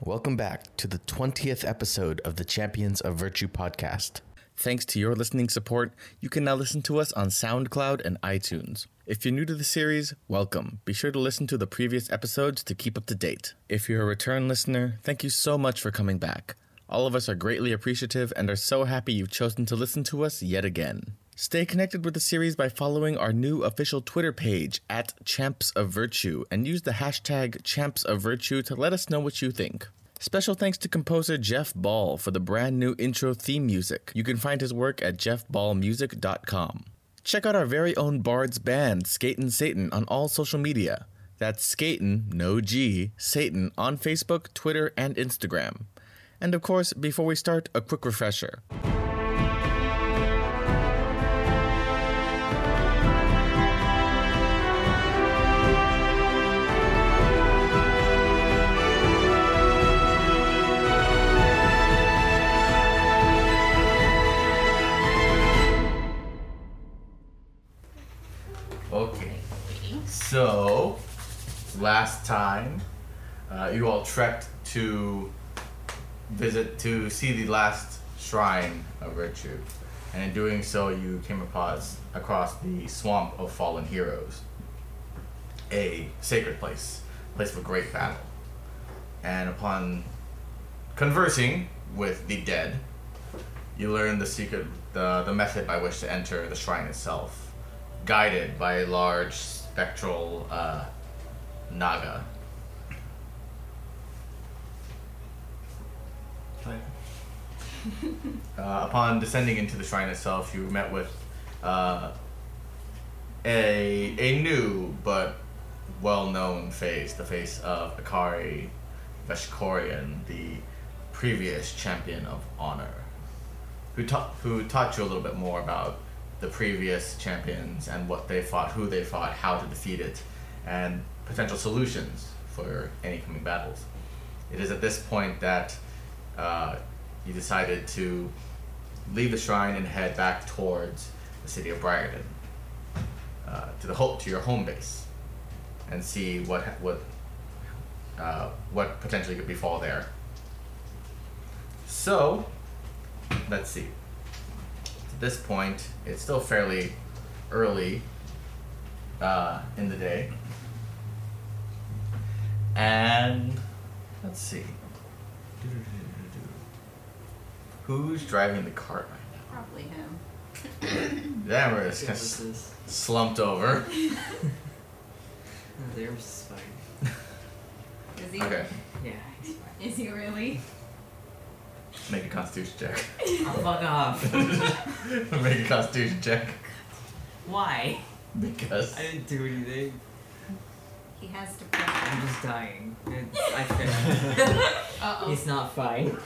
Welcome back to the 20th episode of the Champions of Virtue podcast. Thanks to your listening support, you can now listen to us on SoundCloud and iTunes. If you're new to the series, welcome. Be sure to listen to the previous episodes to keep up to date. If you're a return listener, thank you so much for coming back. All of us are greatly appreciative and are so happy you've chosen to listen to us yet again. Stay connected with the series by following our new official Twitter page at Champs of Virtue and use the hashtag Champs of Virtue to let us know what you think. Special thanks to composer Jeff Ball for the brand new intro theme music. You can find his work at jeffballmusic.com. Check out our very own Bard's band, Skatin' Satan, on all social media. That's Skatin, no G, Satan on Facebook, Twitter, and Instagram. And of course, before we start, a quick refresher. Okay. So, last time, uh, you all trekked to visit to see the last shrine of virtue, and in doing so, you came across across the swamp of fallen heroes, a sacred place, place of great battle. And upon conversing with the dead, you learn the secret, the, the method by which to enter the shrine itself, guided by a large spectral uh, naga. Uh, upon descending into the shrine itself, you met with uh, a a new but well-known face, the face of Akari Veshkorian, the previous champion of honor, who taught who taught you a little bit more about the previous champions and what they fought, who they fought, how to defeat it, and potential solutions for any coming battles. It is at this point that uh, you decided to leave the shrine and head back towards the city of Briarden, uh, to the ho- to your home base, and see what ha- what uh, what potentially could befall there. So, let's see. At this point, it's still fairly early uh, in the day, and let's see. Who's driving the cart right Probably him. now? Dammer is It kind was of this- slumped over. oh, they're spider. Is he? Okay, Yeah. Is he really? make a constitution check. Oh, fuck off. make a constitution check. Why? Because. I didn't do anything. He has to. I'm just dying. It's- I failed. Uh He's not fine.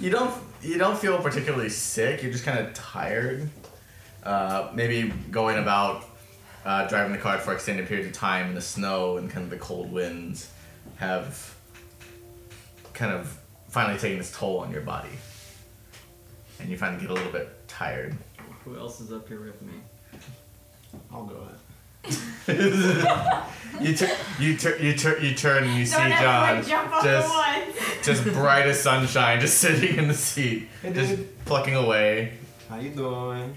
You don't you don't feel particularly sick. You're just kind of tired. Uh, maybe going about uh, driving the car for extended periods of time in the snow and kind of the cold winds have kind of finally taken its toll on your body, and you finally get a little bit tired. Who else is up here with me? I'll go ahead. you tur- you tur- you tur- you turn and you see Don't everyone John jump off just at once. just bright as sunshine, just sitting in the seat, Hey, just dude. plucking away. How you doing?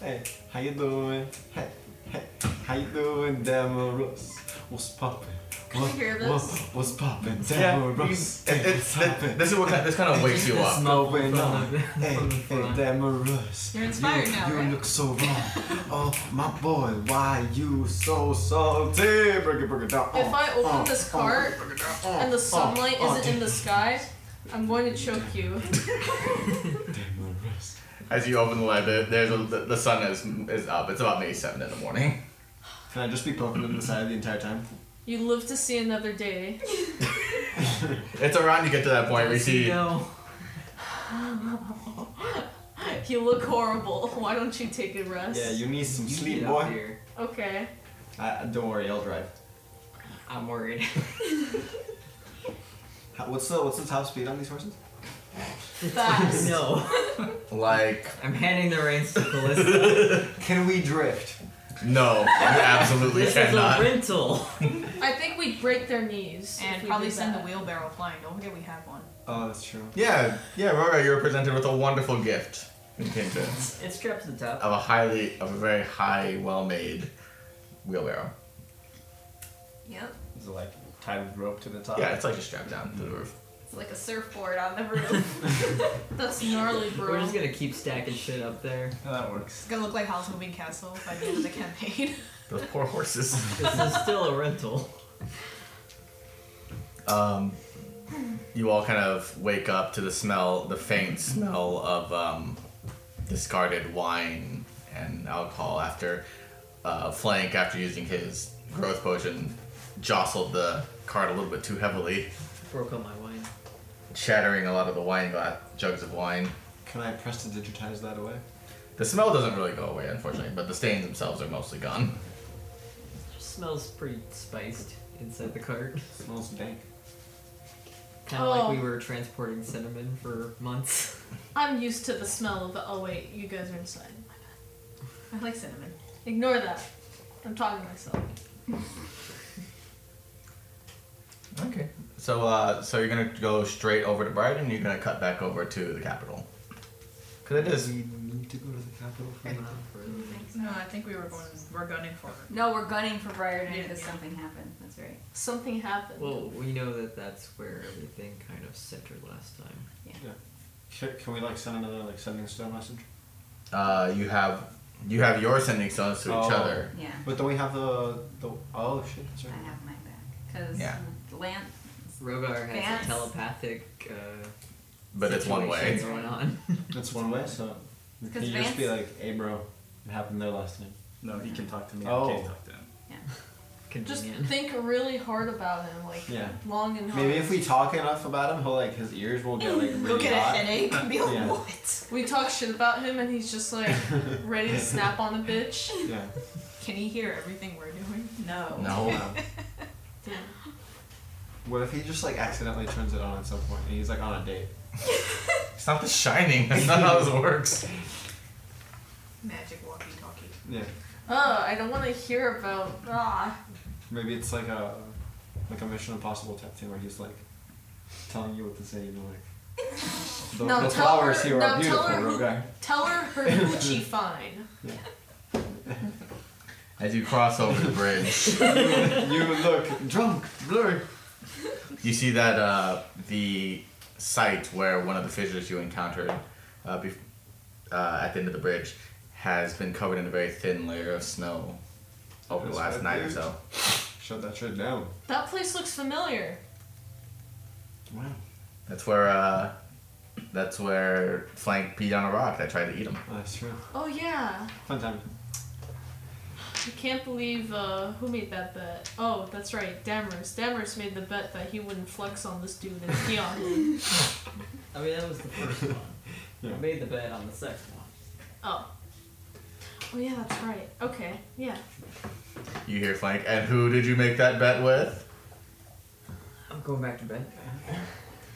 Hey, how you doing? Hey, hey, how you doing, Damaros? What's poppin'? Can we hear what, this? What's poppin', Yeah, you- Damaros? it- it's, what's that, poppin'? this is what kind, this kind of wakes you up. Smell Going from on. the- Hey, from the hey, front. Damaros. You're inspired you, now, You right? look so wrong. oh, my boy, why you so salty? Break it, break it down. If I open uh, Oh, this uh, cart break it down, uh, and uh, the sunlight uh, isn't in the sky, I'm going to choke you. Damaros. As you open the light, there- there's a, the, the sun is is up. It's about maybe seven in the morning. Can I just be poking him in the side the entire time? You live to see another day. It's around you get to that point where you Does he see know? You look horrible. Why don't you take a rest? Yeah, you need some You sleep, get up boy. here. Okay. I, don't worry, I'll drive. I'm worried. How, what's the what's the top speed on these horses? Fast. no. like I'm handing the reins to Callista. Can we drift? no, you absolutely this is a cannot. rental. I think we we'd break their knees. if And we probably did send the that. wheelbarrow flying. Don't forget we have one. Oh, that's true. Yeah, yeah, Rora, you were presented with a wonderful gift in Kindred It strapped to the top. of a highly, of a very high, well-made wheelbarrow. Yep. Is it like tied with rope to the top? Yeah, it's like just strapped down to the roof. It's like a surfboard on the roof. That's gnarly, We're bro. just gonna keep stacking shit up there. Yeah, Oh, that works. it's gonna look like Howl's Moving Castle by the end of the campaign. Those poor horses. This is still a rental. um, you all kind of wake up to the smell, the faint smell of um, discarded wine and alcohol after uh, Flank, after using his growth potion, jostled the cart a little bit too heavily, Broke on my wine. shattering a lot of the wine glass, jugs of wine. Can I press to digitize that away? The smell doesn't really go away, unfortunately, but the stains themselves are mostly gone. Smells pretty spiced inside the cart. smells dank. Kind of Oh. like we were transporting cinnamon for months. I'm used to the smell of the. Oh wait, you guys are inside. My bad. I like cinnamon. Ignore that. I'm talking to myself. Okay. So, uh, so you're gonna go straight over to Brighton. You're gonna cut back over to the capital. Cause it is. We need to go to the capital for Not that. really. no, I think we were going. We're gunning for it. No, we're gunning for Briarton Yeah, because yeah. something happened. That's right. Something happened. Well, we know that that's where everything kind of centered last time. Can, can we like send another like sending stone message? Uh, you have you have your sending stones to each Oh. other. Yeah, But don't we have the the oh shit that's I right. have my back because Yeah. Lance. Rogar has Vance. a telepathic. Uh, But it's one way. situation Going on. That's one way. So you can 'Cause just be Vance- like, hey bro, it happened there last time. No, he can talk to me. Oh. I can't talk to him. Just Convenient. think really hard about him, like Yeah. long and hard. Maybe if we talk enough about him, he'll like his ears will get like really Go get a hot. headache and be like, Yeah. what? we talk shit about him and he's just like ready to snap on a bitch. Yeah. Can he hear everything we're doing? No. No. yeah. Damn. What if he just like accidentally turns it on at some point and he's like on a date? It's not the shining. That's not how this works. Magic walkie-talkie. Yeah. Oh, I don't want to hear about. Ah, Maybe it's like a like a Mission Impossible type thing where he's like telling you what to say, you know, like the, Now the tell flowers her- here now tell are beautiful, her who- Rogar. tell her her Gucci fine. As you cross over the bridge, You look drunk, blurry. you see that uh, the site where one of the fissures you encountered uh, bef- uh, at the end of the bridge has been covered in a very thin layer of snow over the That's last right, night or dude. so. Shut that shit down. That place looks familiar. Wow. That's where uh, that's where Flank peed on a rock that tried to eat him. Oh, that's true. Oh yeah, Fun time. I can't believe uh, who made that bet. Oh, that's right, Damaris. Damaris made the bet that he wouldn't flex on this dude and pee on him. I mean, that was the first one. Yeah. I made the bet on the second one. Oh. Oh yeah, that's right. Okay, yeah. You hear Flank, and who did you make that bet with? I'm going back to bed.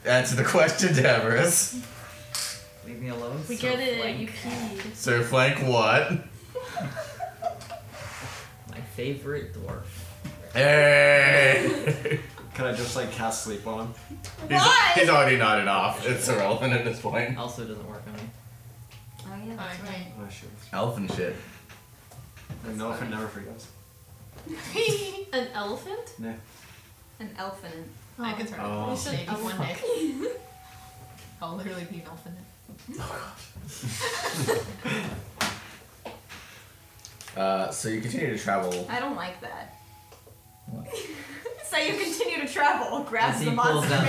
Answer the question, Damaris. Leave me alone. We Sir get it. Flank. You peed. Sir Flank, what? My favorite dwarf. Hey! Can I just like cast sleep on him? He's, he's already nodded off. It's irrelevant at this point. Also doesn't work on me. Oh yeah, that's Fine. right. Oh shit. Elf and shit. I know if it never forgets. An elephant? No. An elephant. I can turn Oh. oh. it shaky Oh, one day. I'll literally be an elf in it. Uh, so you continue to travel. I don't like that. so you continue to travel, grabs As the he pulls monster out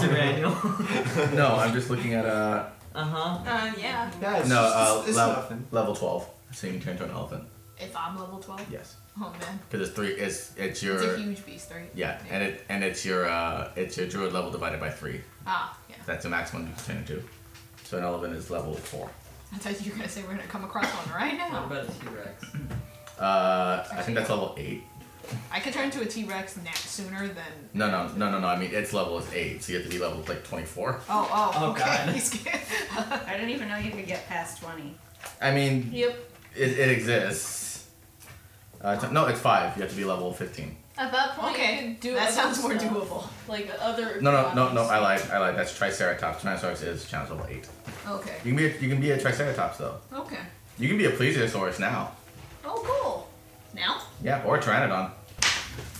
the manual. monster manual. No, I'm just looking at uh uh huh. Uh, yeah. Yeah, it's no just, uh, it's, it's lev- nothing. level twelve. So you can turn into an elephant. If I'm level 12? Yes. Oh man. Because it's three. It's it's your. It's a huge beast, right? yeah, and it and it's your uh it's your druid level divided by three. Ah, yeah. That's the maximum you can turn into. So an elephant is level four. I thought you were gonna say we're gonna come across one right What now. about a T Rex? Uh, I think that's level eight. I could turn into a T Rex nap sooner than. No, no, no, no, no. I mean, its level is eight, so you have to be level like twenty-four. Oh, oh, Oh, okay. God. He's scared. I didn't even know you could get past 20. I mean, Yep. it, it exists. Uh, t- no, it's five. You have to be level fifteen. At that point, you Okay, can do that other sounds more stuff, doable. Like other. No, no, no, no. products. I lied. I lied. That's Triceratops. Tyrannosaurus is challenge level eight. Okay. You can be a, you can be a Triceratops though. Okay. You can be a Plesiosaurus now. Oh, cool. Now? Yeah, or Pteranodon.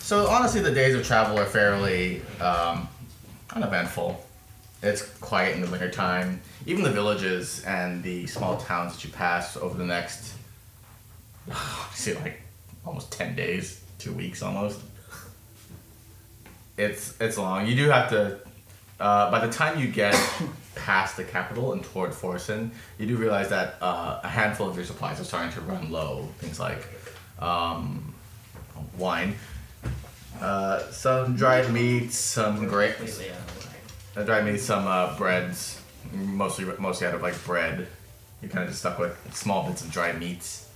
So honestly, the days of travel are fairly um, uneventful. It's quiet in the wintertime. Even the villages and the small towns that you pass over the next, I see, like almost ten days, two weeks almost. It's it's long. You do have to. Uh, by the time you get past the capital and toward Forsen, you do realize that uh, a handful of your supplies are starting to run low. Things like um, wine. Uh, some dried meat, some grapes, Completely out of line. uh, dried meat, some uh, breads, mostly mostly out of like bread. You're kind of just stuck with small bits of dried meats.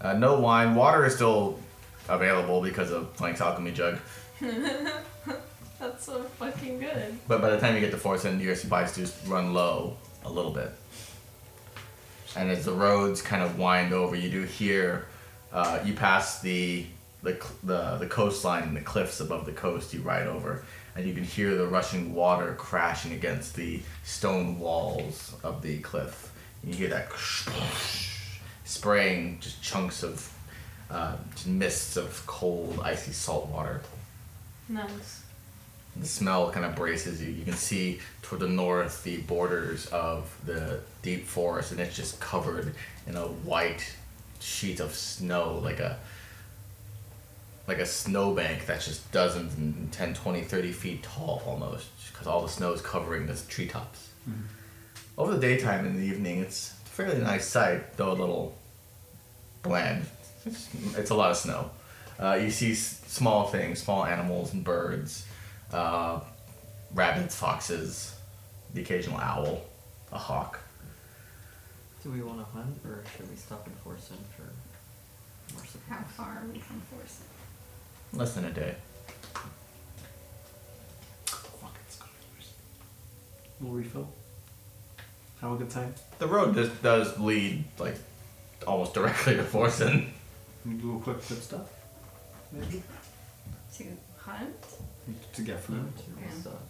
Uh, no wine. Water is still available because of Flank's alchemy jug. That's so fucking good. But by the time you get to Forsen, your supplies do run low a little bit. And as the roads kind of wind over, you do hear, uh, you pass the, the, cl- the, the coastline and the cliffs above the coast you ride over, and you can hear the rushing water crashing against the stone walls of the cliff. You hear that spraying just chunks of uh, just mists of cold, icy salt water. Nice. The smell kind of braces you. You can see toward the north the borders of the deep forest, and it's just covered in a white sheet of snow, like a like a snowbank that's just dozens and 10, 20, 30 feet tall almost, because all the snow is covering the treetops. Over the daytime and the evening, it's a fairly nice sight, though a little bland. It's, it's a lot of snow. Uh, you see s- small things, small animals and birds, uh, rabbits, foxes, the occasional owl, a hawk. Do we want to hunt, or should we stop and force him for more How support? far are we from Forsen? Less than a day. We'll refill. Have a good time. The road does, does lead like almost directly to Forsen. We do a quick pit stop. Maybe. To hunt? To get No, food. to Yeah. stop.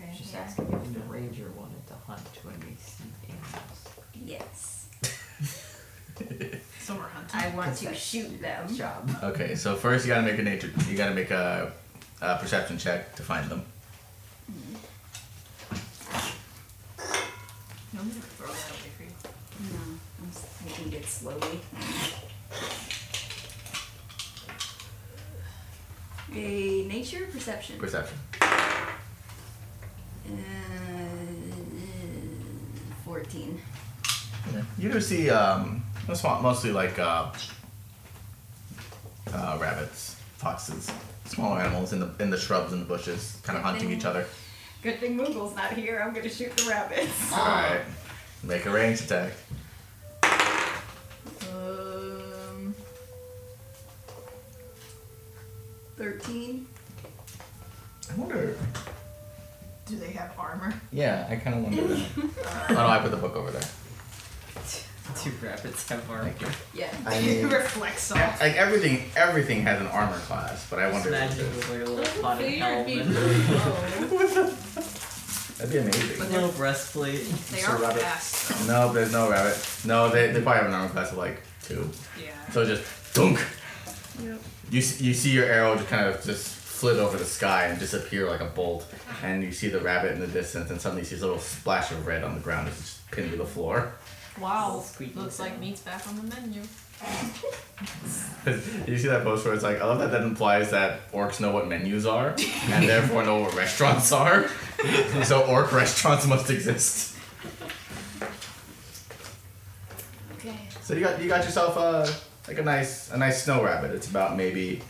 Okay. uh, Just yeah. asking if the Yeah. ranger wanted to hunt when we see animals. Yes. So we're hunting. I want to shoot them. Job. Okay, so first you gotta make a nature. You gotta make a, a perception check to find them. No, I'm gonna throw that away for you. No, I'm just taking it slowly. A nature perception. Perception. Uh, 14. You do see um, most- mostly like uh, uh, rabbits, foxes, smaller animals in the in the shrubs and the bushes, kind of hunting each other. Good thing Moogle's not here. I'm gonna shoot the rabbits. All right, make a ranged attack. Um, 13. I wonder. Do they have armor? Yeah, I kind of wonder. that. oh no, I put the book over there. Two rabbits have armor. Thank you. Yeah. I It mean, reflects on. like everything, everything has an armor class, but I Just wonder. imagine with like a little Doesn't potted figure helmet, be and really That'd be amazing. a little breastplate. They It's a are rabbit. fast, though. No, there's no rabbit. No, they, they probably have an armor class of like two. Yeah. So just dunk. Yep. You s- you see your arrow just kind of just flit over the sky and disappear like a bolt, and you see the rabbit in the distance, and suddenly you see a little splash of red on the ground as it's just pinned to the floor. Wow. Squeaky Looks like sound. meat's back on the menu. you see that post where it's like, I love that that implies that orcs know what menus are, and therefore know what restaurants are. so orc restaurants must exist. Okay. So you got you got yourself a like a nice a nice snow rabbit. It's about maybe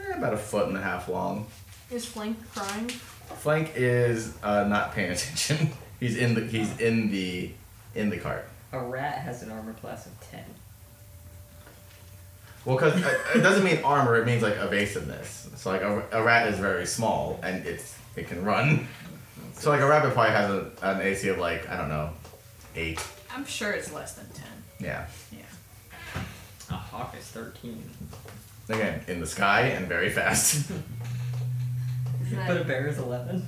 eh, about a foot and a half long. cool. Is Flank crying? Flank is uh, not paying attention. he's in the he's in the in the cart. A rat has an armor class of ten. Well, because it doesn't mean armor; it means like evasiveness. So like a, a rat is very small and it's it can run. So like a rabbit probably has a, an AC of like I don't know, eight. I'm sure it's less than ten. Yeah. Yeah. A hawk is thirteen. Again, in the sky and very fast. Is that- But a bear is 11.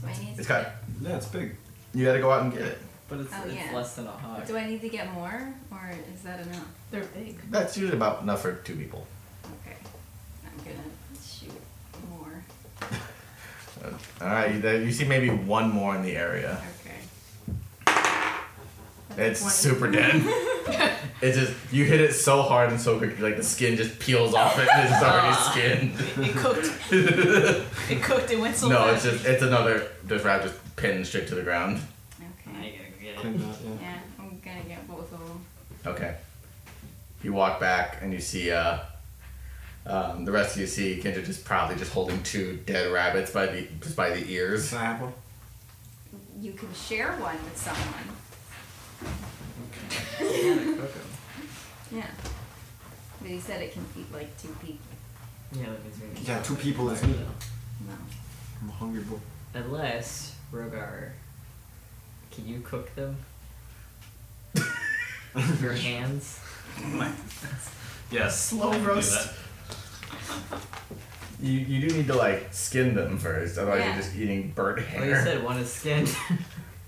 do I need? It's got. Yeah, it's big. You gotta go out and get it. But it's, Oh, it's yeah. less than a hog. Do I need to get more, or is that enough? They're big. That's usually about enough for two people. Okay, I'm gonna shoot more. All right, you, you see maybe one more in the area. Okay. It's One. super dead. it just you hit it so hard and so quick, like the skin just peels off it. and It's already skinned. It cooked. it cooked. It went so no, it's fast. just it's another this rat just pinned straight to the ground. Okay. Clean that, yeah. Yeah, I'm gonna get both of them. Okay. You walk back and you see uh, um, the rest of you see Kendra just proudly just holding two dead rabbits by the just by the ears. Can I have one? You can share one with someone. Yeah. But he said it can feed like two people. Yeah, that means we need Yeah, to- two people is me. No. I'm a hungry boy. Unless, Rogar, can you cook them? With your hands? Yes. Slow I can do roast. that. You you do need to like skin them first, otherwise Yeah. you're just eating burnt hair. Well, you said one is skinned.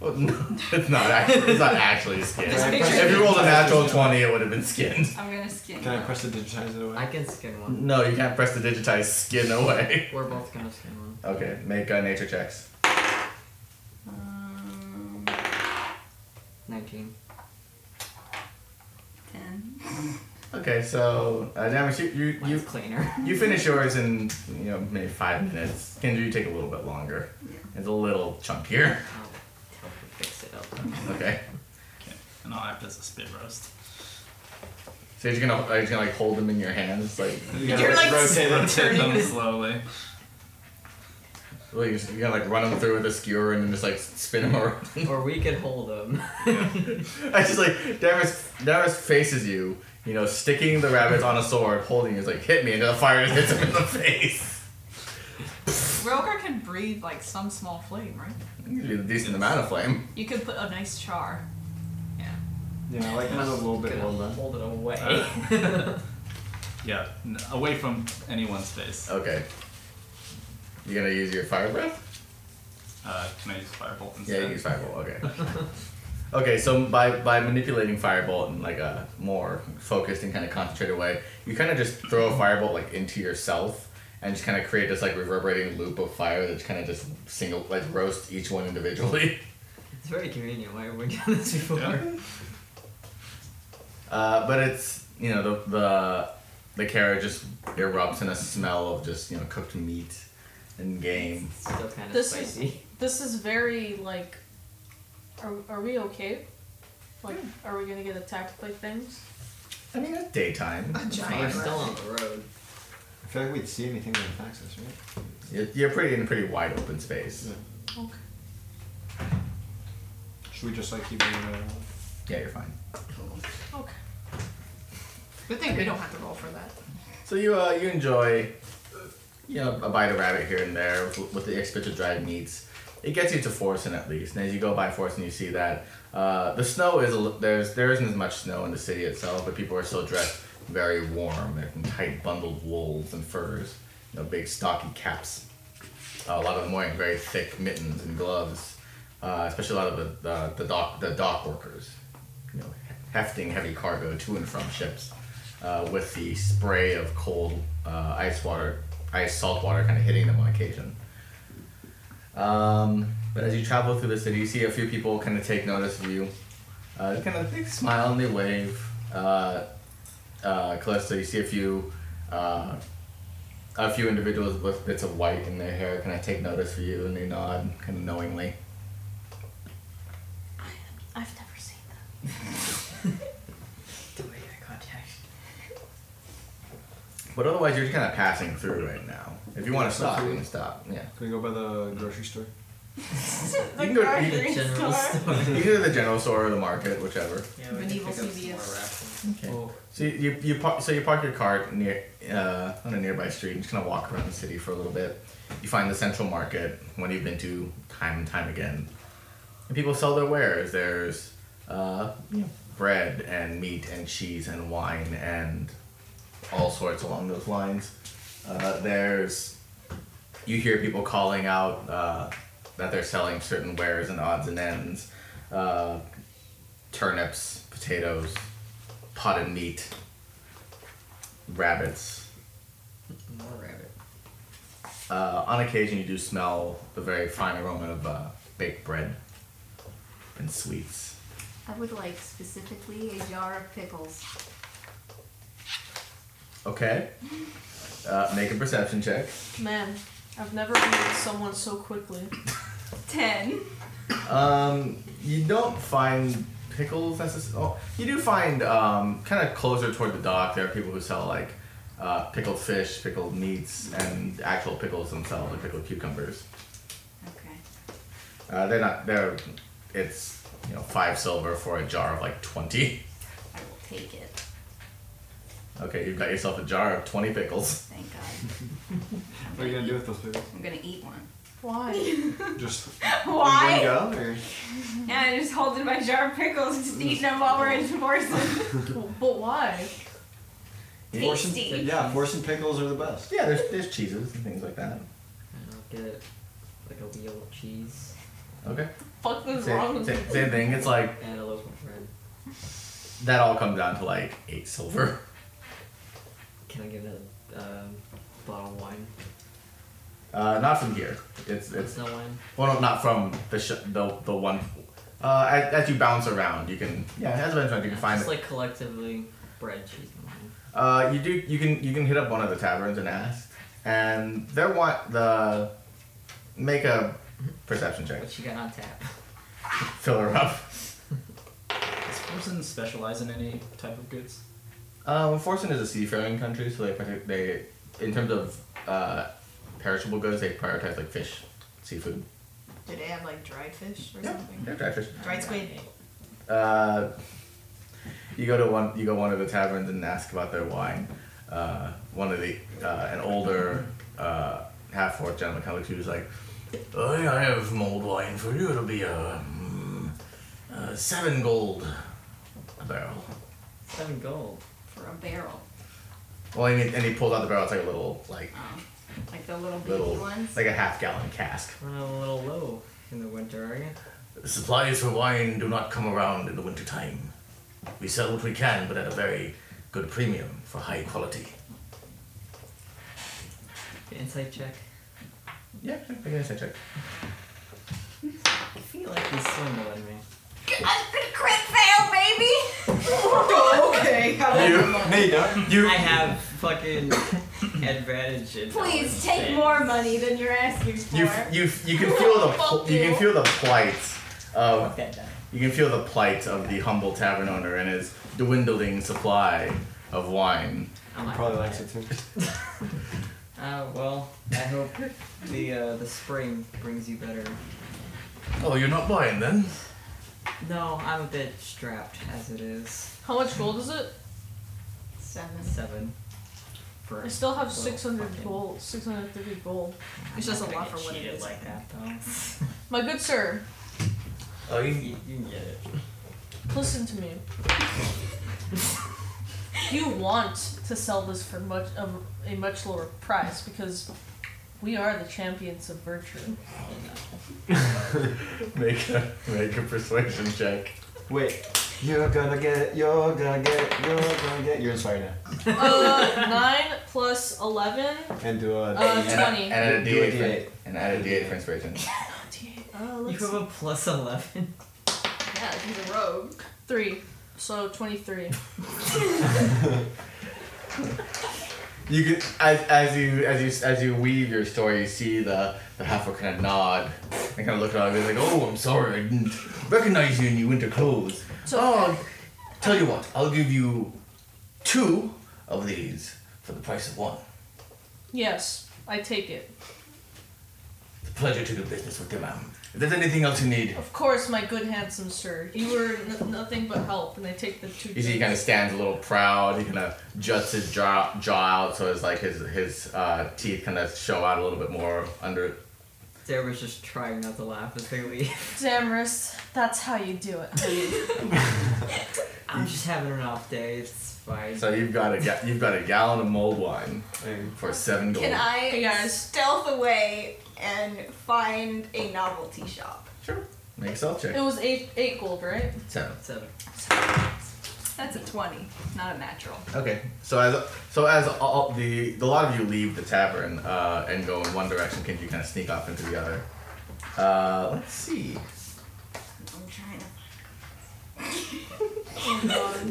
Well, no, it's not actually it's not actually skinned. Just picture if it. you rolled a natural twenty, it would have been skinned. I'm gonna skin. Can I one. press the digitizer away? I can skin one. No, you can't press the digitize skin away. We're both gonna skin one. Okay, make uh, nature checks. Um, 19. ten. Okay, so uh, Damaris, you you, Mine's you cleaner. you finish yours in you know maybe five minutes. Kendra, you take a little bit longer. It's a little chunkier. I'll help you fix it up. Okay, Okay. And I'll act as a spit roast. so you're just gonna are you just gonna like hold them in your hands like You You're gotta like rotate it. Rotate turning them this- slowly. well, you're, just, you're gonna like run them through with a skewer and then just like spin them around. Or we could hold them. I just like Damaris Damaris faces you, you know, sticking the rabbits on a sword, holding you, is like hit me, and the fire just hits him in the face. Rogar can breathe like some small flame, right? You do a decent amount of flame. You could put a nice char. Yeah, I like mine a little bit Gonna longer. hold it away. Yeah. n- away from anyone's face. Okay. You gonna use your fire breath? Uh, can I use firebolt Yeah, instead? you use firebolt. Okay. okay, so by by manipulating firebolt in like a more focused and kind of concentrated way, you kind of just throw a firebolt like into yourself. And just kind of create this like reverberating loop of fire that's kind of just single like roast each one individually. It's very convenient. Why haven't we done this before? Yeah. Uh, but it's you know the the the carrot just erupts in a smell of just you know cooked meat and game. It's still kind of This is- spicy. This is very like. Are, are we okay? Like, Hmm. are we gonna get attacked by things? I mean it's daytime. A We're giant. still rat. on the road. I feel like we'd see anything that attacks us, right? You're, you're pretty in a pretty wide open space. Okay. Should we just like keep moving it around? Yeah, you're fine. Okay. Good thing we don't have to roll for that. So you uh you enjoy uh, you know a bite of rabbit here and there with, with the extra dried meats. It gets you to Forsen at least, and as you go by Forsen, you see that uh, the snow is a, li- there's there isn't as much snow in the city itself, but people are still dressed very warm. They're in tight bundled wools and furs, you know, big stocky caps. Uh, a lot of them wearing very thick mittens and gloves, uh, especially a lot of the, the, the dock the dock workers, you know, hefting heavy cargo to and from ships, uh, with the spray of cold uh, ice water, ice salt water, kind of hitting them on occasion. Um, but as you travel through the city, you see a few people kind of take notice of you. Uh, they kind of they smile and they wave. Uh, uh, Callisto, you see a few, uh, a few individuals with bits of white in their hair kind of take notice of you, and they nod kind of knowingly. I've never seen that. Do we have contact? But otherwise, you're just kind of passing through right now. If you want to stop, you can stop. Yeah, Can we go by the grocery store? you can go. To, you, The general store. can, you can go to the general store or the market, whichever. Yeah, we can Medieval pick up some more Okay. So you, you, you park, so you park your cart near uh, on a nearby street and just kind of walk around the city for a little bit. You find the central market, one you've been to time and time again, and people sell their wares. There's uh, bread and meat and cheese and wine and all sorts along those lines. Uh, there's you hear people calling out uh, that they're selling certain wares and odds and ends, uh, turnips, potatoes, potted meat, rabbits. More rabbit. Uh, on occasion, you do smell the very fine aroma of uh, baked bread and sweets. I would like specifically a jar of pickles. Okay. Uh, make a perception check. Man, I've never healed someone so quickly. Ten. Um, you don't find pickles necessarily. Oh, you do find um, kind of closer toward the dock. There are people who sell like uh, pickled fish, pickled meats, and actual pickles themselves, like pickled cucumbers. Okay. Uh, they're not. They're. It's you know five silver for a jar of like twenty. I will take it. Okay, you've got yourself a jar of twenty pickles. Thank God. What are you gonna do with those pickles? I'm gonna eat one. Why? Just Why? in one go, or Yeah, I just holding my jar of pickles and just eating them while we're in Forson. but why? Fortune- Tasty. yeah, fortune pickles are the best. Yeah, there's there's cheeses and things like that. And I'll get like a wheel of cheese Okay. Fuck was wrong Same, with same, people? same thing. It's like and a loaf of bread. that all comes down to like eight silver. Can I get a um, bottle of wine? Uh, not from here. It's it's It's no wine. Well, no, not from the sh- the the one. Uh, as, as you bounce around, you can yeah, as a around, you can find Just it. like collectively bread, cheese, and wine. Uh, you do you can you can hit up one of the taverns and ask, and they want the make a perception check. What you got on tap? Fill her up. Does person specialize in any type of goods? Um, Forsen is a seafaring country, so they partic- they in terms of uh, perishable goods, they prioritize like fish, seafood. Do they have like dried fish or something? they're dry fish. Dried squid. Uh, you go to one. You go one of the taverns and ask about their wine. Uh, one of the uh, an older uh, half orc gentleman comes up to you. He's like, oh, yeah, "I have some old wine for you. It'll be a, mm, uh seven gold a barrel." Seven gold. For a barrel. Well, and he, and he pulls out the barrel. It's like a little like Uh, Um, like the little baby little ones. like a half gallon cask. We're a little low in the winter, are you? Supplies for wine do not come around in the wintertime. We sell what we can, but at a very good premium for high quality. Insight check. Yeah, I guess I check. I feel it. He's swindling me. I'm gonna crit fail, baby! okay. No, you don't. You. I have fucking advantage. In Please knowledge take saves. more money than you're asking for. You, you, you can feel the pl- you can feel the plight of That die. you can feel the plight of the humble tavern owner and his dwindling supply of wine. I'm not Probably gonna likes it too. buy it. Uh, well, I hope the uh, the spring brings you better. Oh, you're not buying then? No, I'm a bit strapped as it is. How much gold is it? Seven. Seven. For I still have Well, 600 fucking- gold. 630 gold. It's I'm just a not lot gonna for get what it cheated is. Like that though. My good sir, Oh, you, you, you can get it. listen to me. you want to sell this for much of a much lower price because we are the champions of virtue. make a make a persuasion check. Wait, you're gonna get it. You're gonna get it. You're gonna get it. You're inspired now. Uh, nine plus eleven. And do a. Uh, And, add- 20. and add a Do a D8 D8. for, and add a D8 for inspiration. uh, Oh, You let's have a plus eleven. Yeah, he's a rogue. three. So twenty-three. You can as, as you as you as you weave your story, you see the the half kind of nod and kind of look at it. He's like, "Oh, I'm sorry, I didn't recognize you in your winter clothes." So- oh, I'll- tell you what, I'll give you two of these for the price of one. Yes, I take it. It's a pleasure to do business with you, ma'am. If there's anything else you need, Of course, my good handsome sir. You were n- nothing but help, and I take the two. you see, he kind of stands a little proud. He kind of juts his jaw, jaw out so it's like his his uh, teeth kind of show out a little bit more under it. Sarah was just trying not to laugh as they leave. Damaris, that's how you do it. I'm just having an off day. It's by. So you've got a ga- you've got a gallon of mulled wine Hey, for seven gold. Can I Hey, guys. stealth away and find a novelty shop? Sure. Make a stealth It check. was eight eight gold, right? Seven. Seven. That's a 20, not a natural. Okay. So as so as all the the lot of you leave the tavern uh, and go in one direction, can you kind of sneak off into the other? Uh, let's see. I'm trying to.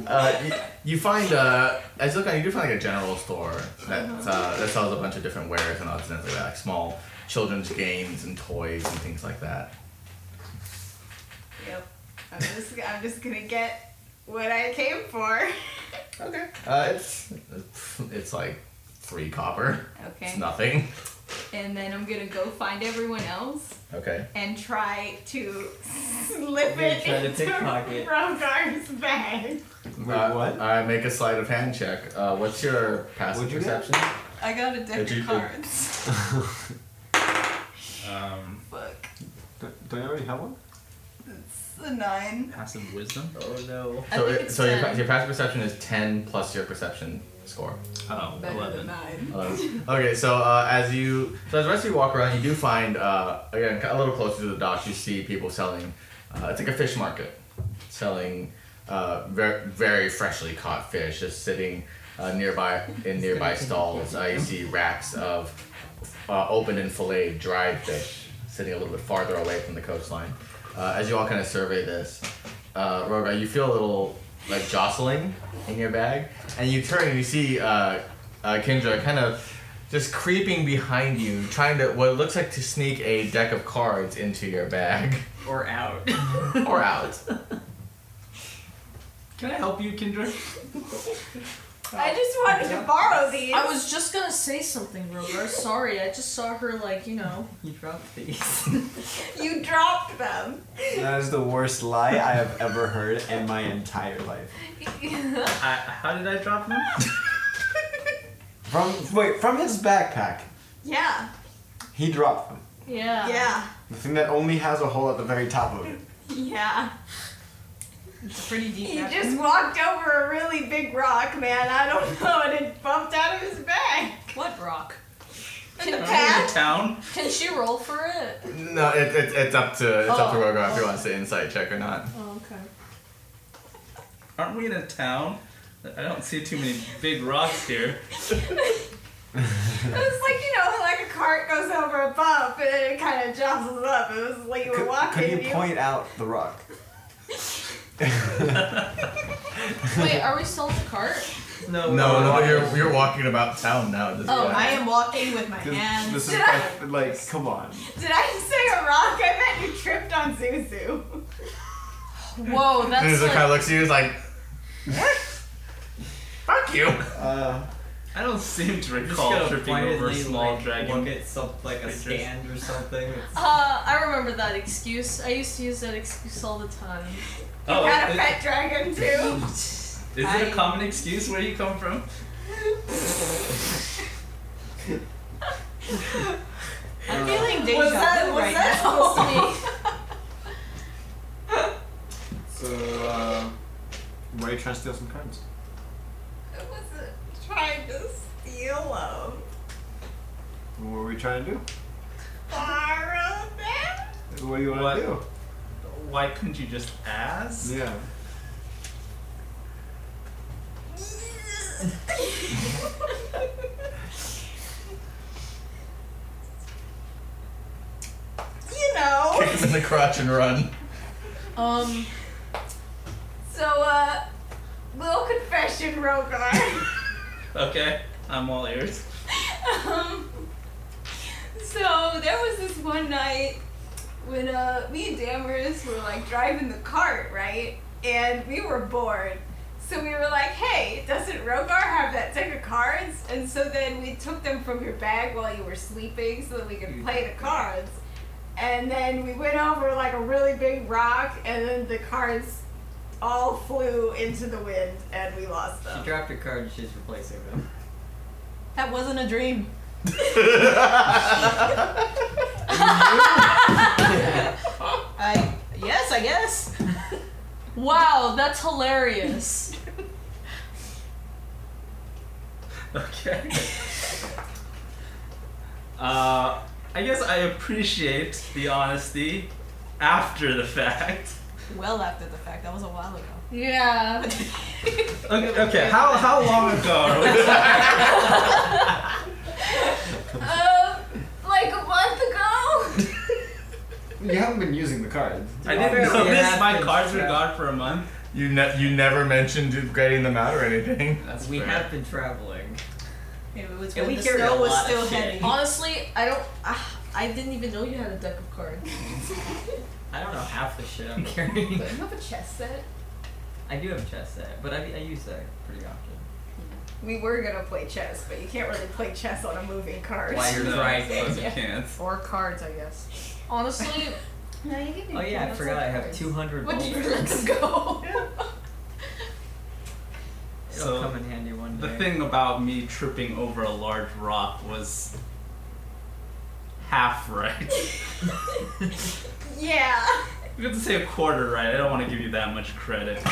Uh, you, you find uh, as you look on, you do find like a general store that uh, that sells a bunch of different wares and odds and ends like that, like small children's games and toys and things like that. Yep. I'm just, I'm just gonna get what I came for. Okay. Uh, it's it's like three copper. It's Okay. nothing. And then I'm gonna go find everyone else Okay. and try to slip You're it trying to into pickpocket. Rogar's bag. Wait, Uh, what? I make a sleight of hand check. Uh, what's your passive What'd you get? perception? I got a deck Did you- of cards. Um, Fuck. Do, do I already have one? It's a nine. passive wisdom. Oh no. I so think it- it's so your, pa- 10. your passive perception is ten plus your perception score. Oh, Better than 11. nine. Um, okay, so uh, as you so as the rest of you walk around, you do find uh, again a little closer to the dock. You see people selling. Uh, it's like a fish market, selling uh, very very freshly caught fish, just sitting uh, nearby in nearby stalls. Uh, you see racks of uh, open and filleted dried fish sitting a little bit farther away from the coastline. Uh, as you all kind of survey this, uh, Rogar, you feel a little like jostling in your bag, and you turn and you see uh, uh, Kendra kind of just creeping behind you, trying to what it looks like to sneak a deck of cards into your bag Or out. or out. Can I help you, Kendra? I just wanted to Oh, borrow these. I was just gonna say something, Rogar. Sorry, I just saw her like you know. You dropped these. You dropped them. That is the worst lie I have ever heard in my entire life. I, how did I drop them? From wait, from his backpack, yeah. he dropped them. Yeah. Yeah. The thing that only has a hole at the very top of it. Yeah. It's a pretty deep. He bathroom. just walked over a really big rock, man. I don't know, and it bumped out of his bag. What rock? In the Out of path. town. Can she roll for it? No, it, it, it's up to it's up to Oh. Rogar if he wants to insight check or not. Oh, okay. Aren't we in a town? I don't see too many big rocks here. It was like, you know, like a cart goes over a bump and then it kind of jostles up. It was like you were Could, walking. could and you point out the rock? Wait, are we still at the cart? No. No, no, you're you're walking about town now. At this Oh, point. I am walking with my hands. This, this is like, like, come on. Did I say a rock? I meant you tripped on Zuzu. Whoa, And that's he kind like of looks at you, he's like, "Fuck you." Uh, I don't seem to Just recall gotta tripping over a quietly, small like, dragon. Look at some, like a creatures. stand or something. It's- Uh, I remember that excuse. I used to use that excuse all the time. Oh, Got a i- pet dragon too. is it I- a common excuse where you come from? I'm feeling deja Was that vu was right that now. supposed to be? so, uh, why are you trying to steal some cards? I wasn't trying to steal them. What were we trying to do? Borrow them? What do you What? want to do? Why couldn't you just ask? Yeah. you know. Kicks in the crotch and run. Um, So, uh, little confession, Rogar. Okay, I'm all ears. um, so there was this one night when uh, me and Damaris were like driving the cart, right? And we were bored. So we were like, hey, doesn't Rogar have that deck of cards? And so then we took them from your bag while you were sleeping so that we could play the cards. And then we went over like a really big rock, and then the cards all flew into the wind, and we lost She them. dropped her card and she's replacing them. That wasn't a dream. I yes, I guess. wow, that's hilarious. Okay. Uh, I guess I appreciate the honesty after the fact. Well, after the fact, that was a while ago. Yeah. Okay, okay, how, how long ago are we Uh, like a month ago? You haven't been using the cards. I didn't know Obviously, it this. My happens, cards were yeah. gone for a month. You ne- you never mentioned getting them out or anything. That's we fair. have been traveling. It was Yeah, when we the carried snow a was lot of still shit. heavy. Honestly, I don't. ah, I didn't even know you had a deck of cards. I don't know half the shit I'm carrying. Do you have a chess set? I do have a chess set, but I, I use that pretty often. We were gonna play chess, but you can't really play chess on a moving card. Why you're No, right. those you can't. Or cards, I guess. Honestly, No, you can do Oh yeah, I that's forgot like I have cards. 200 What do you boulders. let them go? It'll So, come in handy one day. The thing about me tripping over a large rock was half right. yeah. You have to say a quarter right. I don't want to give you that much credit.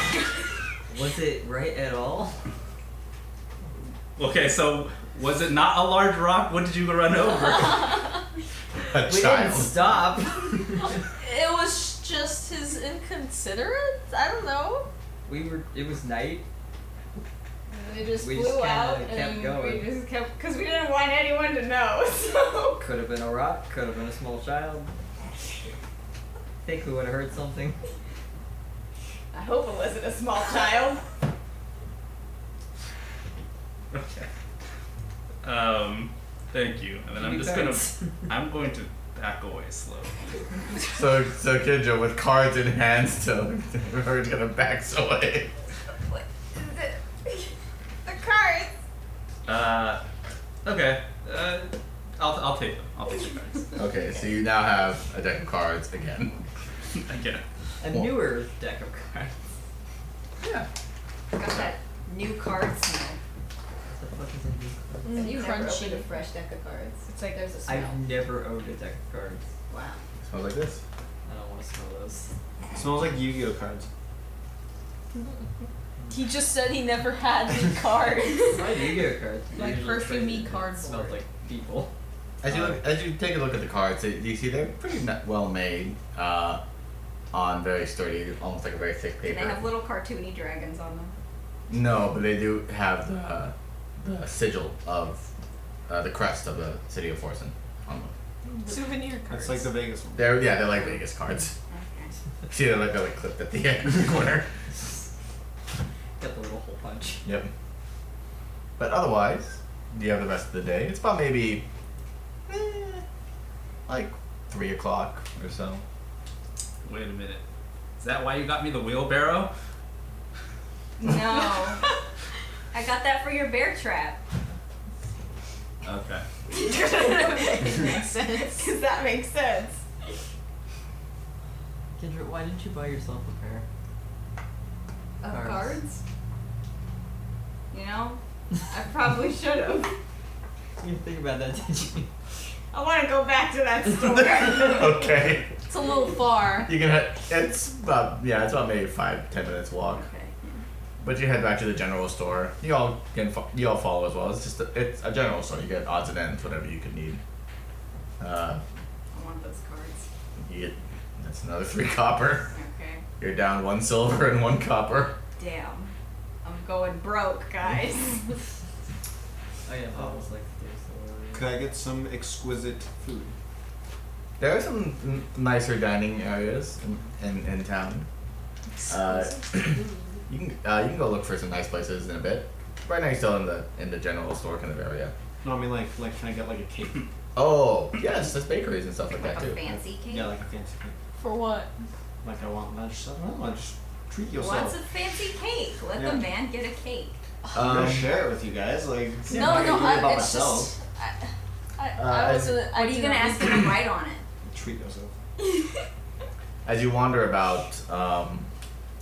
Was it right at all? Okay, so was it not a large rock? What did you run over? A We didn't stop. it was just his inconsiderate. I don't know. we were. It was night. It just We blew just kinda out kept and going. we just kept because we didn't want anyone to know. So Could have been a rock. Could have been a small child. Think we would have heard something. I hope it wasn't a small child. Okay. Um, thank you. And then I'm Give me just gonna. thanks. I'm going to back away slowly. So so Kidjo with cards in hand still, we're gonna back away. What- The, the cards. Uh, okay. Uh, I'll, I'll take them. I'll take the cards. Okay, so you now have a deck of cards again. Again. A Well- newer deck of cards. Got that new card smell. What the fuck is a new card? Have you never Crunchy. opened a fresh deck of cards? It's like there's a smell. I've never owned a deck of cards. Wow. Smells like this. I don't want to smell those. smells like Yu-Gi-Oh cards. He just said he never had any cards. My Yu-Gi-Oh cards. are Like usually perfumey pretty- cardboard. Smelled like people. As you look, as you take a look at the cards, uh, you see they're pretty n- well made, uh, on very sturdy, almost like a very thick And paper. they have little cartoony dragons on them. no, but they do have the the sigil of uh, the crest of the city of Forsen on them. Souvenir cards. It's like the Vegas one. They're yeah, they're like Vegas cards. See, they're like, they're like clipped at the end corner. Got the little hole punch. Yep. But otherwise, you have the rest of the day. It's about maybe eh, like three o'clock or so. Wait a minute. Is that why you got me the wheelbarrow? No. I got that for your bear trap. Okay. makes sense. Because that makes sense. Kendra, why didn't you buy yourself a pair? Cards. Of cards? You know? I probably should have. You didn't think about that, did you? I want to go back to that store. okay. It's a little far. You can. head- It's about yeah. It's about maybe five ten minutes walk. But you head back to the general store. You all can. Fo- you all follow as well. It's just a, it's a general store. You get odds and ends, whatever you could need. Uh, I want those cards. you get that's another three copper. Okay. You're down one silver and one copper. Damn. I'm going broke, guys. Oh yeah, Bob was like the day Could I get some exquisite food? There are some n- nicer dining areas in, in, in town. Uh, you can uh, you can go look for some nice places in a bit. Right now, you're still in the in the general store kind of area. No, I mean like like can I get like a cake? Oh yes, there's bakeries and stuff like like that a too. fancy cake. Yeah, like a fancy cake. For what? Like I want lunch. I want lunch. Treat yourself. What's a fancy cake? Let Yeah. the man get a cake. I'm Um, gonna share it with you guys. Like it's No, not no, really I, about it's myself. just. I, I, Uh, I wasn't. I What are you didn't gonna ask him to write on it? Treat yourself. as you wander about, um,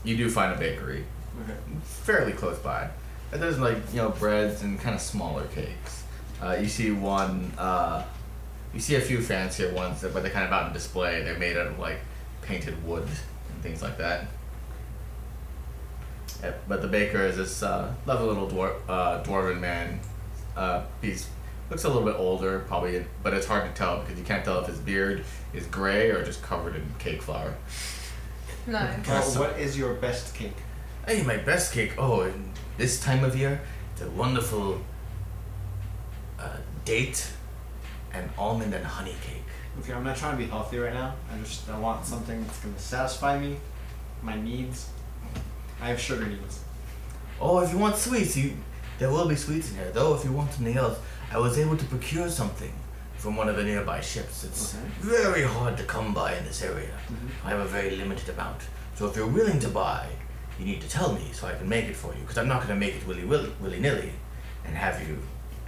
you do find a bakery Okay. fairly close by. And there's like you know breads and kind of smaller cakes. Uh, you see one. Uh, you see a few fancier ones, that, but they're kind of out in display. They're made out of like painted wood and things like that. Uh, But the baker is this uh, lovely little dwar- uh, dwarven man Uh, he's looks a little bit older, probably, but it's hard to tell because you can't tell if his beard is gray or just covered in cake flour. Nice. Uh, what is your best cake? Hey, my best cake. Oh, and this time of year, it's a wonderful uh, date and almond and honey cake. Okay, I'm not trying to be healthy right now. I just I want something that's gonna satisfy me, my needs. I have sugar needs. Oh, if you want sweets, you there will be sweets in here. Though, if you want something else, I was able to procure something from one of the nearby ships. It's Okay. very hard to come by in this area. I have a very limited amount. So, if you're willing to buy, you need to tell me so I can make it for you. Because I'm not going to make it willy willy willy nilly, and have you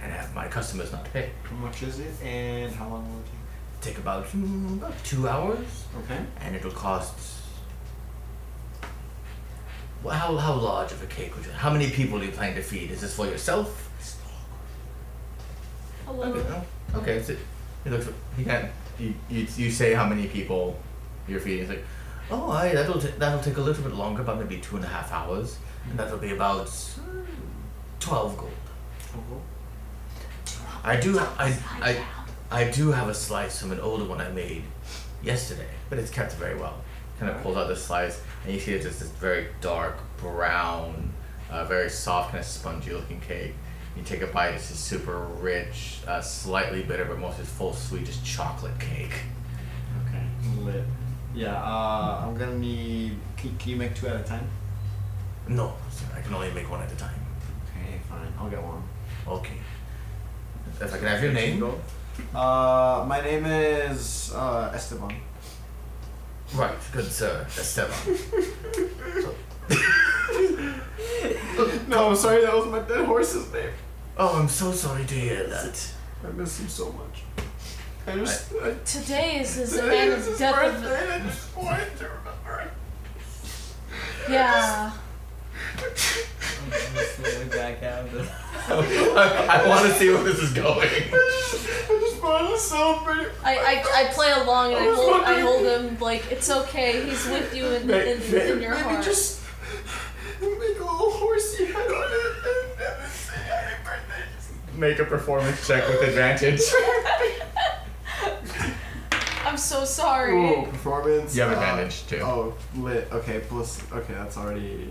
and have my customers not pay. How much is it, and how long will it Take about mm, about two hours. take? Okay. and it'll cost. Well, how how large of a cake would you? How many people are you planning to feed? Is this for yourself? Hello. Okay, no. Okay, so he looks. He can't. You, you, you say how many people you're feeding? It's like, oh, I that'll t- that'll take a little bit longer, about maybe two and a half hours, and that'll be about mm, twelve gold. Cool. I do. I, I, I do have a slice from an older one I made yesterday, but it's kept very well. Kind of pulls out the slice, and you see it's just this very dark brown, uh, very soft, kind of spongy looking cake. You take a bite, it's just super rich, uh, slightly bitter, but mostly it's full sweet, just chocolate cake. Okay. Lit. Yeah. Uh, I'm gonna need. Can, can you make two at a time? No, sir, I can only make one at a time. Okay, fine. I'll get one. Okay. If I can have your name? Uh, my name is uh, Esteban. Right, good sir, Esteban. No, I'm sorry. That was my dead horse's name. oh, I'm so sorry to hear that. I miss him so much. I just. I, Today is his today event is his death of- birthday, and I just wanted to remember it. Yeah. I'm gonna slowly back out of this. I, want to see where this is going. I just wanted to celebrate it. I, I, I play along and I hold I hold him like it's okay. He's with you in, May- in, may- in your maybe heart. just make a little horsey head on it and, and say happy birthday. Just- Make a performance check with advantage. I'm so sorry. Ooh, performance. You have uh, advantage too. Oh, lit. Okay, plus. Okay, that's already.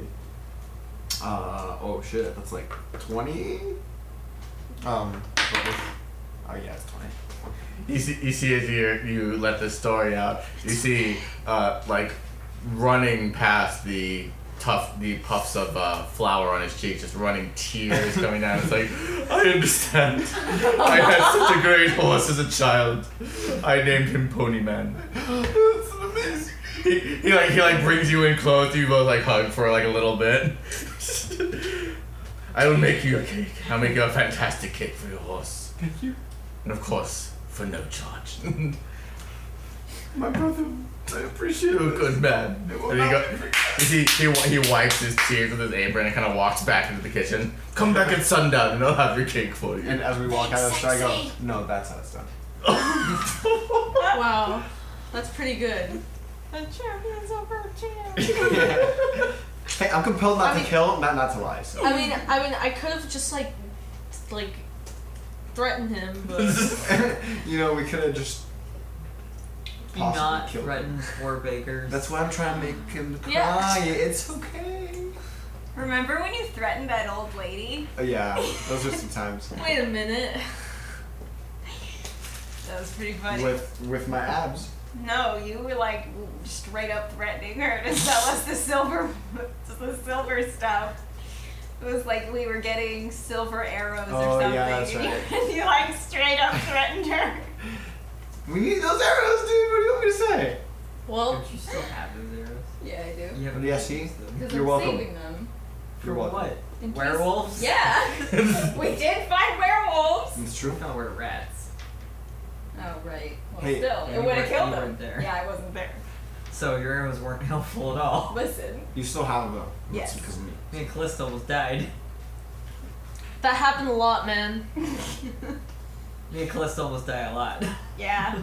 Uh oh shit, that's like twenty. Um. what was- Oh yeah, it's twenty. You see, you see as you you let this story out, you see uh, like running past the tough the puffs of uh, flour on his cheeks, just running tears coming down. It's like I understand. I had such a great horse as a child. I named him Ponyman. That's amazing. He, he like he like brings you in close. You both like hug for like a little bit. I will make you a cake. I'll make you a fantastic cake for your horse, Thank you. and of course for no charge. My brother, I appreciate You're a it. Oh, good man. It will And he, not go, be forgotten. he, he, he wipes his tears with his apron and kind of walks back into the kitchen. Come back at sundown and I'll have your cake for you. And as we walk out of the store, I go, no, that's how it's done. Wow. That's pretty good. The champion's over champ. Hey, I'm compelled not I to mean- kill, not not to lie. So. I mean I mean I could have just like like threatened him, but you know, we could have just. Be possibly not killed him. threatened or bakers. That's why I'm trying to make him cry. Yeah. It's okay. Remember when you threatened that old lady? Oh, yeah, those are some times. wait a minute. That was pretty funny. With with my abs. No, you were like straight up threatening her to sell us the silver, the silver stuff. It was like we were getting silver arrows Oh, or something. yeah, that's and you like straight up threatened her. We need those arrows, dude. What do you want me to say? Well Don't you still have those arrows? Yeah, I do. You haven't Yeah, used see? them. Because You're I'm welcome. saving them. You're For welcome. what? In case- Werewolves? Yeah. We did find werewolves. It's true. No, we're rats. Oh right. Well, Hey, still, you it would have weren't- killed you them. weren't there. Yeah, I wasn't there. So your arrows weren't helpful at all. Listen. You still have them. though. That's Yes. Because of me. Me and Callista almost died. that happened a lot, man. Me and Callista almost die a lot. Yeah,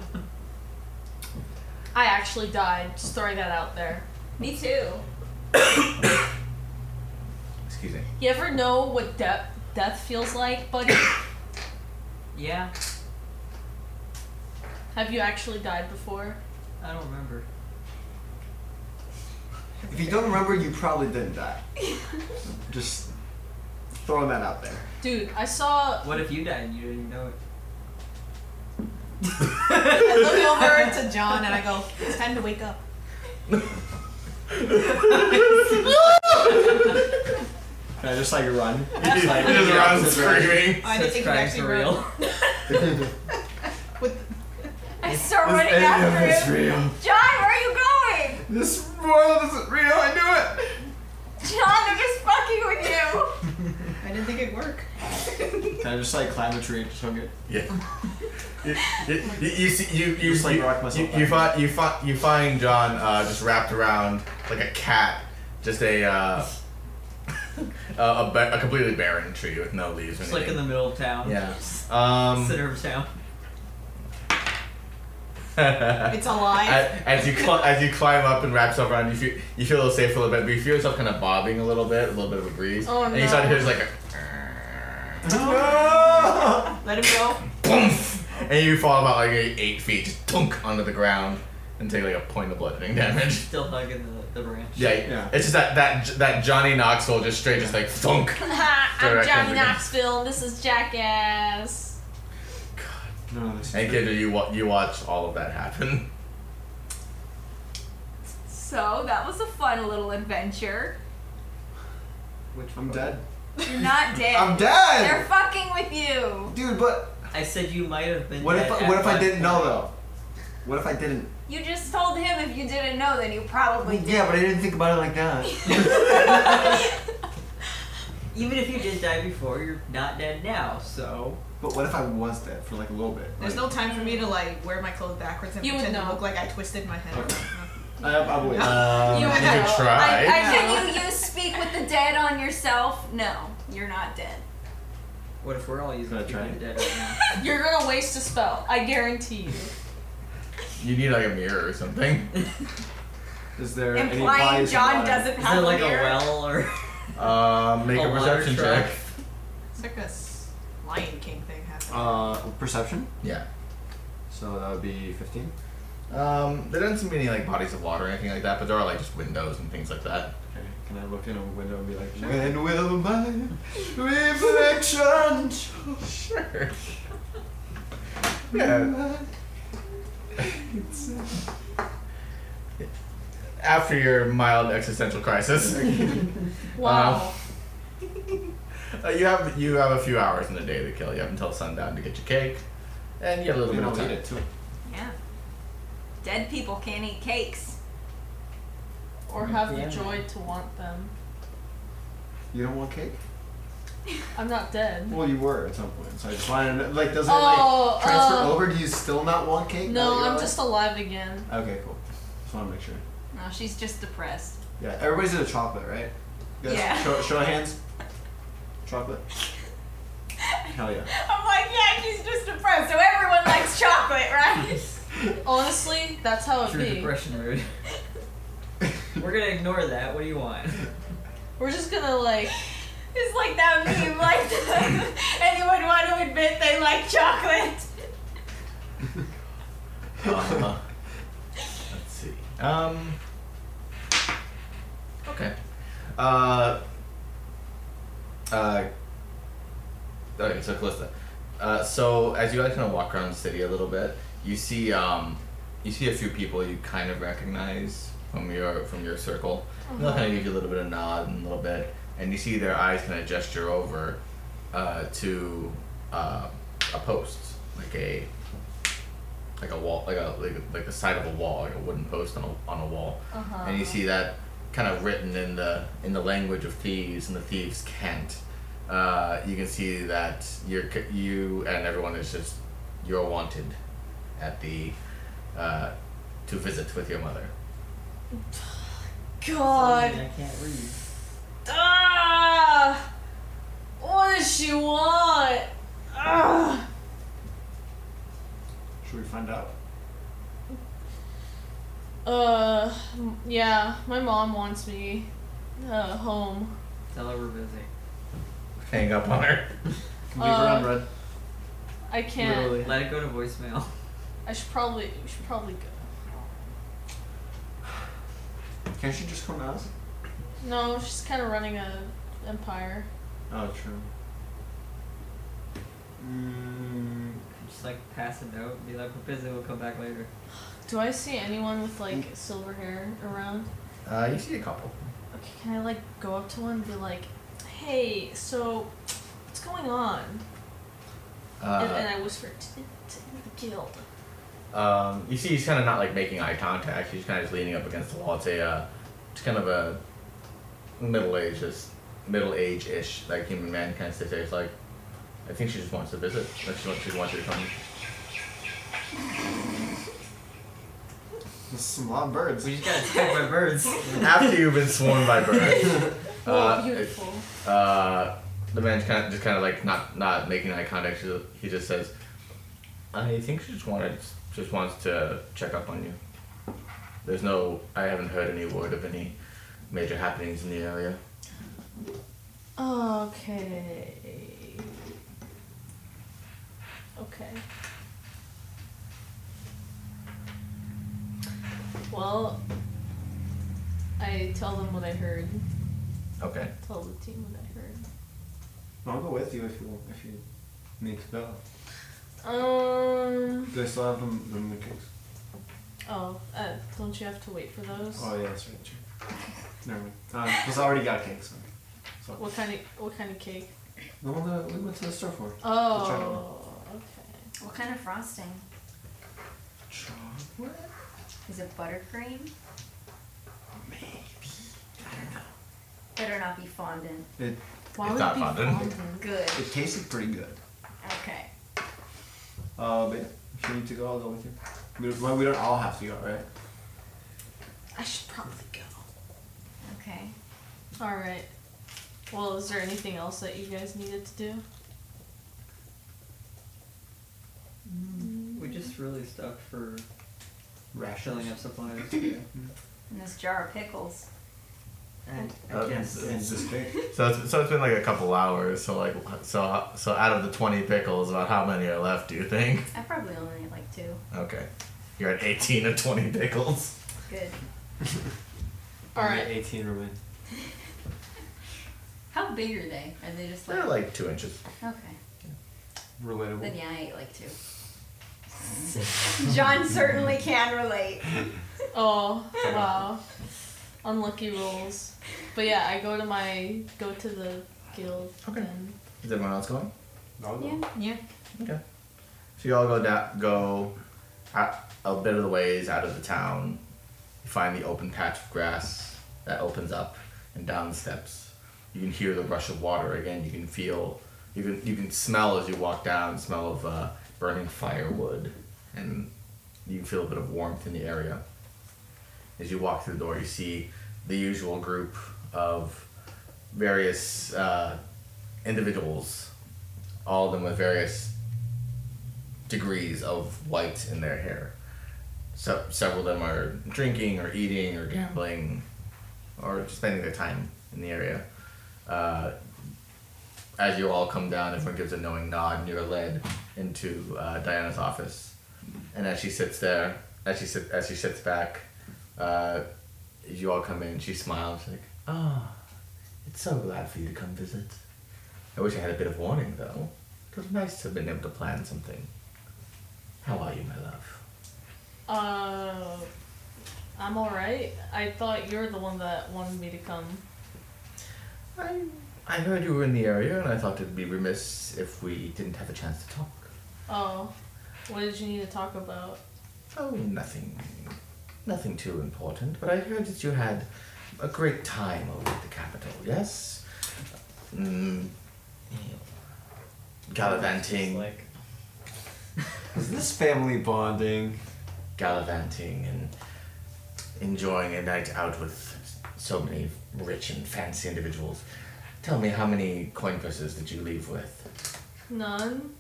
I actually died, just throwing that out there. me too. Excuse me. You ever know what de- death feels like, buddy? Yeah, Have you actually died before? I don't remember. If you don't remember, you probably didn't die. Just throwing that out there. Dude, I saw. What if you died and you didn't even know it? I look over to John and I go, it's time to wake up. Can I just like run? Just around screaming. I That's think you crying actually for wrote- real. I start Is running any of after this him. real? John, where are you going? This world isn't real. I knew it. John, they're just fucking with you. I didn't think it'd work. Can I just like climb a tree and just hug it? Yeah. You, you, you, you, see- you, you, Just, like, you, rock myself you, you, back. find, you, find, you find John uh, just wrapped around like a cat, just a uh, a, a, ba- a completely barren tree with no leaves or Just like in anything. the middle of town. yeah. Um, Center of town. It's alive. as, as you cl- as you climb up and wrap yourself around, you feel you feel a little safe for a little bit, but you feel yourself kind of bobbing a little bit, a little bit of a breeze, Oh, and no. you start to hear just like No! Let him go. a boomf, and you fall about like eight feet, just dunk onto the ground, and take like a point of bludgeoning damage. Still hugging the, the branch. Yeah, Yeah. it's just that that that Johnny Knoxville just straight just like thunk. I'm Direct Johnny entry. Knoxville, and this is Jackass. No, this And is kid, you wa- you watch all of that happen. So that was a fun little adventure. Which I'm part? dead. You're not dead. I'm dead! They're fucking with you. Dude, but I said you might have been. what if dead I, at what if I one didn't know point. though? What if I didn't? You just told him if you didn't know, then you probably did. Yeah, but I didn't think about it like that. Even if you did die before, you're not dead now. So But what if I was dead for like a little bit? There's no Like, time for me to like wear my clothes backwards and You would pretend to know. look like I twisted my head. Okay. I, I believe. Um, You you know, could I, try. I, can you use speak with the dead on yourself? No, you're not dead. what if we're all using Gonna people try who are it. dead right now? You're gonna waste a spell, I guarantee you. You need like a mirror or something. Is there any Implying wise John lie? doesn't Is there have like mirror. a well or Um, make A a, water perception truck. check. It's like this Lion King thing happening. Uh, perception. Yeah. So that would be fifteen. Um, there doesn't seem to be any like bodies of water or anything like that, but there are like just windows and things like that. Okay. Can I look in a window and be like, when will my reflection? show Sure. yeah. After your mild existential crisis. Wow. Uh, you have you have a few hours in the day to kill. You have until sundown to get your cake, and you have a little You bit know, of eat time. it too. Yeah. Dead people can't eat cakes. or have Yeah. the joy to want them. You don't want cake? I'm not dead. Well, you were at some point, so I just wanted to, like, does it Oh, like transfer uh, over? Do you still not want cake? now that No, you're I'm alive? just alive again. Okay, cool. Just want to make sure. No, she's just depressed. Yeah, everybody's in a chocolate, right? You guys, Yeah. Show, show of hands. Chocolate. Hell yeah. I'm like, yeah, she's just depressed. So everyone likes chocolate, right? Honestly, that's how it true be. depression route? we're gonna ignore that. What do you want? We're just gonna like It's like that meme, like anyone want to admit they like chocolate? Uh, let's see. Um. Okay. Uh. Uh. Okay, so Calista. Uh, so as you guys kind of walk around the city a little bit, you see um, you see a few people you kind of recognize from your from your circle. And They'll kind of give you a little bit of nod and a little bit, and you see their eyes kind of gesture over uh, to uh, a post, like a like a wall, like a like, a- like the side of a wall, like a wooden post on a on a wall, and you see that kind of written in the in the language of thieves and the thieves can't. Uh, you can see that you're c- you and everyone is just you're wanted at the uh, to visit with your mother. God. I can't read. Ah! What does she want? Ah! Should we find out? Uh, m- yeah, my mom wants me uh, home. Tell her we're busy. Hang up on her. Can we leave her Uh, on red? I can't. Literally. Let it go to voicemail. I should probably. We should probably go. Can't she just come out? No, she's kind of running a empire. Oh, true. Mm, just like pass it out. Be like, we're busy. We'll come back later. Do I see anyone with like Mm. silver hair around? Uh, you see a couple. Okay, can I like go up to one and be like, "Hey, so what's going on?" and, and Uh, I whisper to, to the guild. um, you see, he's kind of not like making eye contact. He's kind of just leaning up against the wall. It's a, uh, it's kind of a middle age, just middle age ish, like human man kind of sits there. He's like, I think she just wants to visit. Like she wants, she wants you to come. Some lot of birds. We just got attacked by birds. After you've been sworn by birds. Oh, Uh, beautiful. Uh, the man's kind of just kind of like not not making eye contact. He just- He just says, "I think she just wanted just wants to check up on you." There's no, I haven't heard any word of any major happenings in the area. Okay. Okay. Well, I tell them what I heard. Okay. Tell the team what I heard. I'll go with you if you if you need to go. Um. Do they still have them, them the cakes? Oh, uh, don't you have to wait for those? Oh yeah, that's right. True. Never mind. Because I already got cakes. So. What kind of what kind of cake? The one that we went to the store for. Oh. What kind of frosting? Chocolate. Is it buttercream? Maybe. I don't know. Better not be fondant. It Okay. Why It's would not it be fondant. fondant? Good. it tasted pretty good. Mm-hmm. Okay. Uh, but yeah, if you need to go, I'll go with you. We don't, well, we don't all have to go, right? I should probably go. Okay. All right. Well, is there anything else that you guys needed to do? we just really stuck for filling Rations. up supplies. Yeah. And this jar of pickles. And Uh, I guess And this cake. So it's, so it's been like a couple hours. So like so so out of the twenty pickles, about how many are left? Do you think? I probably only ate like two. Okay, you're at eighteen of twenty pickles. Good. All right. 18 remain. How big are they? Are they just like They're like two inches. okay? Relatable. Then yeah, I ate like two. John certainly can relate. Oh wow. Unlucky rolls. But yeah, I go to my go to the guild. Okay. And Is everyone else going? I'll go. Yeah. Okay. So you all go down, go out a bit of the ways out of the town. You find the open patch of grass that opens up, and down the steps. You can hear the rush of water again. You can feel, you can you can smell as you walk down. Smell of uh, burning firewood, and you can feel a bit of warmth in the area. As you walk through the door, you see the usual group of various uh, individuals all of them with various degrees of white in their hair. So several of them are drinking or eating or gambling or spending their time in the area. Uh, as you all come down, everyone gives a knowing nod, and you're led into uh, Diana's office. And as she sits there, as she sit, as she sits back, uh, you all come in. She smiles like, "Ah, it's so glad for you to come visit." I wish I had a bit of warning, though. It was nice to have been able to plan something. How are you, my love? uh, I'm all right. I thought you're the one that wanted me to come. I I heard you were in the area, and I thought it'd be remiss if we didn't have a chance to talk. Oh. What did you need to talk about? Oh, nothing, nothing too important. But I heard that you had a great time over at the capital. Yes. Mm, gallivanting, like Isn't this family bonding? gallivanting, and enjoying a night out with so many rich and fancy individuals. Tell me, how many coin purses did you leave with? None.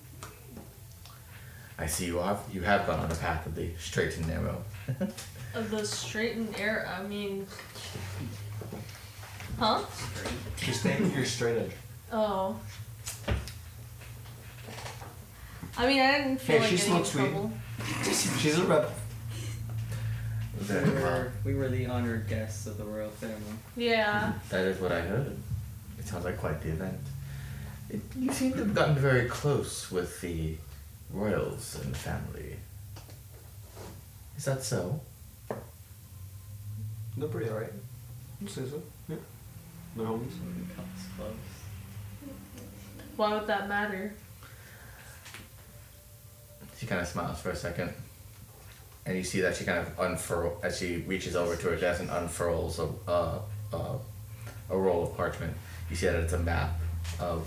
I see you have you have gone on the path of the straight and narrow. Of the straight and air. I mean. Huh? You're staying here straight edge. Oh. I mean, I didn't feel Hey, like she getting in smokes weed. trouble. She's a rebel. Very We well. were, we were the honored guests of the royal family. Yeah. That is what I heard. It sounds like quite the event. It, you seem to have gotten very close with the royals and the family. Is that so? They're pretty alright. I'd say so. Yeah. They're homies. Comes close. Why would that matter? She kind of smiles for a second. And you see that she kind of unfurl as she reaches over to her desk and unfurls a, a, a, a roll of parchment. You see that it's a map of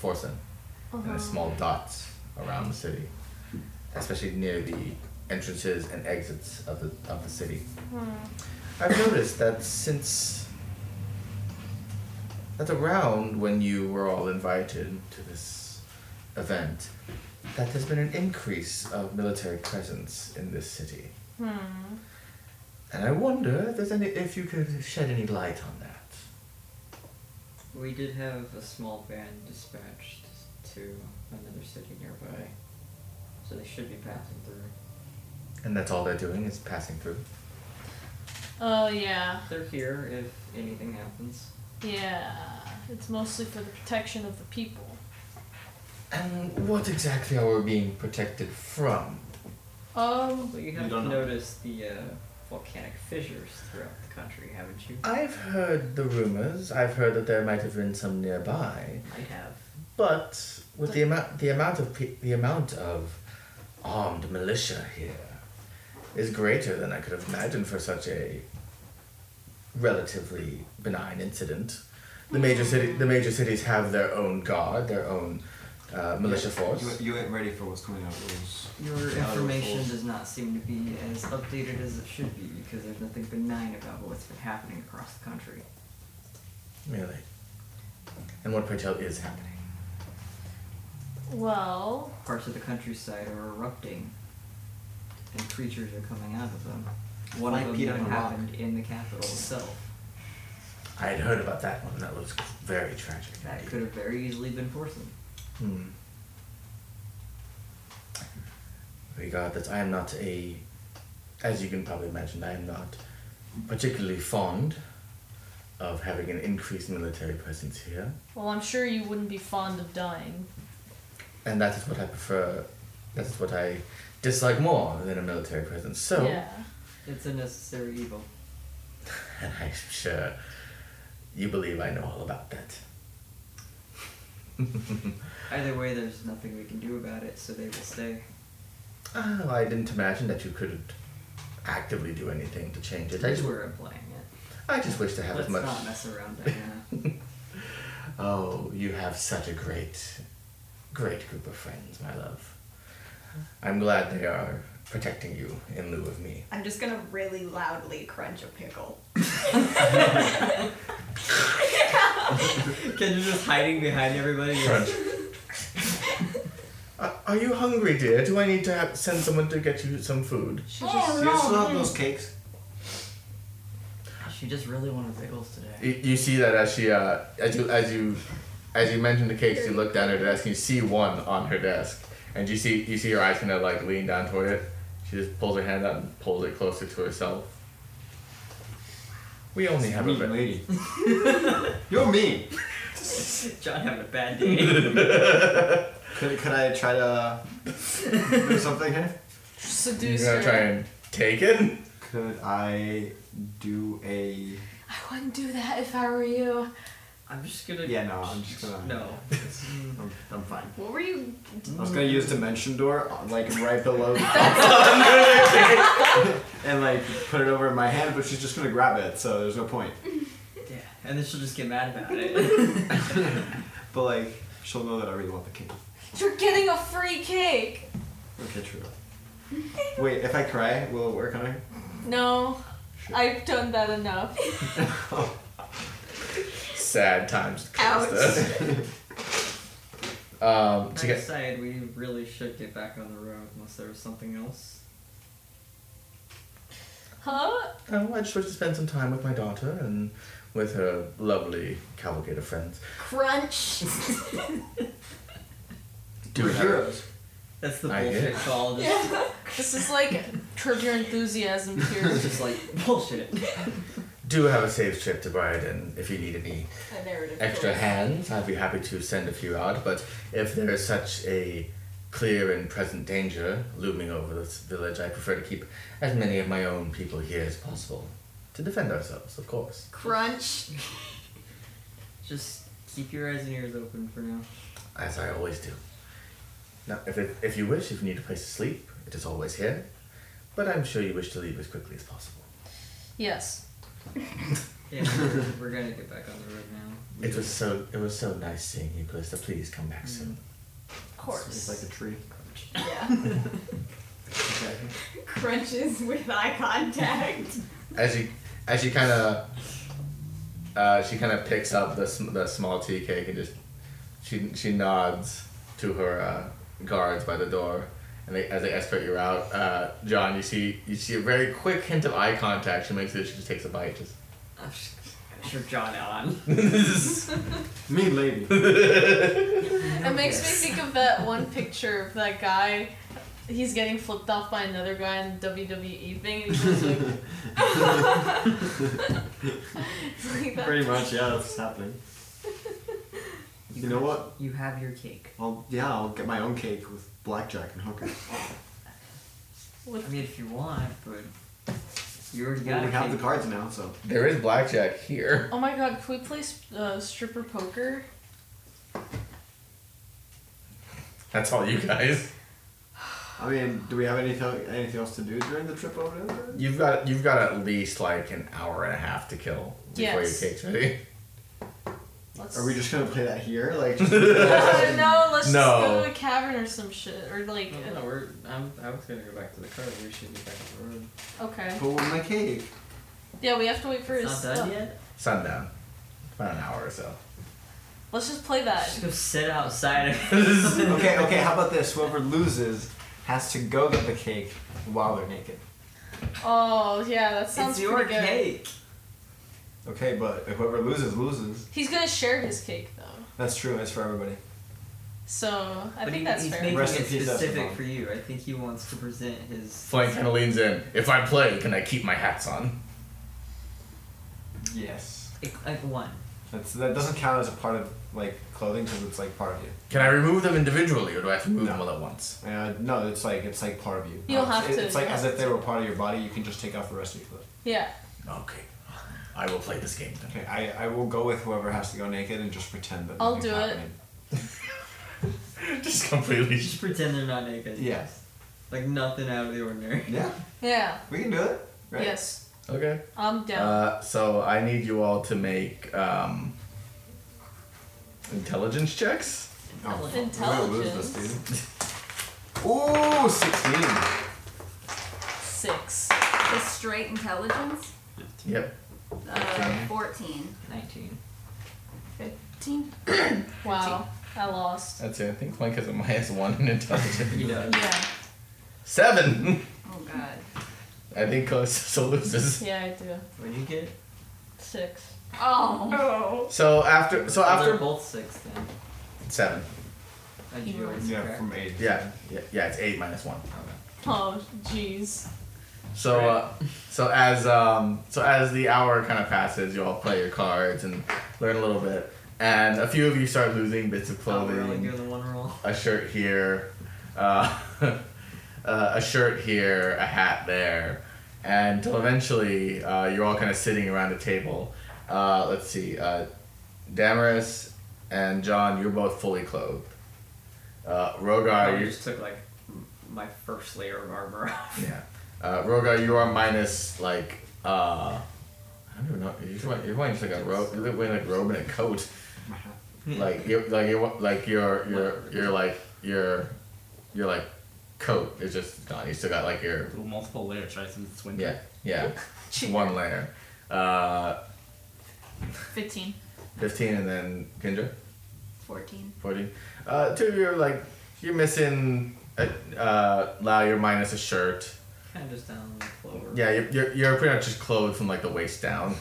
Forsen and there's small dots around the city, especially near the entrances and exits of the of the city. I've noticed that since that around when you were all invited to this event, that there's been an increase of military presence in this city. Hmm. And I wonder if, there's any, if you could shed any light on that. We did have a small band dispatched to another city nearby, so they should be passing through. And that's all they're doing is passing through. Oh, yeah. They're here if anything happens. Yeah. It's mostly for the protection of the people. And what exactly are we being protected from? Well, Um, you You have don't know. noticed the uh, volcanic fissures throughout the country, haven't you? I've heard the rumors. I've heard that there might have been some nearby, I have. but with the amount, the amount of pe- the amount of armed militia here is greater than I could have imagined for such a relatively benign incident. The major city, the major cities have their own guard, their own uh, militia force. You, you ain't ready for what's coming out of those. Your Yeah, I information was- does not seem to be as updated as it should be because there's nothing benign about what's been happening across the country. Really, and what pray tell is happening? well, Parts of the countryside are erupting, and creatures are coming out of them. One Like of them Peter even on a rock. happened in the capital itself. I had heard about that one. That was very tragic. That could have very easily been Forsen. Hmm. Regard that I am not a, as you can probably imagine, I am not particularly fond of having an increased military presence here, well, I'm sure you wouldn't be fond of dying. and that is what I prefer. That is what I dislike more than a military presence. So, Yeah. It's a necessary evil. and I'm sure you believe I know all about that. Either way, there's nothing we can do about it, so they will stay. Oh, I didn't imagine that you could actively do anything to change it. I That's just, where I'm playing it. I just wish to have Let's as much. not mess around, Diana. Oh, you have such a great, great group of friends, my love. I'm glad they are protecting you in lieu of me. I'm just gonna really loudly crunch a pickle. Ken is just hiding behind everybody. Crunch. are, are you hungry, dear? Do I need to have, send someone to get you some food? She just, Do you still have those cakes? She just really wanted bagels today. You, you see that as she, uh, as you, as you, as you mentioned the cakes, you look down her desk and you see one on her desk, and you see, you see her eyes kind of like lean down toward it. She just pulls her hand out and pulls it closer to herself. We only have a Mean bit. lady. You're mean. John having a bad day. Could, could I try to do something here? seduce You're her. gonna try and take it? Could I do a? I wouldn't do that if I were you. I'm just gonna. Yeah, no, I'm just gonna. No. I'm, I'm fine. What were you? I was gonna use dimension door, uh, like right below, and like put it over my hand, but she's just gonna grab it, so there's no point. Yeah. And then she'll just get mad about it. But like, she'll know that I really want the cake. You're getting a free cake. Okay, true. Wait, if I cry, will it work on her? No, I've done that enough. Sad times. Ouch. um, I to get, decided we really should get back on the road unless there was something else. Huh? oh, I just wish to spend some time with my daughter and with her lovely cavalcade of friends. Crunch. Do We're heroes. That's the I get bullshit it. call. Just, This is like curb your enthusiasm it's here. just like bullshit. Do have a safe trip to Brighton if you need any A narrative. extra hands. I'd be happy to send a few out, but if there is such a clear and present danger looming over this village, I prefer to keep as many of my own people here as possible to defend ourselves, of course. Crunch. Just keep your eyes and ears open for now. As I always do. Now, if, it, if you wish, if you need a place to sleep, it is always here. But I'm sure you wish to leave as quickly as possible. Yes. Yeah, we're, we're gonna get back on the road now. It was so it was so nice seeing you, Calista. Please come back soon. Of It's course. like a tree. Yeah. Okay. Crunches with eye contact. As you as you kind of uh, she kind of picks up the sm- the small tea cake and just she she nods to her uh, guards by the door. And they, as they escort you out, uh, John, you see you see a very quick hint of eye contact. She makes it. She just takes a bite. Just I'm sh- I'm sure John on. Me, lady. It makes me think of that one picture of that guy. He's getting flipped off by another guy in the WWE thing, and he's just like, It's like that. Pretty much, yeah, that's happening. You know what? You have your cake. I'll, yeah, I'll get my own cake with blackjack and hookers. I mean, if you want, but you already got Well, a we have the cake. cards now, so. there is blackjack here. Oh my god, can we play uh, stripper poker? That's all you guys. I mean, do we have anything anything else to do during the trip over there? You've got you've got at least like an hour and a half to kill before Yes. your cake's ready. Let's. Are we just gonna play that here? Like, Uh, no, let's just No. go to a cavern or some shit, or like. uh, No, no, we're, I'm, I was gonna go back to the car. We should get back on the road. Okay. but with my cake. Yeah, we have to wait for his It's not done stuff. yet. Sundown, about an hour or so. Let's just play that. Just go sit outside. Okay, okay. How about this? Whoever loses has to go get the cake while they're naked. Oh yeah, that sounds it's your pretty good. cake. Okay, but whoever loses loses. He's gonna share his cake though, That's true. It's for everybody. so I But think he- that's he's fair. making Rest in it peace, that's specific fine. for you. I think he wants to present his. Flank kind of leans in. If I play, can I keep my hats on? Yes. Like one. That's that doesn't count as a part of like clothing because it's like part of you. Can I remove them individually, or do I have to move No. them all at once? Uh, no, it's like it's like part of you. You'll have It- to, It's like yeah. as if they were part of your body. You can just take off the rest of your clothes. yeah. Okay, I will play this game then. Okay, I, I will go with whoever has to go naked and just pretend that. I'll nothing's do it. happening. Just completely. Just pretend they're not naked. Yeah. Like nothing out of the ordinary. Yeah, Yeah. we can do it. Right? Yes. Okay. I'm down. Uh, so I need you all to make um, intelligence checks. Oh, we're gonna lose Intelligence. this, dude. Ooh, 16. Six. The straight intelligence. Yep. Uh, 14. 19. 15. Wow. I lost. That's it. I think Flank has a minus one in intelligence. You know. Yeah. Seven. Oh god. I think close still loses. Yeah, I do. What do you get? Six. Oh. So after, so Well, they're after both six then. seven. I do always Yeah, correct. from 8. Yeah, yeah, yeah. It's eight minus one. Oh, jeez. So, uh, so as um, so as the hour kind of passes, you all play your cards and learn a little bit, and a few of you start losing bits of Oh, clothing. we're only doing the one roll. a shirt here, uh, uh, a shirt here, a hat there, and until eventually uh, you're all kind of sitting around a table. Uh, let's see, uh, Damaris and John, you're both fully clothed. Uh, Oh, Rogar, I you just took like m- my first layer of armor off. yeah, uh, Rogar, you are minus like uh, I don't even know. You're just wearing, you're wearing just like a robe. You're wearing like a robe and a coat. like you like you like your your your like your your like coat is just gone. You still got like your Multiple layers, right? Since it's winter. yeah yeah one layer. Uh, Fifteen. fifteen and then Kendra 14. fourteen. Uh, two of you are like you're missing. a- Uh, Lau, you're minus a shirt. kind of just down on the floor. Yeah, you're, you're, you're pretty much just clothed from like the waist down.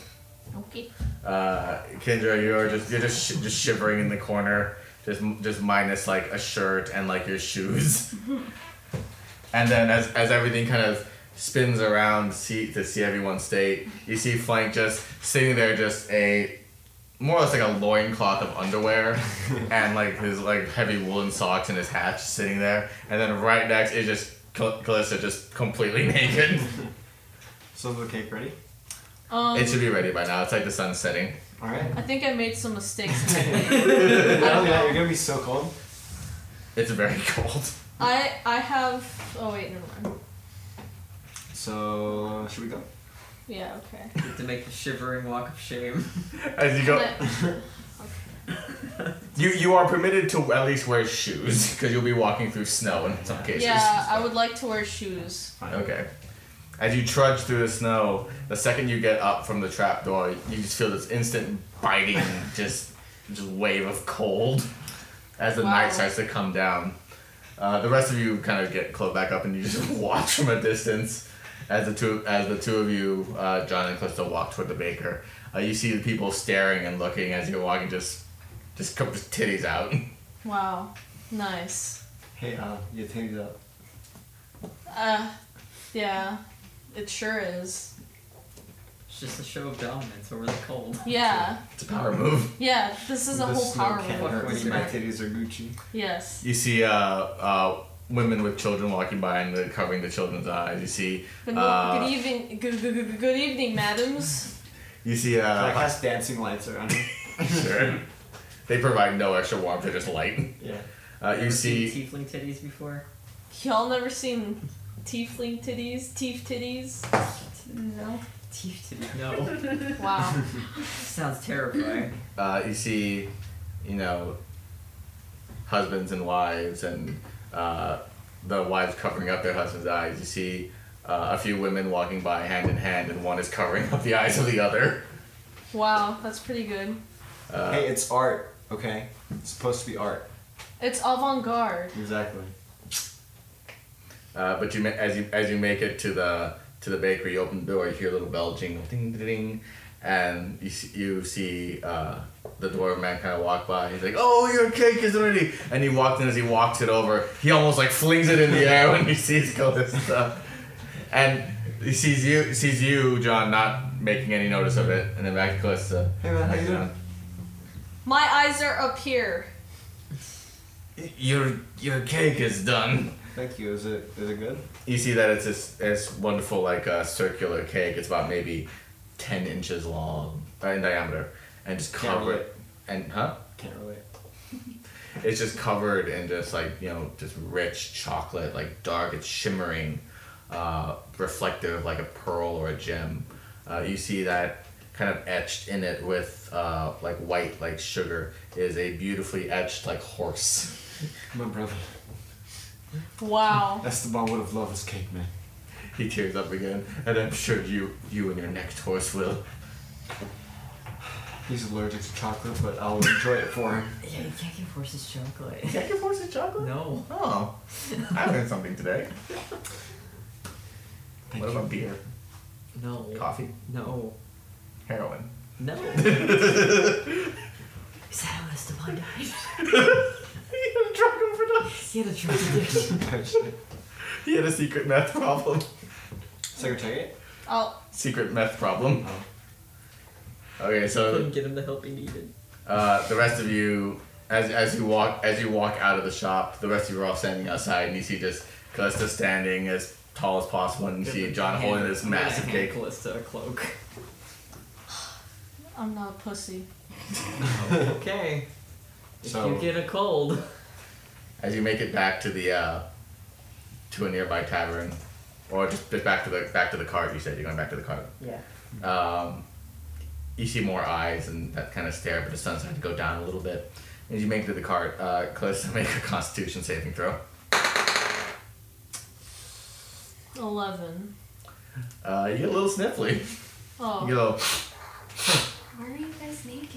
Okay. Uh, Kendra, you're just you're just sh- just shivering in the corner, Just just minus like a shirt and like your shoes. and then as as everything kind of spins around to see to see everyone's state, you see Flank just sitting there, just a more or less like a loincloth of underwear and like his like heavy woolen socks and his hat just sitting there. And then right next is just Cal- Calista just completely naked. So is the cake ready? Um, it should be ready by now. It's like the sun's setting. All right. I think I made some mistakes. I don't know. You're gonna be so cold. It's very cold. I I have. Oh wait, never mind. So should we go? Yeah. Okay. You have to make the shivering walk of shame. As you go, Can you you are permitted to at least wear shoes because you'll be walking through snow in some I- cases. yeah, I would like to wear shoes. Okay. As you trudge through the snow, the second you get up from the trapdoor, you just feel this instant biting, just just wave of cold as the Wow. night starts to come down. Uh, the rest of you kind of get close back up, and you just watch from a distance as the two as the two of you, uh, John and Clista, walk toward the baker. Uh, you see the people staring and looking as you're walking, just just cup titties out. Wow. Nice. Hey, uh, your titties up. Uh, yeah. It sure is. It's just a show of dominance over the cold. Yeah. It's a power move. Yeah. This is a This whole snow power can't move. hurt What me. do you My mean? titties are Gucci. Yes. You see uh, uh, women with children walking by and they're covering the children's eyes. You see Good, uh, good evening. Good, good, good, good evening, madams. you see I uh, cast dancing lights around him. sure. They provide no extra warmth. They're just light. Yeah. Uh, you Ever seen see tiefling titties before? Y'all never seen tiefling titties? Teef titties? No. Tief titties? No. Wow. Sounds terrifying. uh, you see you know husbands and wives and uh, the wives covering up their husband's eyes. You see uh, a few women walking by hand in hand, and one is covering up the eyes of the other. Wow. That's pretty good. hey, it's art. Okay. It's supposed to be art. It's avant garde. Exactly. Uh, but you ma- as you as you make it to the to the bakery, you open the door, you hear a little bell jingle, ding ding, ding, and you see, you see uh, the dwarf man kind of walk by. He's like, "Oh, your cake is ready!" And he walked in as he walks it over. He almost like flings it in the air when he sees Calista, and he sees you sees you John not making any notice of it, and then back to Calista. Hey man, how you doing? My eyes are up here. Your your cake is done. Thank you. Is it is it good? you see that it's this it's wonderful like uh, circular cake. It's about maybe ten inches long uh, in diameter, and just Can't covered relate. and huh? Can't relate. It's just covered in just like you know just rich chocolate, like dark. It's shimmering, uh, reflective like a pearl or a gem. Uh, you see that kind of etched in it with uh, like white like sugar is a beautifully etched like horse. My brother. Wow. Esteban would have loved his cake, man. He tears up again, and I'm sure you you and your next horse will. He's allergic to chocolate, but I'll enjoy it for him. Yeah, you can't give horses chocolate. Can't your horse eat chocolate? No. Oh, I learned something today. what about beer? No. Coffee? No. Heroin? No. Is that how Esteban died? He had a drug overdose. He had a drug addiction. He had a secret meth problem. Secretariat? I'll, Secret meth problem. Oh. Okay, Couldn't so get him the help he needed. uh, the rest of you, as, as you walk as you walk out of the shop, the rest of you are all standing outside, and you see just Calista standing as tall as possible, and you see John Hand- holding this I'm gonna massive hand cake. Callista a cloak. I'm not a pussy. okay. If So- you get a cold, as you make it back to the uh, to a nearby tavern, or just, just back to the back to the cart. You said you're going back to the cart. yeah. Um, you see more eyes and that kind of stare, but the sun's starting to go down a little bit. As you make it to the cart, uh, Calista make a Constitution saving throw. Eleven. Uh, you get a little sniffly. You Oh. go, Why are you guys naked?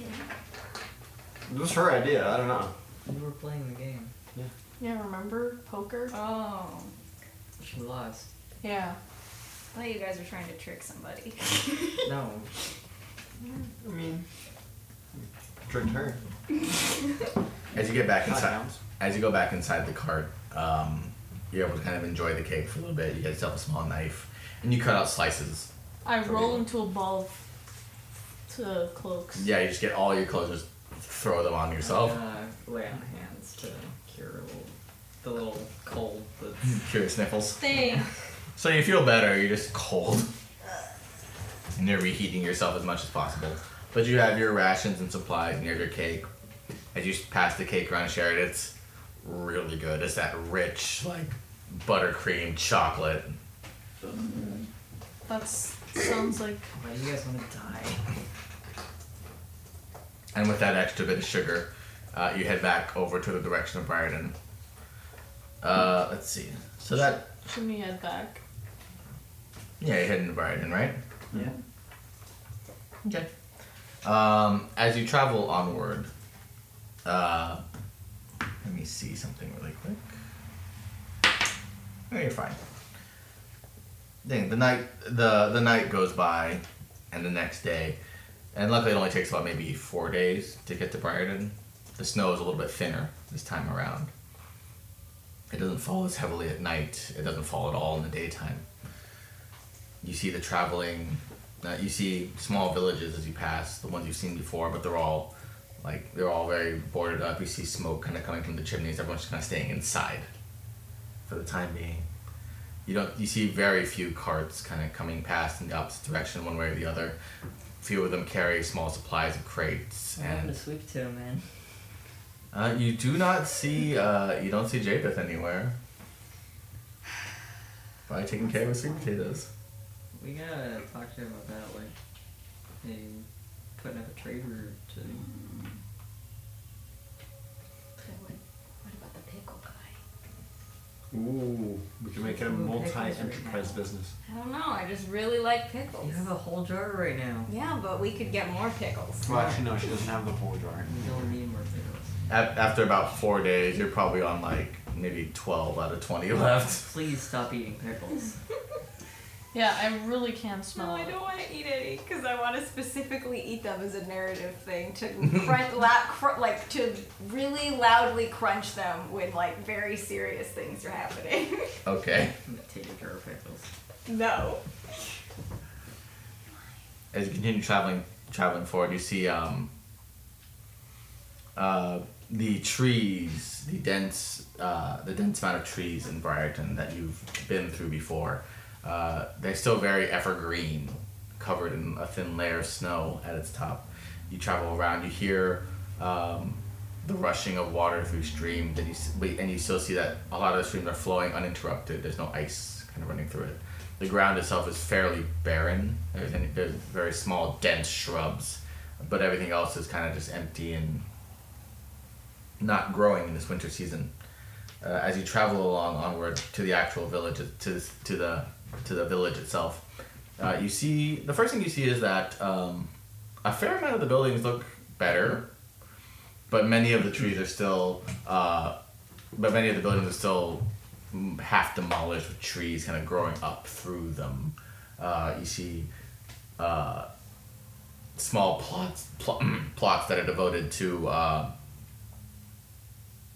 It was her idea. I don't know. You were playing the game. Yeah. Remember poker? Oh. She lost. Yeah. I thought you guys were trying to trick somebody. No. Tricked her. As you get back inside, Hothounds. as you go back inside the cart, um, you're able to kind of enjoy the cake for a little bit. You get yourself a small knife, and you cut out slices. I So roll we- into a ball of to cloaks. Yeah, you just get all your clothes, just throw them on yourself. Uh, lay on hands to cure the little cold that's Curious sniffles. Thing. So you feel better. You're just cold, and you're reheating yourself as much as possible. But you have your rations and supplies, and you have your cake. As you pass the cake around, share it. It's really good. It's that rich, like buttercream chocolate. That sounds like Why do you guys want to die? And with that extra bit of sugar, uh, you head back over to the direction of Briarden. Uh, let's see. So that Should we head back. yeah, you're heading to Briarden, right? Yeah. Okay. Um, as you travel onward, uh, let me see something really quick. No, you're fine. Dang, the night the the night goes by, and the next day, and luckily it only takes about maybe four days to get to Briarden. The snow is a little bit thinner this time around. It doesn't fall as heavily at night. It doesn't fall at all in the daytime. You see the traveling, uh, you see small villages as you pass, the ones you've seen before, but they're all like they're all very boarded up. You see smoke kind of coming from the chimneys. Everyone's kind of staying inside for the time being. You don't. You see very few carts kind of coming past in the opposite direction, one way or the other. Few of them carry small supplies of crates What happened and. to Sweep Toe, man? Uh, you do not see, uh, you don't see Jabeth anywhere. Probably taking care of his sweet potatoes. We gotta talk to him about like maybe putting up a trade route to What, what about the pickle guy? Ooh, we can make it a multi-enterprise business. I don't know. I just really like pickles. You have a whole jar right now. Yeah, but we could get more pickles. Well, actually, no, she doesn't have the whole jar. We don't need more pickles. A- after about four days, you're probably on like maybe 12 out of 20 left. Please stop eating pickles. Yeah, I really can No, smell I it. don't want to eat any because I want to specifically eat them as a narrative thing to crunch, la- cr- like to really loudly crunch them when like very serious things are happening. Okay. I'm gonna take a jar of pickles. no. As you continue traveling, traveling forward, you see, um, uh, the trees, the dense, uh, the dense amount of trees in Briarton that you've been through before, uh, they're still very evergreen, covered in a thin layer of snow at its top. You travel around, you hear um, the rushing of water through streams, and you s- wait, and you still see that a lot of the streams are flowing uninterrupted. There's no ice kind of running through it. The ground itself is fairly barren. There's, any, there's very small, dense shrubs, but everything else is kind of just empty and not growing in this winter season. Uh, as you travel along onward to the actual village, to to the to the village itself, uh, you see the first thing you see is that um, a fair amount of the buildings look better, but many of the trees are still, uh, but many of the buildings are still mm, half demolished with trees kind of growing up through them. Uh, you see uh, small plots pl- plots that are devoted to. Uh,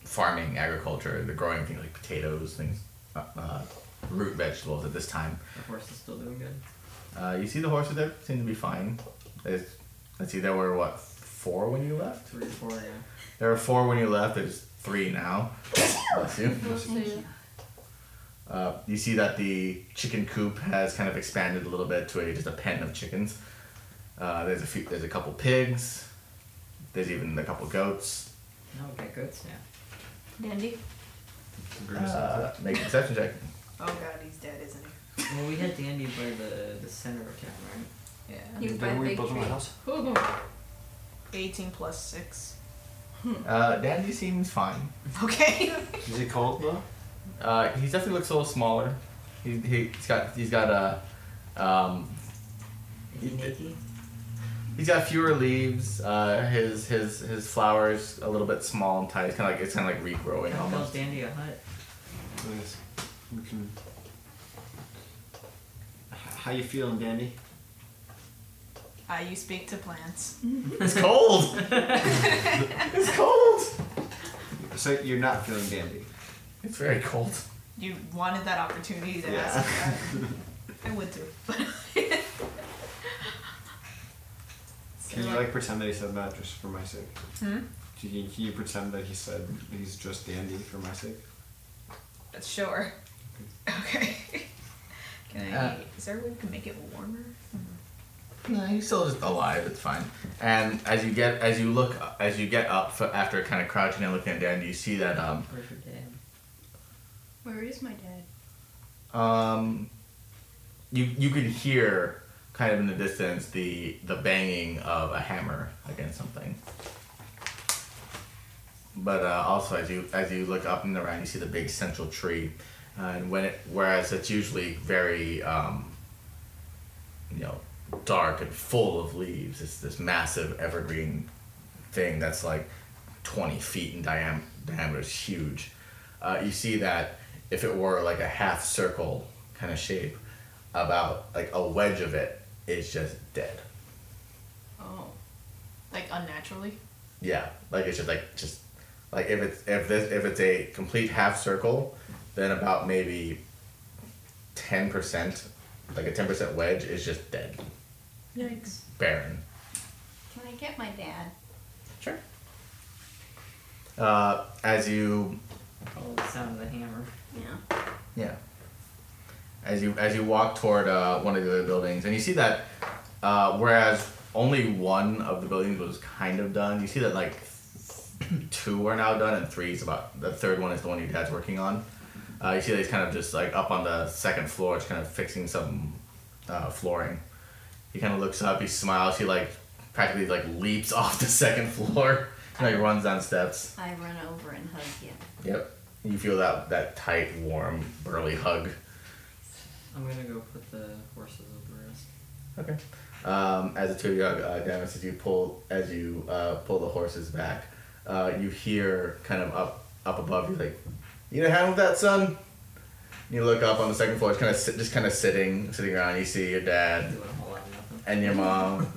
farming, agriculture, they're growing things like potatoes, things, uh, uh, root vegetables at this time. The horse is still doing good. Uh, you see the horses there seem to be fine. There's, let's see, there were what four when you left? Three, four, yeah. There were four when you left. There's three now. Bless you. Let's see. Uh, you see that the chicken coop has kind of expanded a little bit to a, just a pen of chickens. Uh, there's a few. There's a couple pigs. There's even a couple goats. Now we got goats now. Dandy. Uh, make a perception check. Oh god, he's dead, isn't he? Well, we had Dandy by the, the center of town, right? He was by the big tree. Ooh. 18 plus 6. Uh, Dandy seems fine. Okay. Is he cold though? Uh, he definitely looks a little smaller. He, he's got he's got a um, Is he Yeah. naked? he's got fewer leaves. Uh, his his his flowers a little bit small and tight. It's kind of like it's kind of like regrowing How almost. built Dandy a hut? Nice. We can. How you feeling, Dandy? Ah, you speak to plants. It's cold. it's cold. So you're not feeling dandy. It's very cold. You wanted that opportunity to Yeah. ask me that. I would too. But Can you like pretend that he said that just for my sake? Hmm? Can you, can you pretend that he said he's just dandy for my sake? Sure. Okay. Can I? Uh, is there a way we can make it warmer? No, he's still just alive. It's fine. And as you get, as you look, as you get up for, after kind of crouching and looking at Dan, you see that um Where's your dad? Where is my dad? um you you can hear kind of in the distance the the banging of a hammer against something. But uh, also as you as you look up and around, you see the big central tree, uh, and when it whereas it's usually very um, you know dark and full of leaves, it's this massive evergreen thing that's like twenty feet in diam- diameter, is huge. Uh, you see that if it were like a half circle kind of shape, about like a wedge of it is just dead. Oh, like unnaturally. Yeah, like it should like just like if it's if this if it's a complete half circle, then about maybe ten percent, like a ten percent wedge is just dead, Yikes. barren. Can I get my dad? Sure. Uh, as you Follow the sound of the hammer. Yeah. Yeah. As you as you walk toward uh, one of the other buildings, and you see that, uh, whereas only one of the buildings was kind of done, you see that like two are now done, and three is about the third one is the one your dad's working on. Uh, you see that he's kind of just like up on the second floor, just kind of fixing some uh, flooring. He kind of looks up, he smiles, he like practically like leaps off the second floor, and like runs down steps. I run over and hug you. Yep. You feel that that tight, warm, burly hug. I'm gonna go put the horses over us. Okay. Um, as the two of you, uh, Damas, as you pull as you uh, pull the horses back, uh, you hear kind of up up above you like, "You gonna handle that, son?" You look up on the second floor. It's kind of sit, just kind of sitting sitting around. You see your dad Do a whole lot of nothing. and your mom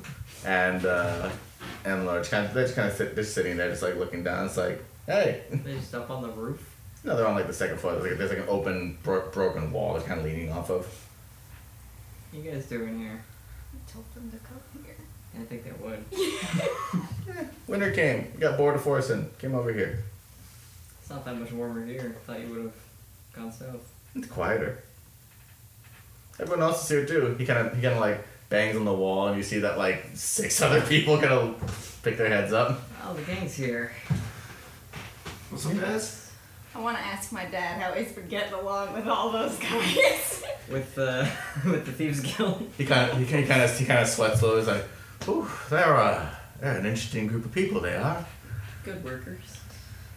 and uh, and Lord. Just kind of, they're just kind of sit, just sitting there, just like looking down. It's like, "Hey." They just up on the roof. No, they're on like the second floor. There's like, there's like an open bro- broken wall. They're kind of leaning off of. What you guys doing here? I told them to come here. I think they would. Winter came. We got bored of Forson. Came over here. It's not that much warmer here. Thought you would have gone south. It's quieter. Everyone else is here too. He kind of he kind of like bangs on the wall, and you see that like six other people kind of pick their heads up. Oh, the gang's here. What's up, guys? I want to ask my dad how he's been getting along with all those guys. With the with the thieves guild. He kind of he kind of he kind of sweats a little. He's like, "Ooh, they're uh, they're an interesting group of people. They are." Good workers.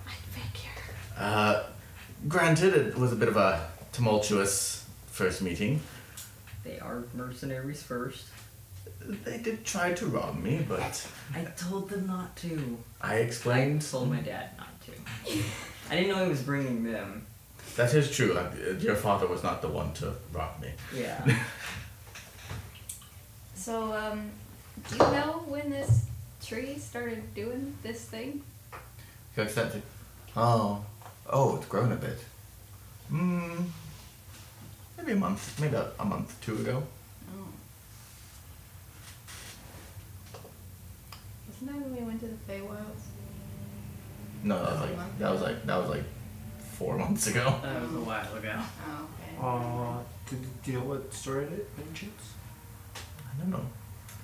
I figure. Uh, granted, it was a bit of a tumultuous first meeting. They are mercenaries first. They did try to rob me, but I told them not to. I I explained. told my dad not to. I didn't know he was bringing them. That is true. Uh, Your father was not the one to rob me. Yeah. So, um, do you know when this tree started doing this thing? You accept it. Oh. Oh, it's grown a bit. Hmm. Maybe a month. Maybe a, a month, two ago. Oh. Isn't that when we went to the Feywilds? No, that was like that was like that was like four months ago. That was a while ago. Oh, okay. Uh, do, do you know what started it, by any chance? I don't know.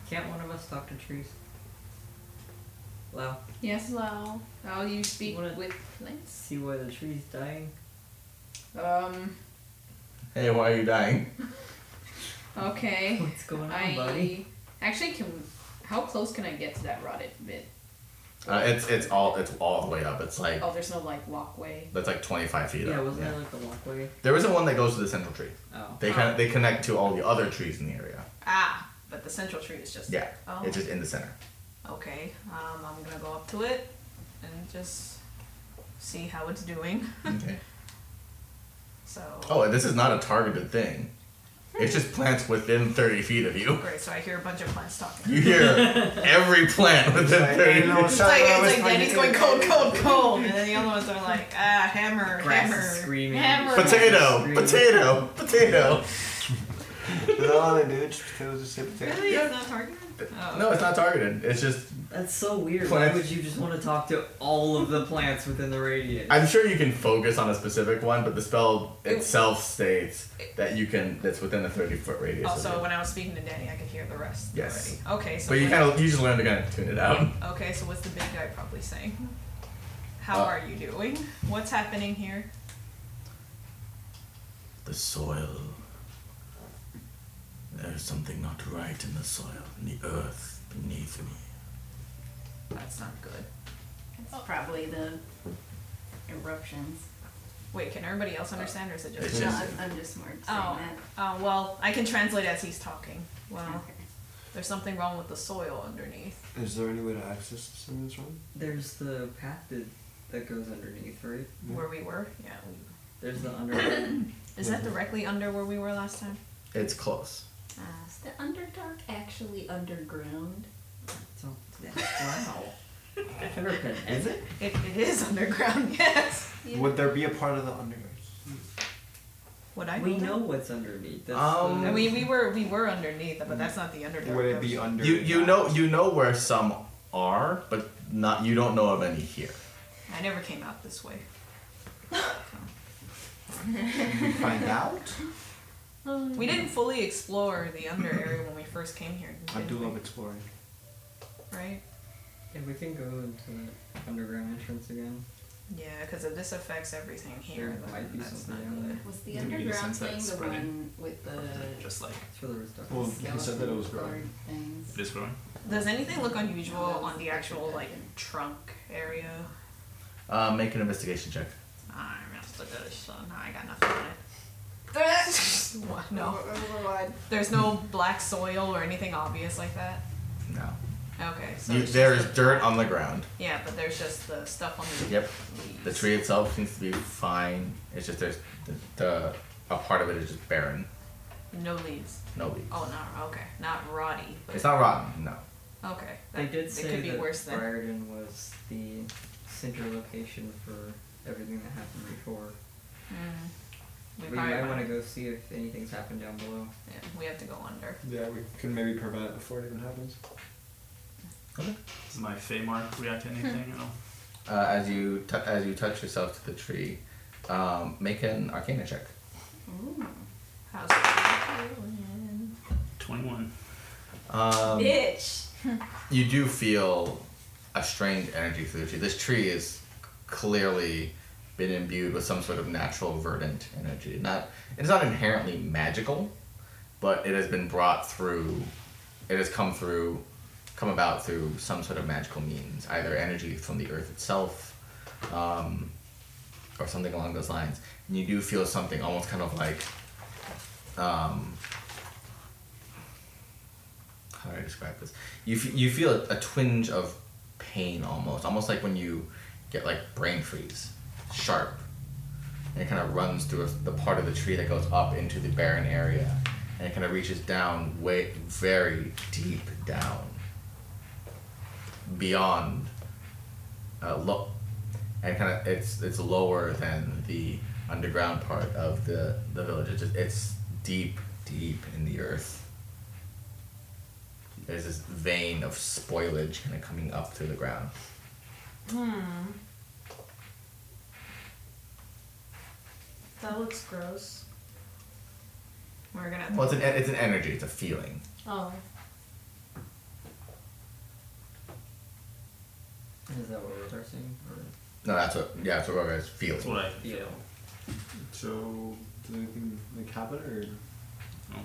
Can't one of us talk to trees? Well, Yes, Lao. How you speak Wanna- with plants? see why the tree's dying? Um, Hey, why are you dying? okay. What's going on, I buddy? actually can. How close can I get to that rotted bit? Uh, it's it's all it's all the way up. It's like Oh, there's no like walkway. that's like twenty five feet Yeah, up. wasn't there like the walkway? There isn't one that goes to the central tree. Oh. They kind of they connect to all the other trees in the area. Ah, but the central tree is just. Yeah, Oh. it's just in the center. Okay. Um, I'm gonna go up to it and just see how it's doing. Okay. So. Oh, and this is not a targeted thing. It's just plants within 30 feet of you. Great, so I hear a bunch of plants talking. You hear every plant within 30 I know, feet. It's shut like, up, I was it's like trying Danny's to going get- cold, cold, cold, and then the other ones are like, ah, hammer, Grass hammer. is screaming. Hammer. Potato, potato, potato. Is that all they do? Just potatoes just say potatoes? Really? It's not targeted? Oh. No, it's not targeted. It's just, That's so weird. Plants. Why would you just want to talk to all of the plants within the radius? I'm sure you can focus on a specific one, but the spell itself states that you can, that's within a 30 foot radius. of Also, you. when I was speaking to Danny, I could hear the rest Yes. already. Okay, so But you what- kind of, you just learn to kind of tune it out. Okay, so what's the big guy probably saying? How Uh, are you doing? What's happening here? The soil. There's something not right in the soil, in the earth beneath me. That's not good. It's probably the eruptions. Wait, can everybody Uh, else understand, or is it It's just? No, just- I'm, I'm just more saying Oh, that. oh, well, I can translate as he's talking. Well, Mm-hmm. Okay. there's something wrong with the soil underneath. Is there any way to access this in this room? There's the path that, that goes underneath, right? Mm-hmm. Where we were, yeah. There's the underground. Is that Mm-hmm. directly under where we were last time? It's close. Uh, is the Underdark actually underground? so, wow. I've never been. Is it? It, it is underground, yes. Yeah. Would there be a part of the under? Would I? Oh. We be know what's underneath. That's Um, the, I mean, we were we were underneath, but that's not the underdark. Would it be version. under? You you know you know where some are, but not you don't know of any here. I never came out this way. Find out. Oh, We didn't fully explore the under area when we first came here. I did do we? love exploring. Right? yeah, we can go into the underground entrance again. Yeah, because this affects everything here. There though, might be that's something not down good. there. Was the Didn't really underground sense that thing the spreading. one with the Just like It's for the rest of Well, us. he said that it was skeleton growing. guard things? it is growing. Does anything look unusual on the actual like trunk area? Ah, Uh, make an investigation check. I messed with this, so no, I got nothing on it. What? no, there's no black soil or anything obvious like that. No. Okay, so You, it's there is just the- dirt on the ground. Yeah, but there's just the stuff on the Yep. The leaves. tree itself seems to be fine. It's just there's the, the a part of it is just barren. No leaves. No leaves. Oh, not okay, not rotty. But It's not rotten. No. okay. They That, did it say could be that worse than Briarden was the center location for everything that happened before. we We, mm-hmm. probably might want to go see if anything's happened down below. Yeah, we have to go under. Yeah, we could maybe prevent it before it even happens. Does my Fey mark react to anything at all? Uh, as you t- as you touch yourself to the tree, um, make an Arcana check. Ooh. How's it doing? 21. Um, Bitch. you do feel a strange energy through the tree. This tree is clearly been imbued with some sort of natural verdant energy. Not it's not inherently magical, but it has been brought through it has come through come about through some sort of magical means, either energy from the earth itself, um, or something along those lines. And you do feel something almost kind of like um, how do I describe this? You f- you feel a, a twinge of pain almost, almost like when you get like brain freeze, sharp, and it kind of runs through a, the part of the tree that goes up into the barren area, and it kind of reaches down way very deep down, beyond, uh, lo- and kind of it's it's lower than the underground part of the the village. It's, just, it's deep, deep in the earth there's this vein of spoilage kind of coming up through the ground. That looks gross. We're gonna. Well, it's an e-, it's an energy. It's a feeling. Oh. Is that what we're searching? Or No, that's what. Yeah, that's what Roger is feeling. That's what I feel. feel? So, does anything like happen or? No.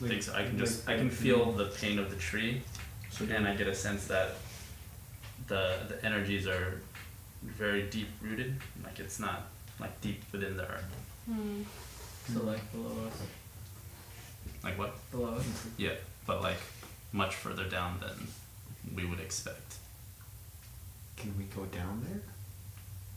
Like- Things- I can like- just I can feel the pain of the tree, So- and I get a sense that the the energies are very deep rooted. Like it's not like deep within the earth. Hmm. So like below us, Like what? below us. Yeah, but like much further down than we would expect. Can we go down there?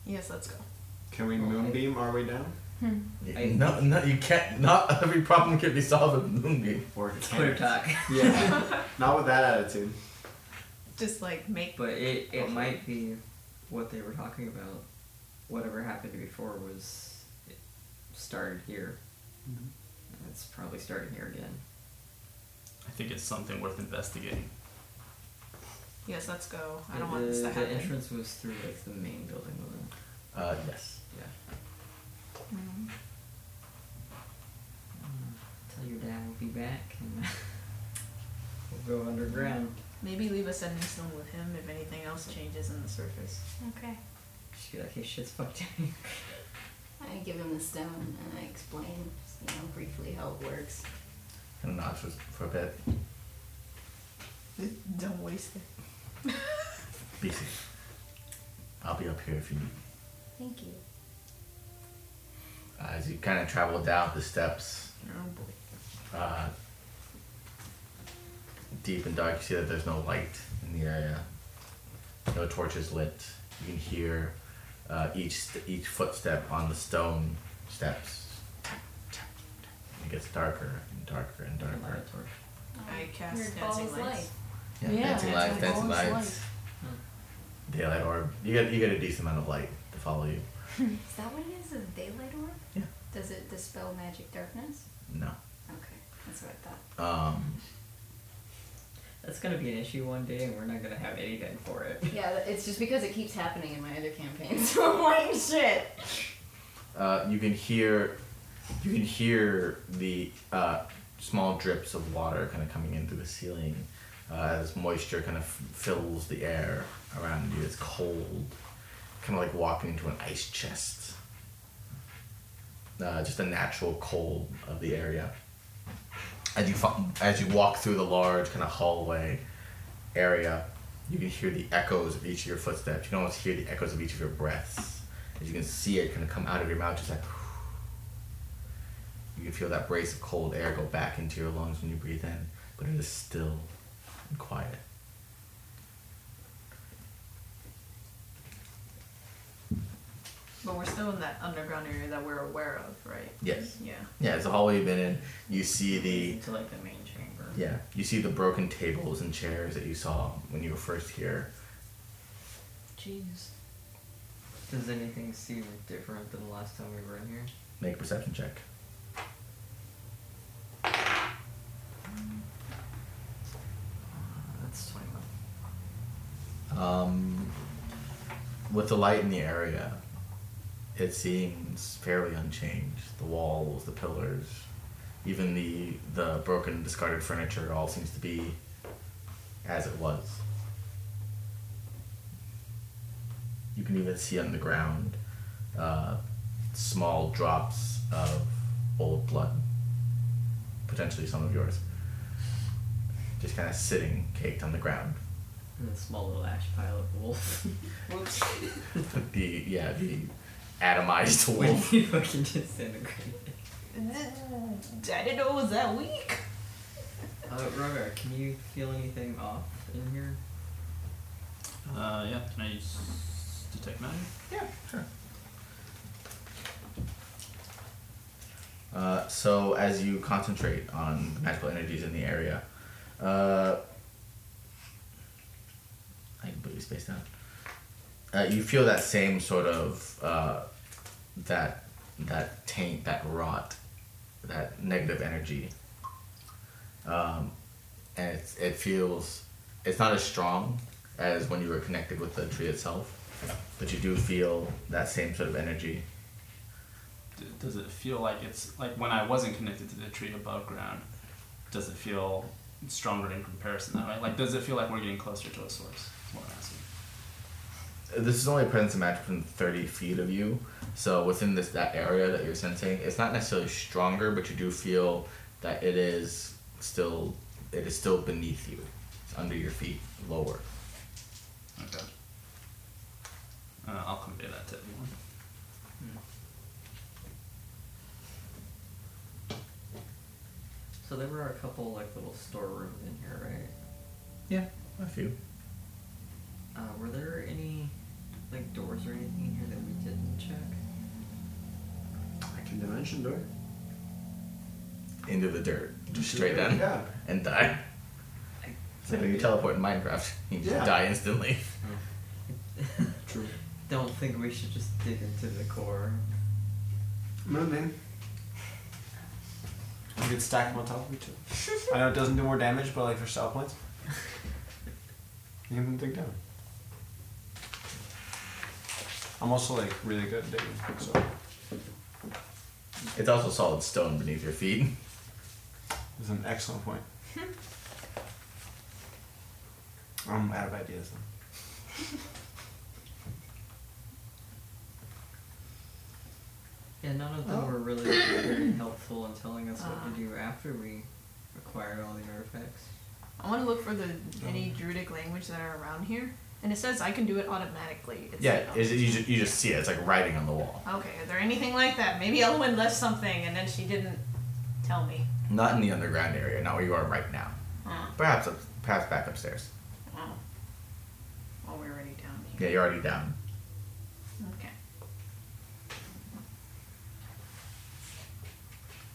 Yes, let's go. Oh. Can we moonbeam our way down? Hmm. I- No, no, you can't. Not every problem can be solved with Moonbeam. Or Twitter talk. Yeah. Not with that attitude. Just like make. But it, it might be what they were talking about. Whatever happened before was it started here. Mm-hmm. And It's probably starting here again. I think it's something worth investigating. Yes, let's go. I The- don't want this to the, happen. the entrance was through like the main building, wasn't it? Uh, yes. Yeah. Mhm. Tell your dad we'll be back and we'll go underground. Maybe leave a sending stone with him if anything else changes in the surface. Okay. Just be like, hey, shit's fucked up. I give him the stone and I explain, you know, briefly how it works. And nod for, for a bit. Don't waste it. Be safe. I'll be up here if you need me. Thank you. Uh, as you kind of travel down the steps, Oh boy. uh, deep and dark, you see that there's no light in the area. No torches lit. You can hear uh, each st- each footstep on the stone steps. Tap, tap, tap. And It gets darker and darker and Don't light darker. a torch. I Weird cast ball dancing is lights. Yeah, Yeah, dancing it's lights, like dancing all this lights. Hmm. Daylight orb. You get you get a decent amount of light to follow you. Is that what it is? A daylight orb? Yeah. Does it dispel magic darkness? No. Okay, that's what I thought. Um, That's gonna be an issue one day, and we're not gonna have anything for it. Yeah, it's just because it keeps happening in my other campaigns. So I'm like, shit. uh, you can hear you can hear the uh, small drips of water kind of coming in through the ceiling uh, as moisture kind of f- fills the air around you. It's cold, kind of like walking into an ice chest. Uh, just a natural cold of the area. As you fo- as you walk through the large kind of hallway area, you can hear the echoes of each of your footsteps. You can almost hear the echoes of each of your breaths. As you can see it kind of come out of your mouth, just like you can feel that brace of cold air go back into your lungs when you breathe in, but it is still and quiet. But we're still in that underground area that we're aware of, right? Yes. Yeah. Yeah, it's a hallway you've been in. You see the To like the main chamber. Yeah, you see the broken tables and chairs that you saw when you were first here. Jeez. Does anything seem different than the last time we were in here? Make a perception check. That's twenty-one. Um, with the light in the area, it seems fairly unchanged. The walls, the pillars, even the the broken, discarded furniture, all seems to be as it was. You can even see on the ground uh, small drops of old blood, potentially some of yours, just kind of sitting caked on the ground. And a small little ash pile of wolf. Whoops. the yeah the atomized when wolf. you fucking disintegrate. I didn't know it was that weak. Uh, Rogar, can you feel anything off in here? Uh, yeah, can I use detect magic? Yeah, sure. Uh, so as you concentrate on the magical energies in the area, uh, I completely spaced out. Uh, you feel that same sort of uh, that that taint, that rot, that negative energy. Um, and it's, it feels it's not as strong as when you were connected with the tree itself, but you do feel that same sort of energy. D- does it feel like it's like when I wasn't connected to the tree above ground? Does it feel stronger in comparison that way? Like, does it feel like we're getting closer to a source? Is what I'm asking. This is only a presence of magic from thirty feet of you, so within this that area that you're sensing, it's not necessarily stronger, but you do feel that it is still it is still beneath you, it's under your feet, lower. Okay. Uh, I'll convey that to everyone. So there were a couple like little storerooms in here, right? Yeah, a few. Uh, were there any like doors or anything in here that we didn't check? I can dimension door. into the dirt, just straight down, Yeah. and die. It's like when you teleport in Minecraft, you just Yeah. die instantly. True. Don't think we should just dig into the core. Moon man. You could stack them on top of each other. I know it doesn't do more damage, but like for style points, you can dig down. I'm also like really good at digging, so It's also solid stone beneath your feet. it's an excellent point. I'm out of ideas. Though. Yeah, none of them Oh. were really very helpful in telling us what to do after we acquired all the artifacts. I want to look for the any Druidic language that are around here, and it says I can do it automatically. It's Yeah, is it, you, just, you just see it. It's like writing on the wall. Okay, is there anything like that? Maybe Elwyn left something and then she didn't tell me. Not in the underground area, not where you are right now. Oh, Perhaps, up, perhaps back upstairs. oh. Well, we're already down here. Yeah, you're already down. Okay.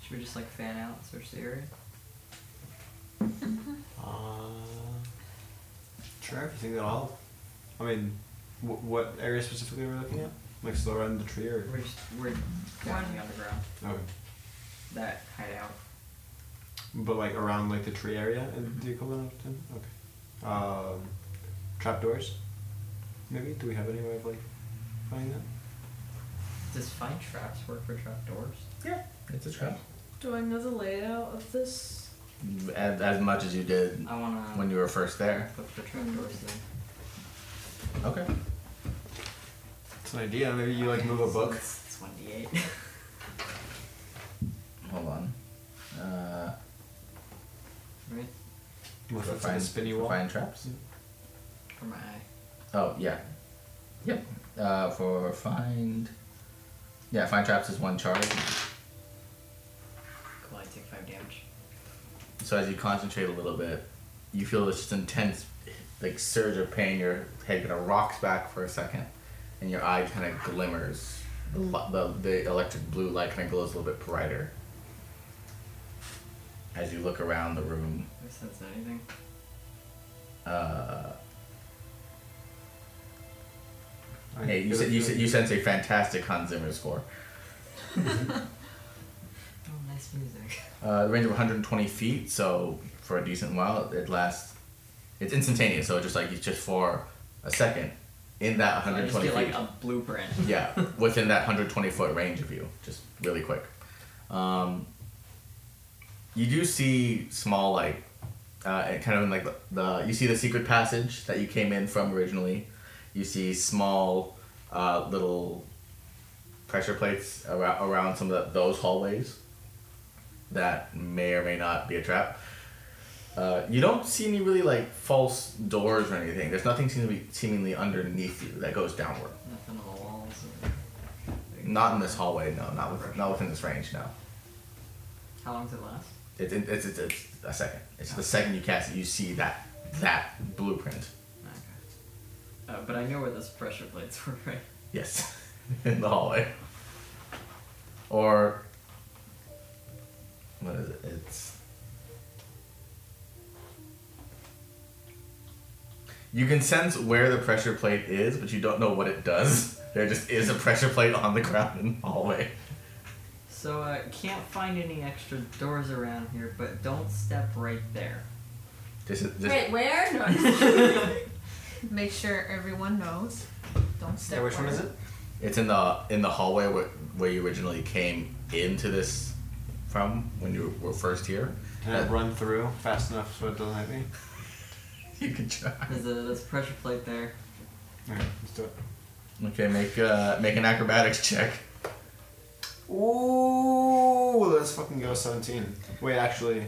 Should we just like fan out and search the area? Uh, sure, if you think that all. I mean, wh- what area specifically are we looking at? Like still around the tree or? We're just we're down in the underground. Okay. That hideout. But like around like the tree area, and do you call that often? Okay. Um, trapdoors. Maybe do we have any way of like finding that? Does find traps work for trapdoors? It's a trap. Do I know the layout of this? As, as much as you did I wanna when you were first there. look for trapdoors then. Okay. It's an idea. Maybe you like move a book. It's one D eight. Hold on. Uh, Right? Move for it to the spinny for wall. Find traps. For my eye. Oh yeah. Yep. Uh, for find. Yeah, find traps is one charge. Cool, I take five damage. So as you concentrate a little bit, you feel this just intense, like surge of pain. Your head kind of rocks back for a second, and your eye kind of glimmers. The, lu- the, the electric blue light kind of glows a little bit brighter. As you look around the room, Do I sense anything? uh, I hey, you, get a sen- you, sen- feeling- you sense a fantastic Hans Zimmer score. Oh, nice music. Uh, the range of 120 feet, so for a decent while, it lasts. It's instantaneous, so just like it's just for a second. In that I 120 just get feet, like a blueprint. yeah, within that 120 foot range of you, just really quick. Um, you do see small, like, uh, and kind of in like the, the, you see the secret passage that you came in from originally. You see small, uh, little pressure plates around, around some of the, those hallways that may or may not be a trap. Uh, you don't see any really like false doors or anything. There's nothing seemingly, seemingly underneath you that goes downward. Nothing on the walls. Or... Not in this hallway, no. Not within, not within this range, no. How long does it last? It, it, it's, it's, it's a second. It's the second you cast it, you see that that blueprint. Okay. Uh, but I know where those pressure plates were, right? Yes, in the hallway. Or what is it? It's you can sense where the pressure plate is, but you don't know what it does. There just is a pressure plate on the ground in the hallway. So uh, can't find any extra doors around here, but don't step right there. This is this. Wait, where? No. Make sure everyone knows. Don't step. Yeah, which one is forward. it? It's in the in the hallway where, where you originally came into this from when you were first here. Can I run through fast enough so it doesn't hit me? You can try. There's a there's a pressure plate there. Alright, let's do it. Okay, make uh, make an acrobatics check. Ooh, let's fucking go. Seventeen. Wait, actually,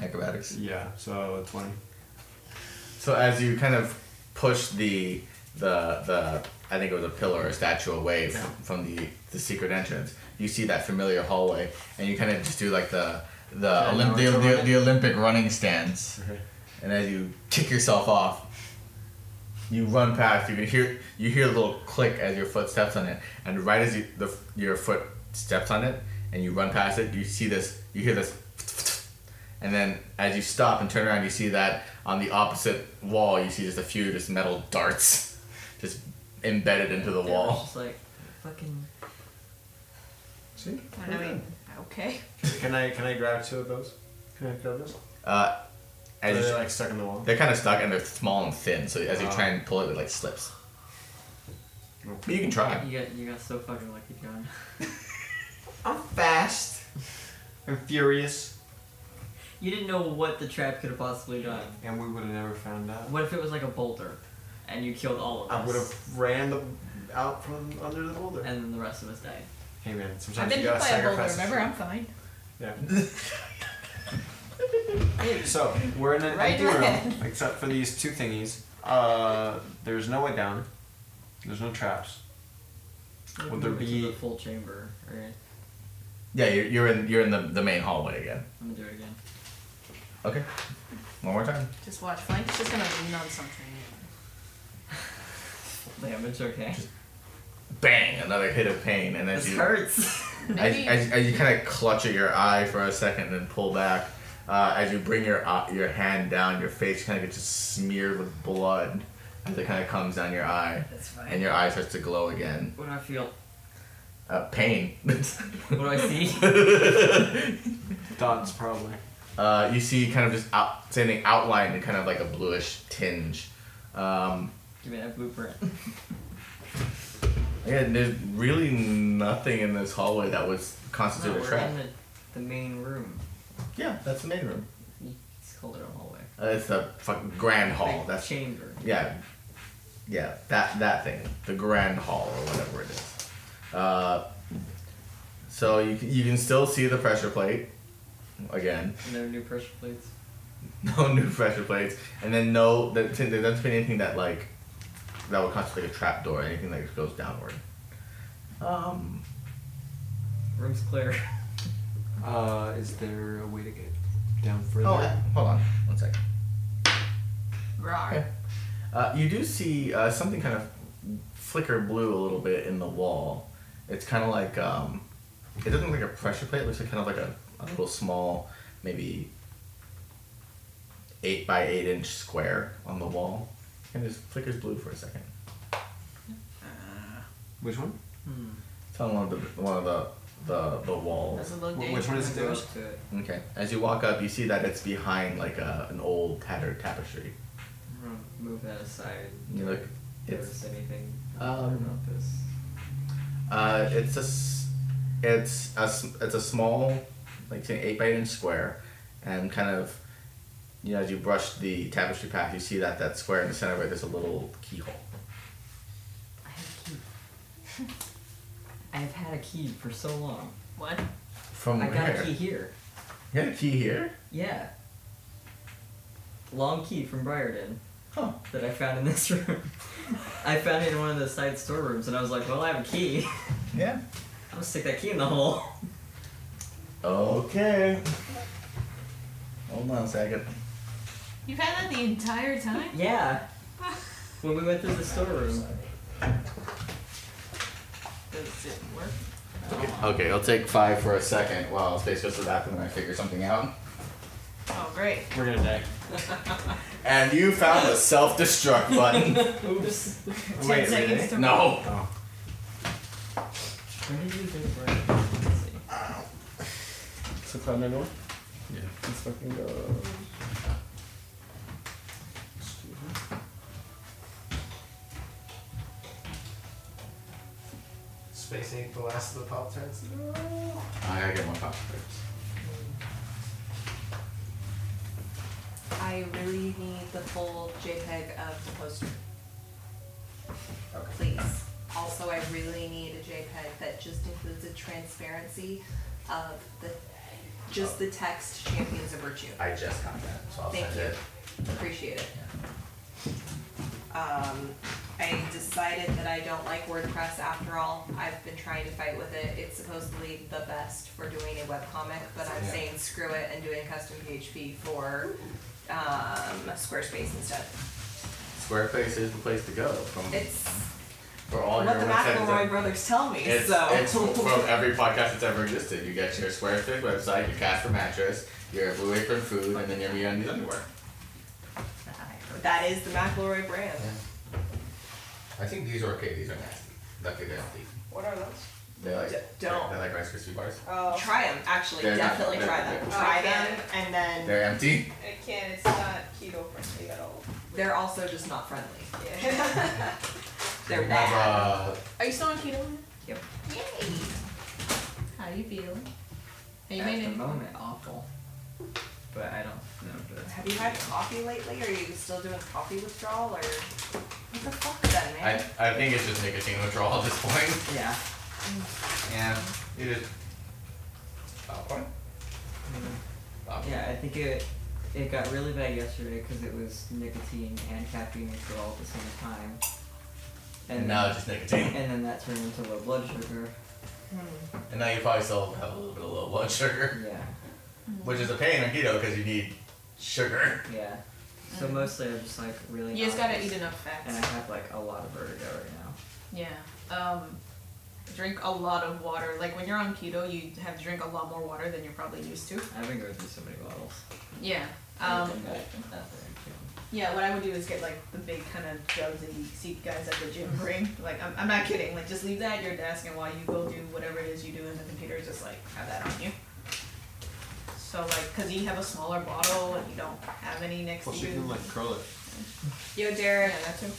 Acrobatics. yeah. So twenty. So as you kind of push the the the I think it was a pillar or a statue away from, from the the secret entrance, you see that familiar hallway, and you kind of just do like the the Yeah, Olymp- the, Naruto the, running. the Olympic running stance, Okay. and as you kick yourself off. You run past. You can hear. You hear a little click as your foot steps on it, and right as you, the, your foot steps on it, and you run past it. You see this. You hear this. And then, as you stop and turn around, you see that on the opposite wall, you see just a few just metal darts, just embedded into the They were wall. Just like fucking. See? And I mean, okay. Can I can I grab two of those? Can I grab those? Uh, as Are you- they, like, stuck in the wall? They're kind of stuck and they're small and thin. So as you Ah. try and pull it, it like slips. But you can try. You got you got so fucking lucky, John. I'm fast. I'm furious. You didn't know what the trap could have possibly done. And we would have never found out. What if it was like a boulder, and you killed all of us? I would have ran the, out from under the boulder. And then the rest of us died. Hey man, I've sometimes been you hit gotta by a boulder. sacrifice. Remember, I'm fine. Yeah. so we're in an Right empty ahead. room except for these two thingies. Uh, there's no way down. There's no traps. Would there Move it be? to the full chamber? Alright, Yeah, you're, you're in you're in the, the main hallway again. I'm gonna do it again. Okay, one more time. Just watch. Flank's just gonna lean on something. Damage, okay. Bang! Another hit of pain, and as This you hurts. as, as, as you kind of clutch at your eye for a second, then pull back. Uh, as you bring your eye- your hand down, your face kind of gets just smeared with blood as it kind of comes down your eye, That's fine. and your eye starts to glow again. What do I feel? Uh, pain. What do I see? Dots probably. Uh, you see kind of just out, standing outlined in kind of like a bluish tinge. Um, Give me that blueprint. yeah, there's really nothing in this hallway that would No, constitute a we're trap. in the, the main room. Yeah, that's the main room. It's called it a hallway. Uh, it's the fucking grand Oh, hall. Big That's chamber. Yeah, yeah, that that thing, the grand hall or whatever it is. Uh, so you can- you can still see the pressure plate again. No new pressure plates. No new pressure plates, and then no, there there doesn't be anything that like that would constitute like a trap door, anything that goes downward. Um, Room's clear. Uh, is there a way to get down further? oh, hold on, one second. Rawr. Okay. Uh, you do see uh, something kind of flicker blue a little bit in the wall. It's kind of like um, it doesn't look like a pressure plate. It looks like kind of like a, a little small, maybe eight by eight inch square on the wall, and it just flickers blue for a second. Which one? Hmm. It's on one of the one of the the, the walls. Does it look Wh- which one is it? Go Doors? up to it. Okay. As you walk up, you see that it's behind like a, an old tattered tapestry. I'm gonna move that aside. You look. It's Notice anything Um, about this? Uh, it's a, s- it's a, s- it's a small, like say eight by eight inch square, and kind of, you know, as you brush the tapestry path, you see that that square in the center of it, there's a little keyhole. I have a key. I have had a key for so long. What? From I where? got a key here. You got a key here? Yeah. Long key from Briarden Huh. that I found in this room. I found it in one of the side storerooms, and I was like, "Well, I have a key. Yeah. I'm gonna stick that key in the hole." Okay. Hold on a second. You had that the entire time? Yeah. When we went through the storeroom. Does it work? Okay, I'll take five for a second while Space goes to the bathroom and I figure something out. Oh, great. We're gonna die. And you found the self-destruct button. Oops. Ten Wait, seconds really? to no. Oh. Where did you go, Briarden? Let's see. So climb that door. Yeah. Let's fucking go. Space ate the last of the pop turns. I gotta get one copy first. I really need the full JPEG of the poster. Okay. Please. Also, I really need a JPEG that just includes a transparency of the, just the text Champions of Virtue. I just got that, so I'll Thank send you. it. Appreciate it. Um, I decided that I don't like WordPress after all. I've been trying to fight with it. It's supposedly the best for doing a webcomic, but I'm Yeah. saying screw it and doing custom PHP for um, Squarespace instead. Squareface is the place to go. From It's For all What your the websites, McElroy it's- brothers tell me, Oh, It's, so. it's from every podcast that's ever existed. You get your Square Fit website, your Cast for Mattress, your Blue Apron food, and then your MeUndies underwear. That is the McElroy brand. I think these are okay. These are nasty. Luckily they're healthy. What are those? They like don't. They like Rice Krispie bars. Oh. Try them, actually. They're not- Definitely they're- try they're- them. Oh, Try I them can't. and then. They're empty? I can't. It's not keto friendly at all. They're also just not friendly. Yeah. They're We bad. have, uh, Are you still on keto? Yep. Yay! How you feeling? Have you At made the it? moment, awful. But I don't know. But Have you had coffee lately? Are you still doing coffee withdrawal or what the fuck then, I, man? I think it's just nicotine withdrawal at this point. Yeah. Yeah. It is. Popcorn? Popcorn. Yeah, I think it it got really bad yesterday because it was nicotine and caffeine withdrawal all at the same time. And now it's just nicotine. And then that turned into low blood sugar. And now you probably still have a little bit of low blood sugar, Yeah. which is a pain on keto because you need sugar. Yeah. So mostly I'm just like really. Mm. You just nauseous, gotta eat enough fats. And I have like a lot of vertigo right now. Yeah. Um, drink a lot of water. Like when you're on keto, you have to drink a lot more water than you're probably used to. I've been going through so many bottles. Yeah. Um, Nothing that- nothing I can- yeah, what I would do is get like the big kind of jugs that you see guys at the gym bring. Like, I'm, I'm not kidding. Like, just leave that at your desk and while you go do whatever it is you do in the computer, just like have that on you. So, like, because you have a smaller bottle and you don't have any next Plus to you you. can like curl it. Yo, Derek. Yeah, that too.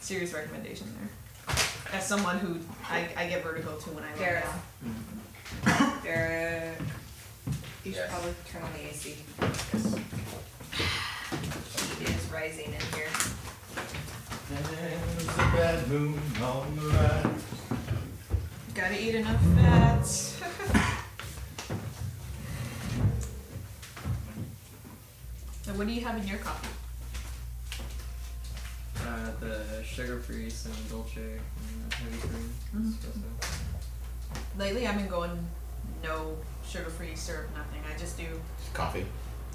Serious recommendation there. As someone who I, I get vertigo too when I lay Fair down. Derek. You should Yes. probably turn on the AC. Heat is rising in here. There's a bad moon on the rise. Gotta eat enough fats. so what do you have in your coffee? Uh, the sugar free, some dolce, and uh, heavy cream. Mm-hmm. espresso. Lately, I've been going no sugar-free syrup, nothing. I just do Coffee.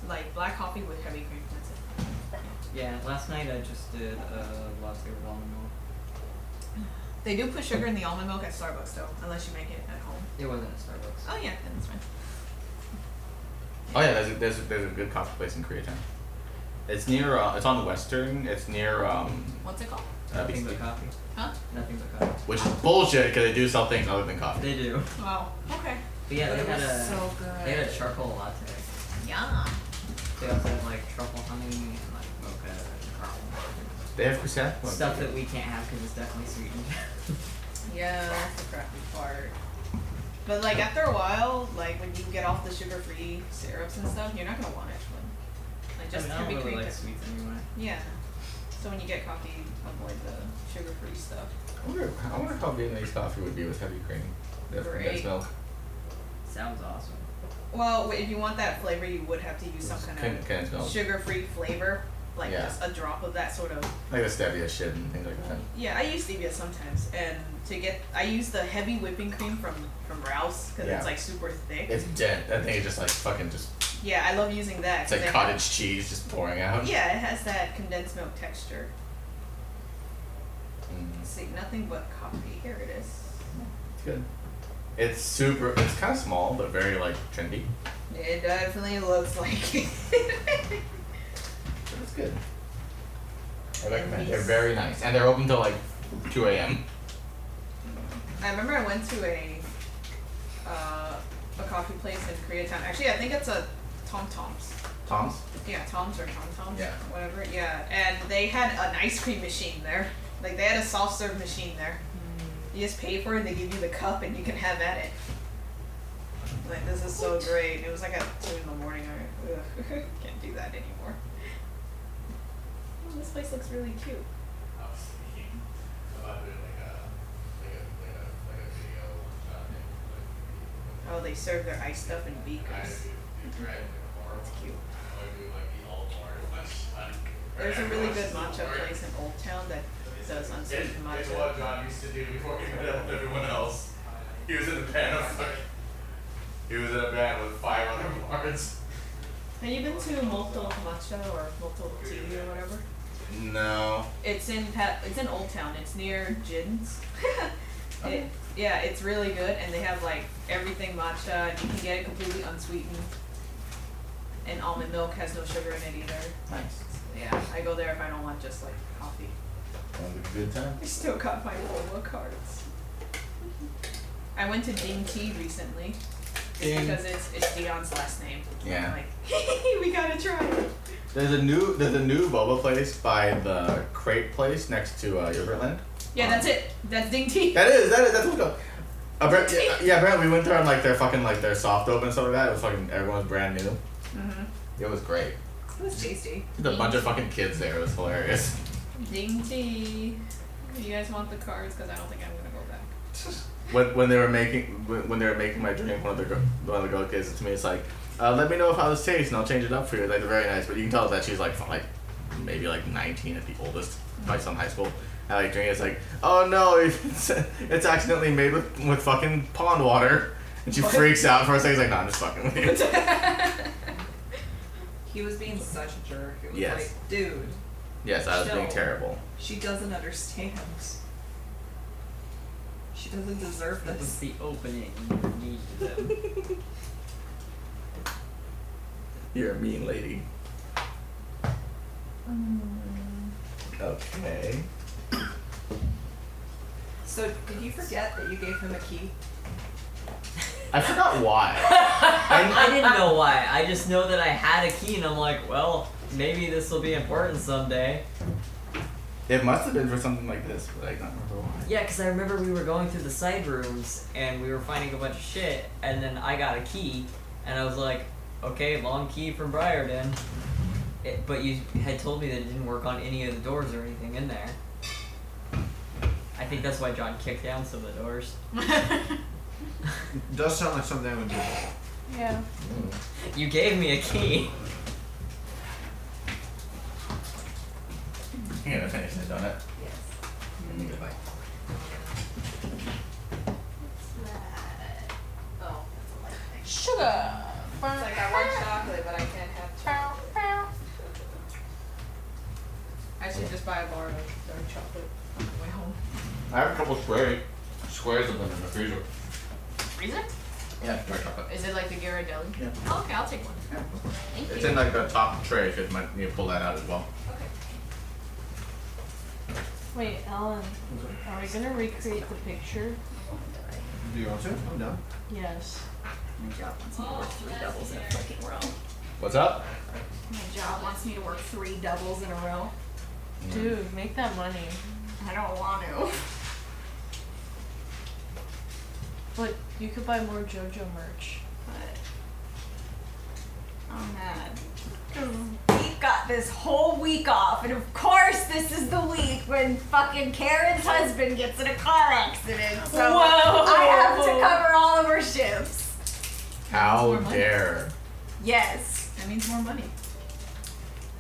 like black coffee with heavy cream. That's it. Yeah, last night I just did a latte with almond milk. They do put sugar in the almond milk at Starbucks though, unless you make it at home. It wasn't at Starbucks. Oh yeah, then it's fine. Oh yeah, there's a, there's a, there's a good coffee place in Koreatown. It's near. Uh, it's on the western. It's near. Um, What's it called? uh, Nothing BC. but coffee. Huh? Nothing but coffee. which is bullshit because they do sell things other than coffee. They do. Wow. Okay. But yeah, But they it had was a so they had a good. charcoal latte. Yeah. They also had like truffle honey and like mocha and caramel and They have croissant. stuff that we can't have because it's definitely sweetened. Yeah, that's the crappy part. But like after a while, like when you get off the sugar-free syrups and stuff, you're not gonna want it. Like, like just I mean, I heavy don't cream. really like does- sweets anyway. yeah. So when you get coffee, avoid the sugar-free stuff. I wonder, I wonder how Vietnamese coffee would be with heavy cream. That's Great. milk. Sounds awesome. Well, if you want that flavor, you would have to use some kind Can, can it smell? of sugar-free flavor, like Yeah. just a drop of that sort of. Like the stevia shit and things like that. Yeah, I use stevia sometimes, and to get I use the heavy whipping cream from from Rouse because Yeah. it's like super thick. It's dense. That thing is just like fucking just. yeah, I love using that. It's 'cause like it- cottage cheese just pouring out. Yeah, it has that condensed milk texture. Mm, See, nothing but coffee. Here it is. it's good. It's super. It's kind of small, but very like trendy. It definitely looks like it. But it's good. I recommend. Nice. it. They're very nice, and they're open till like 2 a.m. I remember I went to a uh, a coffee place in Koreatown. Actually, I think it's a Tom Tom's. Tom's. Yeah, Tom's or Tom Tom's. Yeah. Whatever. Yeah, and they had an ice cream machine there. Like they had a soft serve machine there. You just pay for it, and they give you the cup, and you can have at it. Like this is so great. It was like at two in the morning. I ugh, can't do that anymore. Oh, this place looks really cute. I was thinking about doing like a like a like a like a video shot and like Oh, they serve their ice stuff in beakers. That's cute. There's a really good matcha place in Old Town that does It's, unsweetened it's what matcha. John used to do before he met up with everyone else. He was in a band of like, he was in a band with five other bards. Have you been to Molto Matcha or Molto Tea or whatever? No. It's in pa- it's in Old Town. It's near Jin's. It- yeah, it's really good, and they have like everything matcha. And you can get it completely unsweetened, and almond milk has no sugar in it either. Nice. Yeah, I go there if I don't want just like coffee. Sounds like a good time. I still got my Lola cards. I went to Ding Tea recently, just Ding. because it's it's Dion's last name. Yeah. I'm like, we gotta try it. There's a new there's a new boba place by the crepe place next to uh, Yogurtland. Yeah, that's it. That's Ding Tea. That is that is that's what. Uh, Brent, yeah, yeah, Brent, we went there and like their fucking like their soft open and stuff like that. It was fucking everyone's brand new. Mhm. It was great. It was tasty. There's a bunch of fucking kids there. It was hilarious. Ding Tea. You guys want the cards? Because I don't think I'm gonna go back. When, when they were making when, when they were making my drink, one of the girl, one of the girl kids to me it's like, uh, let me know how this tastes and I'll change it up for you. Like they're very nice, but you can tell that she's like from, like maybe like 19 at the oldest, probably some high school. I like drink it. It's like, oh no, it's, it's accidentally made with with fucking pond water, and she freaks out for a second. It's like, no, I'm just fucking with you. He was being such a jerk. It was Yes. like, dude, yes, I was being No. terrible. she doesn't understand. She doesn't deserve That was this. the opening you needed them. You're a mean lady. Okay. So, did you forget that you gave him a key? I forgot why. I, I didn't know why. I just know that I had a key, and I'm like, well, maybe this will be important someday. It must have been for something like this, but I don't remember why. Yeah, because I remember we were going through the side rooms, and we were finding a bunch of shit, and then I got a key, and I was like, okay, long key from Briarden. It, but you had told me that it didn't work on any of the doors or anything in there. I think that's why John kicked down some of the doors. It does sound like something I would do. Yeah. You gave me a key. You're gonna finish that donut. Yes. Mm, Goodbye. What's that? Oh, that's a light thing. Sugar. It's like I want chocolate, but I can't have chocolate. I should just buy a bar of dark chocolate on my way home. I have a couple squares, squares of them in the freezer. Freezer? Yeah, dark chocolate. Is it like the Ghirardelli? Yeah. Oh, okay, I'll take one. Thank It's you. in like the top tray. If you might need to pull that out as well. Wait, Ellen, are we gonna recreate the picture? Do you want to? I'm done. Yes. My job wants me to work three doubles in a fucking row. What's up? My job wants me to work three doubles in a row. Dude, make that money. I don't want to. Look, you could buy more JoJo merch. But I'm mad. 'Cause we Oh, got this whole week off, and of course this is the week when fucking Karen's husband gets in a car accident. So Whoa. I have to cover all of her shifts. How dare? Yes. That means more money.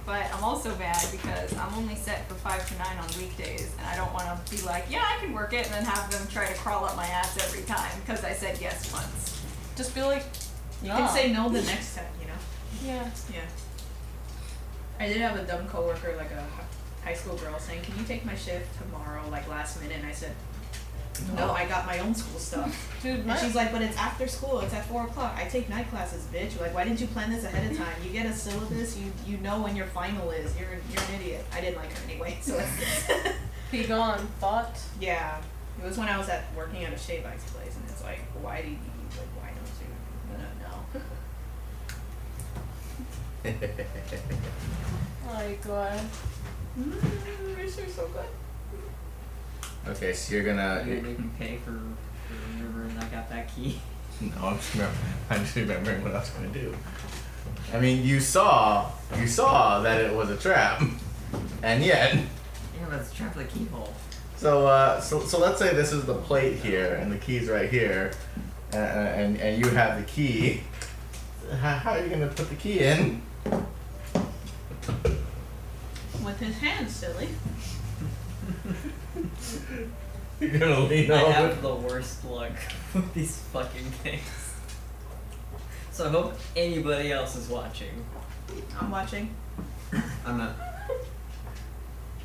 But I'm also bad because I'm only set for five to nine on weekdays, and I don't want to be like, yeah, I can work it, and then have them try to crawl up my ass every time because I said yes once. Just be like, You nah. can say no the next time, you know. Yeah. Yeah. I did have a dumb coworker, like a hi- high school girl, saying, "Can you take my shift tomorrow?" Like last minute, and I said, "No, I got my own school stuff." Dude, And my, she's like, "But it's after school. It's at four o'clock. I take night classes, bitch. Like, why didn't you plan this ahead of time? You get a syllabus. You you know when your final is. You're you're an idiot." I didn't like her anyway, so. be gone. Thought. Yeah, it was when I was at working at a shave ice place, and it's like, why do you like why don't you? No, no. Oh my god. Mm, this is so good. okay, so you're gonna. I'm gonna make you pay for, for remembering I got that key. No, I'm just, remember- I'm just remembering what I was gonna do. I mean, you saw, you saw that it was a trap, and yet. Yeah, that's a trap like keyhole. So, uh, so, so let's say this is the plate here, and the key's right here, uh, and, and you have the key. How, how are you gonna put the key in? With his hands, silly. You're gonna lean I over. have the worst luck with these fucking things. So I hope anybody else is watching. I'm watching. I'm not.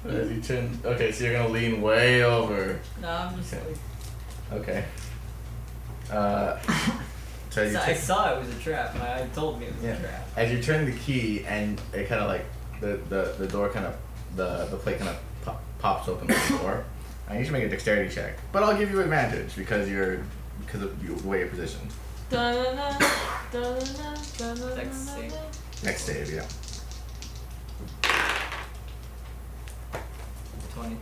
As you turn, okay, so you're gonna lean way over. No, I'm just Okay. like. Okay. Uh, so you So I take- saw it was a trap. My eye told me it was Yeah. a trap. As you turn the key and it kind of like the, the, the door kind of the the plate kind of pop, pops open the door. I need you to make a dexterity check, but I'll give you advantage because you're because of your way of position. Dex save. Next save, yeah. 20.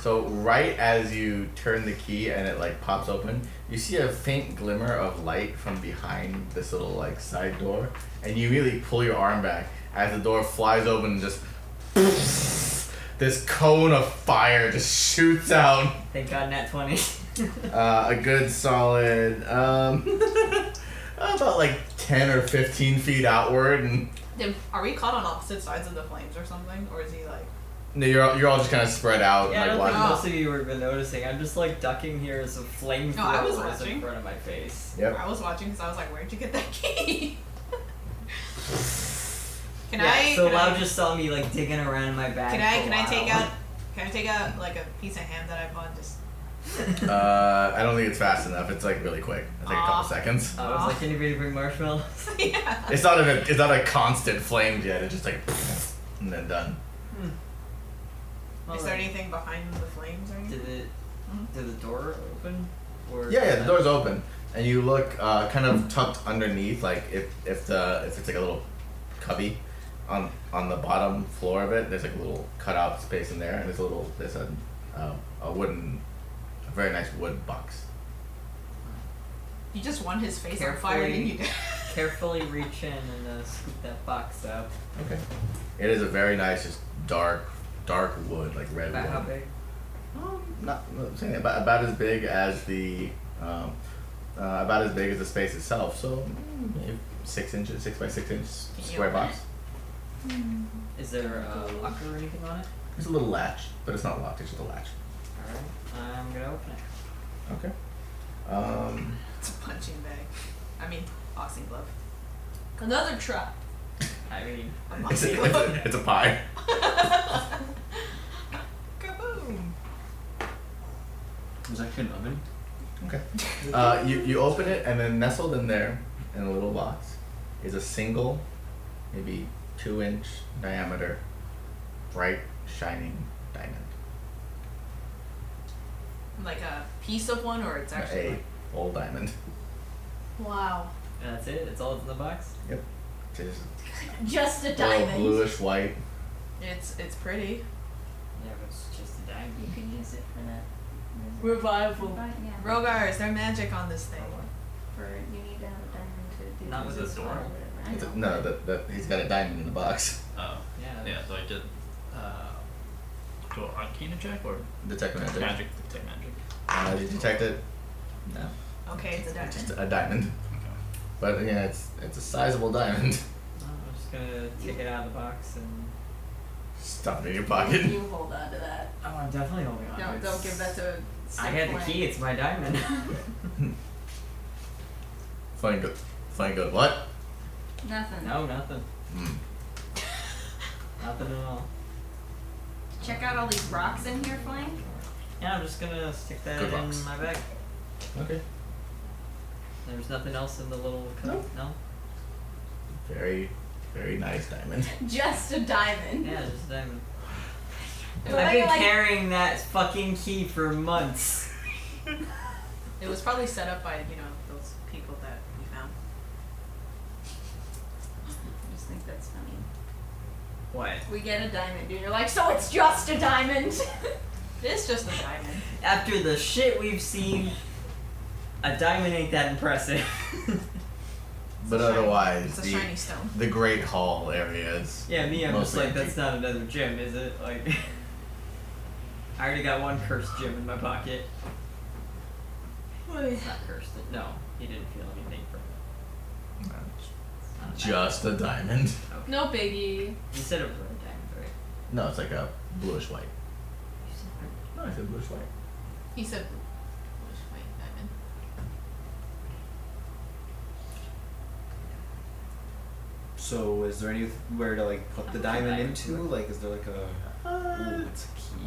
So right as you turn the key and it like pops open, you see a faint glimmer of light from behind this little like side door, and you immediately pull your arm back as the door flies open and just this cone of fire just shoots out. Thank God, nat 20. Uh, a good solid um, about like ten or fifteen feet outward, and Then Are we caught on opposite sides of the flames or something? Or is he like. you're all- you're all just kind of spread out. Yeah, I like don't think watching. most of you would have been noticing. I'm just like ducking here as a flamethrower No, I was is in watching. front of my face. Yep. I was watching because I was like, where'd you get that key? can yeah, I. So can Lau I, just saw me like digging around in my bag. Can I, for a can I take while. out. Can I take out like a piece of ham that I bought? Just. Uh, I don't think it's fast enough. It's like really quick. I think a Aw. couple seconds. I was like, anybody bring marshmallows? yeah. It's not a it's not a constant flame yet. It's just like and then done. Is there Hmm? anything behind the flames or anything? Did it? Did the door open? Or Yeah, yeah. The door's open, and you look uh, kind of tucked underneath, like if if the if it's like a little cubby on on the bottom floor of it. There's like a little cutout space in there, and there's a little there's a uh, a wooden a very nice wood box. You just won his face on fire, Carefully. didn't you? Carefully reach in and uh, scoop that box up. Okay. It is a very nice, just dark dark wood, like red About wood. Um, how big? not not saying about, about as big as the um, uh, about as big as the space itself. So mm, maybe six inches, six by six inch square box. Is there a locker or anything on it? It's a little latch, but it's not locked. It's just a latch. Alright, I'm gonna open it. Okay. Um, It's a punching bag. I mean, boxing glove. Another trap. I mean, A it's, boxing a, it's, glove. a, it's a pie. Kaboom. Was that good oven? Okay. Uh, you you open it and then nestled in there in a little box is a single, maybe two inch diameter, bright shining diamond. Like a piece of one, or it's actually. A like- whole diamond. Wow. and that's it. It's all that's in the box. Yep. Just Just a little diamond. bluish white. It's it's pretty. Yeah, but it's just a diamond. You can use it for that. Revival. But yeah. Rogar, is there magic on this thing? for you need to have a diamond to do Not with this a or door. whatever. I It's know. a- no, that that he's got a diamond in the box. Oh. Yeah. Yeah, so I did. Uh, do an arcana check or Detect magic. magic? Detect magic. Uh, did you detect it? No. Okay, it's a diamond. Just a diamond. Okay. But yeah, it's it's a sizable diamond. No, I'm just gonna take it out of the box and. Stuff it in your pocket. You hold on to that. Oh, I'm definitely holding on. Don't It's- don't give that to. I had the Safeway. key. It's my diamond. Fine good. Fine good. What? Nothing. no, nothing. Mm. Nothing at all. Check out all these rocks in here, Flank. Yeah, I'm just gonna stick that Good in box. my bag. Okay. There's nothing else in the little. cup? Nope. No. Very, very nice diamond. Just a diamond. Yeah, just a diamond. Well, I've I been like- carrying that fucking key for months. It was probably set up by you know those people that we found. I just think that's funny. What? We get a diamond, dude. You're like, so it's just a diamond. It's just a diamond. After the shit we've seen, a diamond ain't that impressive. But shiny- otherwise, It's a the shiny stone. the great hall area is yeah, me, I'm Mostly just like, that's not another gem, is it? Like, I already got one cursed gem in my pocket. It's not cursed. No, he didn't feel anything from it. It's not a diamond. just a diamond. No biggie. You said it was a red diamond, right? No, it's like a bluish white. You said red. No, I said bluish white. He said, "Which way, diamond?" So is there anywhere to like put the diamond into? Like, is there like a? Ooh, it's a key.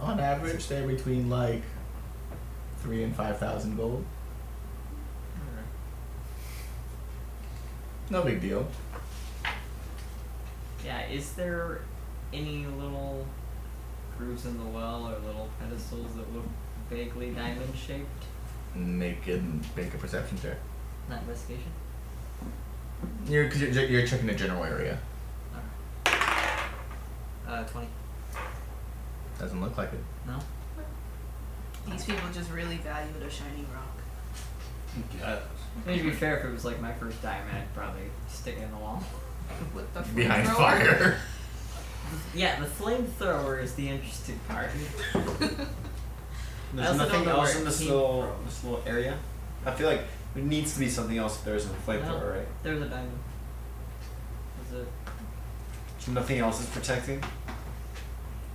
On average, they're between like three and five thousand gold. No big deal. Yeah, is there any little grooves in the well or little pedestals that look vaguely diamond shaped? Make it make a perception check. Not investigation? You're, 'cause you're you're checking the general area. Uh, 20. Doesn't look like it. No? These people just really value the shiny rock. I mean, to be fair, if it was like my first diamond, I'd probably stick it in the wall. With the Behind flamethrower? fire. yeah, the flamethrower is the interesting part. I There's also nothing don't know else where in it this came little this little area. I feel like there needs to be something else if there isn't a flamethrower, No, right? There's a diamond. There's a. So nothing else is protecting.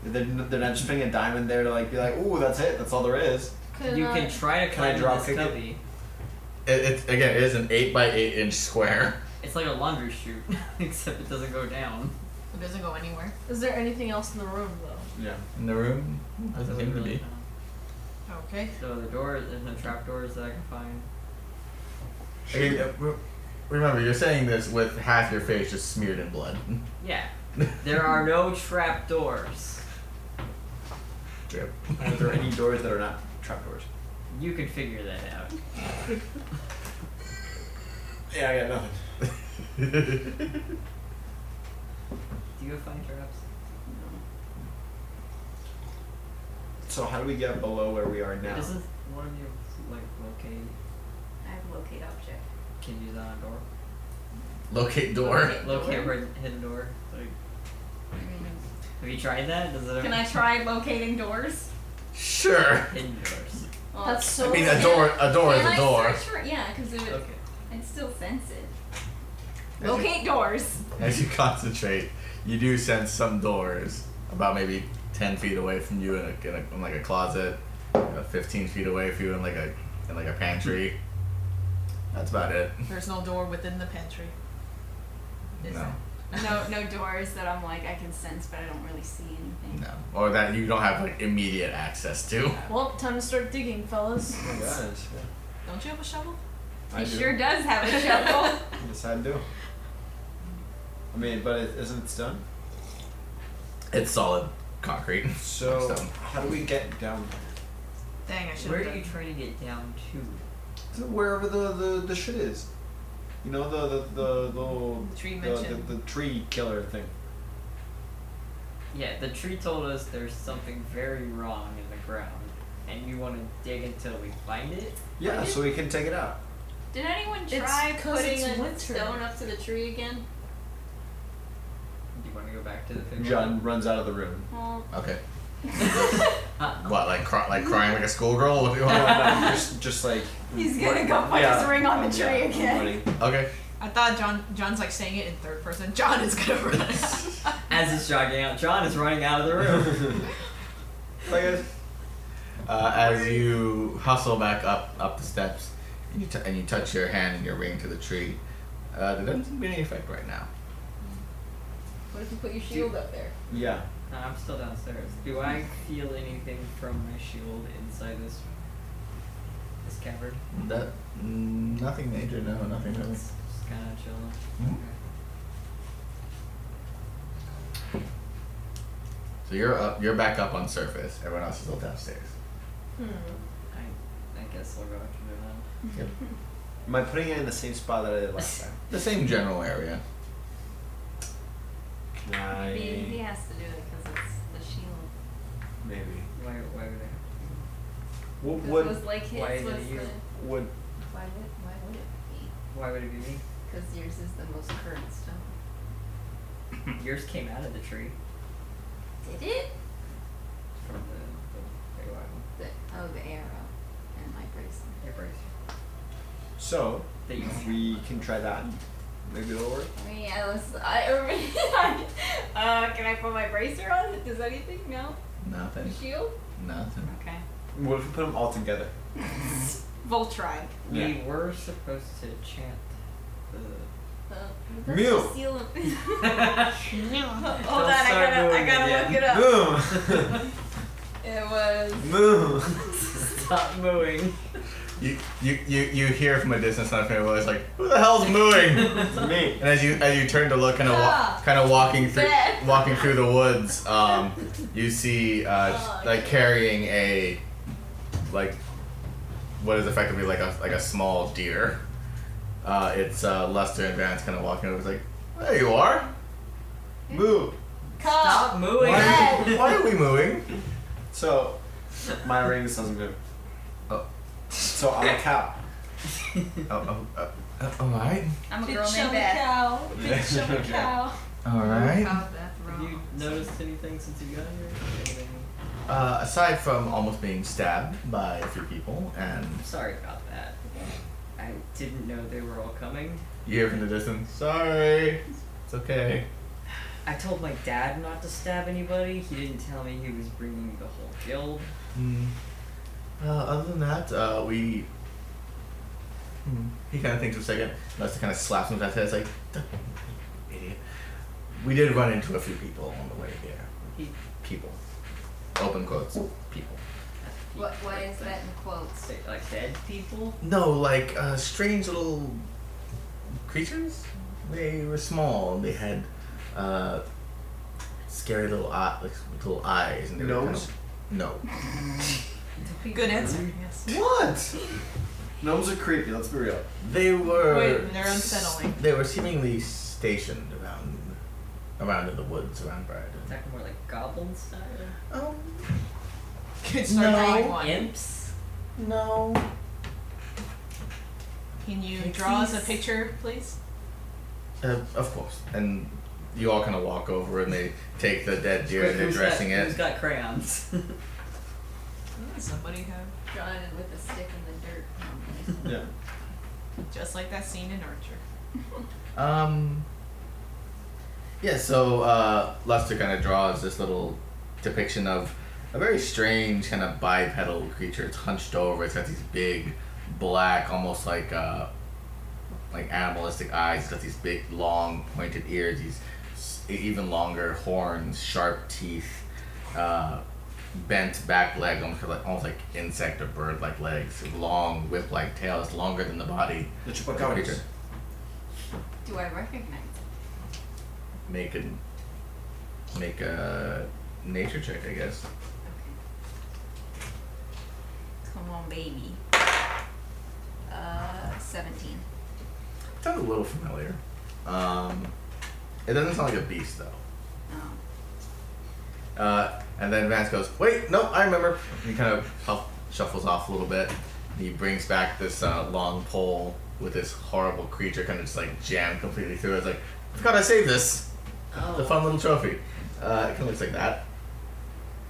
They're, n- they're not just putting a diamond there to like be like, ooh, that's it. That's all there is. you can try to Can I climb drop this kick it? cubby. It, it's again, it is an eight by eight inch square. It's like a laundry chute, except it doesn't go down. It doesn't go anywhere. Is there anything else in the room though? Yeah. In the room, doesn't seem to be. Okay. So the door, there's no trap doors that I can find. Okay, uh, re- remember, you're saying this with half your face just smeared in blood. Yeah. There are no trap doors. Drip. Are there any doors that are not trapdoors? You can figure that out. Yeah, I got nothing. Do you find traps? So how do we get below where we are now? Doesn't one of you like locate? I have locate object. Can you use that on a door? Locate door. Locate Door? hidden- hidden door. Like, have you tried that? Does it? Can I try locating doors? Sure. Hidden doors. Oh, That's Uh, I mean, a door. A door is Can a I door. search for- yeah, because it would. Okay. I'd still sense it. As you- Locate doors. As you concentrate, you do sense some doors about maybe 10 feet away from you in, a, in, a, in like a closet, uh, 15 feet away from you in like a in like a pantry. That's about it. There's no door within the pantry. No. No, no doors that I'm like I can sense, but I don't really see anything. No. Or that you don't have like immediate access to. Well, time to start digging, fellas. Oh my gosh. Don't you have a shovel? I he do. sure does have a shovel. Yes, I do. I mean, but it, isn't it done? It's solid concrete. So Stone. how do we get down there? Dang, I should Where have are you done. trying to get down to? To wherever the, the, the shit is. You know the the the the, little- The tree the, the, mansion. the tree killer thing. Yeah, the tree told us there's something very wrong in the ground, and you want to dig until we find it. Yeah, so we can take it out. Did anyone It's try 'cause putting it's a winter. stone up to the tree again? Do you want to go back to the fig John runs out of the room. Well, Okay. Uh, What, like cry, like crying like a schoolgirl? What do you No, want? no, just just like he's gonna go put his ring on the yeah, tree I'm again. ready. Okay. I thought John John's like saying it in third person. John is gonna run. as it's jogging out, John is running out of the room. Bye, guys. Uh, as you hustle back up up the steps, and you, t- and you touch your hand and your ring to the tree, uh, there doesn't seem to be any effect right now. What if you put your shield up there? Yeah. No, Uh, I'm still downstairs. Do I feel anything from my shield inside this this cavern? That mm, nothing major, no, nothing really. It's just kind of chilling. Mhm. So you're up, you're back up on surface. Everyone else is still downstairs. Okay. I I guess we'll go after them. Am I putting it in the same spot that I did last time? The same general area. Can I Maybe he has to do it because it's the shield. maybe. Why why would I? What 'Cause it would was like his why did was you- the. would Why would why would it be? Why would it be me? Because yours is the most current stone. Yours came out of the tree Did it? from the the, the wild The, oh, the arrow and my bracelet. embrace so that you we can try that? Maybe it'll work. I mean, I was. I, uh, can I put my bracer on? Does anything? No. Nothing. Shield. Nothing. Okay. What if we put them all together? Voltry. We Yeah. were supposed to chant the The, Uh, that's Mew. the seal of. Hold on, I gotta, I gotta look it up. Boom. It was. Moo. Stop mooing. You, you, you, you hear from a distance, and I realize like, who the hell's mooing? Me. And as you as you turn to look, kind of wa- Ah. kind of walking through Dead. walking through the woods, um, you see uh, Oh, like carrying a like what is effectively like a like a small deer. Uh, it's uh, Lester and Vance kind of walking over. It's like, there you are. Moo. Stop mooing. Why are, you, why are we mooing? So, my ring doesn't move. Oh. So I'm a cow. Oh, oh, oh, oh, all right, I'm a Bitch, girl I'm named a Beth. cow. Yeah. Bitch, I'm a Okay. cow. all right. About that Have you wrong. noticed anything since you got here? Anything? Uh, aside from almost being stabbed by a few people, and I'm sorry about that. I didn't know they were all coming. you hear from the distance, sorry, it's okay. I told my dad not to stab anybody. He didn't tell me he was bringing the whole guild. Mm. Uh, other than that, uh, we. Hmm. He kind of thinks for a second. Lester kind of slaps him with that head. It's like, "Duh, you idiot. We did run into a few people on the way here. He- People. Open quotes. People. What, what is that in quotes? Say, like dead people? No, like uh, strange little creatures. They were small. and They had uh, scary little eye, like, little eyes. And they Were kind Gnomes? of, no. Good answer. Yes. What? Gnomes are creepy. Let's be real. They were. Wait, they're unsettling. They were seemingly stationed around, around in the woods around Brighton. Talking more like goblin style? Um, Could start No. drawing one. Imps? no. Can you draw us a picture, please? Uh, of course. And you all kind of walk over, and they take the dead deer, Quick, and they're who's dressing got, Who's it. got crayons? Hmm, Somebody have Drawing it with a stick in the dirt. Yeah. just like that scene in Archer. Um. Yeah. So uh, Lester kind of draws this little depiction of a very strange kind of bipedal creature. It's hunched over. It's got these big, black, almost like uh, like animalistic eyes. It's got these big, long, pointed ears. These s- even longer horns, sharp teeth, uh, bent back leg, almost like almost like insect or bird like legs. Long whip-like tail. It's longer than the body. The of the creature. chupacabras. Do I recognize it? make a make a nature check, I guess. Okay. Come on, baby. Uh, 17. Sounds a little familiar. Um, it doesn't sound like a beast though. Oh. Uh, and then Vance goes, "Wait, no, I remember." He kind of huff, shuffles off a little bit. He brings back this uh, long pole with this horrible creature, kind of just like jammed completely through. it. It's like, I forgot I saved this. The oh. fun little trophy. Uh, it kind of looks like that.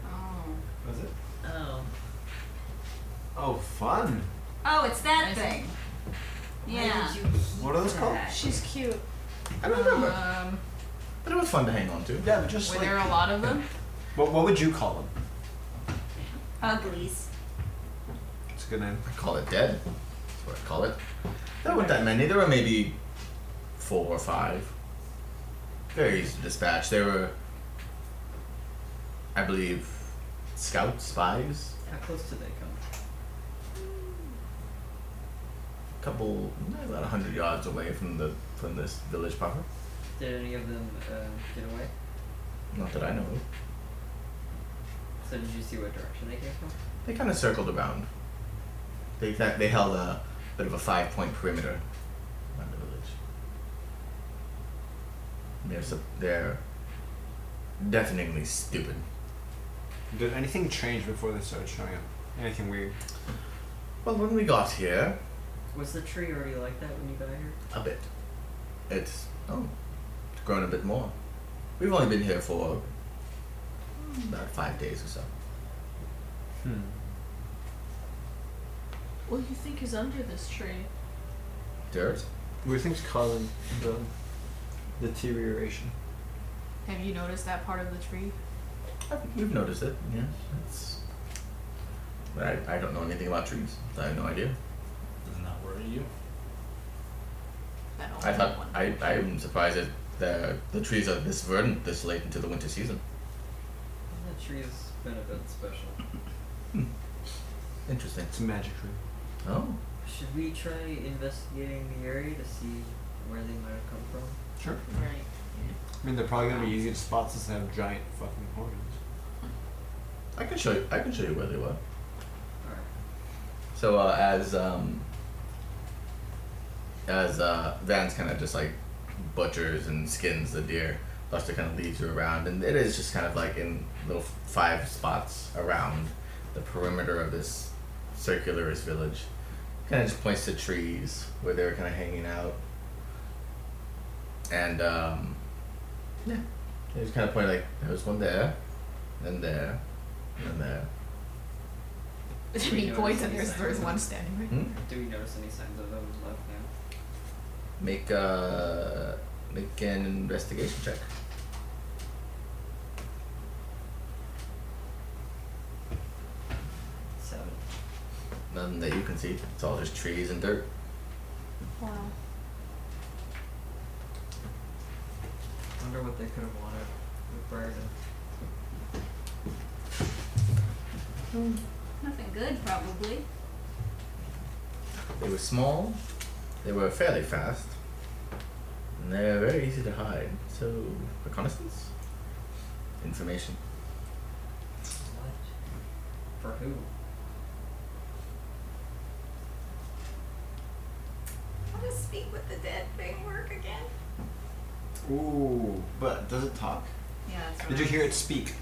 Oh. Was it? Oh. Oh, fun. Oh, it's that thing. Yeah. What are those called? She's cute. I don't remember, Um, but it was fun to hang on to. Yeah, but just were like. there a lot of them? What, what would you call them? Uglies. It's a good name. I call it dead. That's what I call it. There weren't that many. There were maybe four or five. Very easy to dispatch. They were, I believe, scouts, spies, How close did they come? a couple, about a hundred yards away from the from this village proper. Did any of them uh, get away? Not that I know of. So did you see what direction they came from? They kind of circled around. They th- they held a bit of a five point perimeter around the village. They're sup- they're deafeningly stupid. Did anything change before they started showing up? Anything weird? Well, when we got here, Was the tree already like that when you got here? a bit. It's oh, it's grown a bit more. We've only been here for about five days or so. Hmm. What do you think is under this tree? Dirt. Weird things causing the deterioration. Have you noticed that part of the tree? I think You've noticed it, yeah. It's. But I, I don't know anything about trees. so I have no idea. Doesn't that worry you? That I old thought one. I I'm surprised that the the trees are this verdant this late into the winter season. That tree has been a bit special. Interesting. It's a magic tree. Oh. Should we try investigating the area to see where they might have come from? Sure. Right. I mean, they're probably gonna be easy to spot since they have giant fucking horns. I can show you. I can show you where they were. Alright. So uh, as um, as uh, Vance kind of just like butchers and skins the deer, Lester kind of leads you around, and it is just kind of like in little five spots around the perimeter of this circularist village. Kind of just points to trees where they were kind of hanging out, and um, yeah, they just kind of point like there's one there, and there, and uh, there. There's Do we any notice boys and any there's signs there's of one them? standing right. Hmm? Do we notice any signs of them left now? Make uh make an investigation check. Seven. None that you can see. It's all just trees and dirt. Wow. Wonder what they could have wanted with Briarden. Nothing good, probably. They were small. They were fairly fast. And they're very easy to hide. So reconnaissance, information. What? For who? How does speak with the dead thing work again? Ooh, but does it talk? Yeah. That's what Did you I- hear it speak?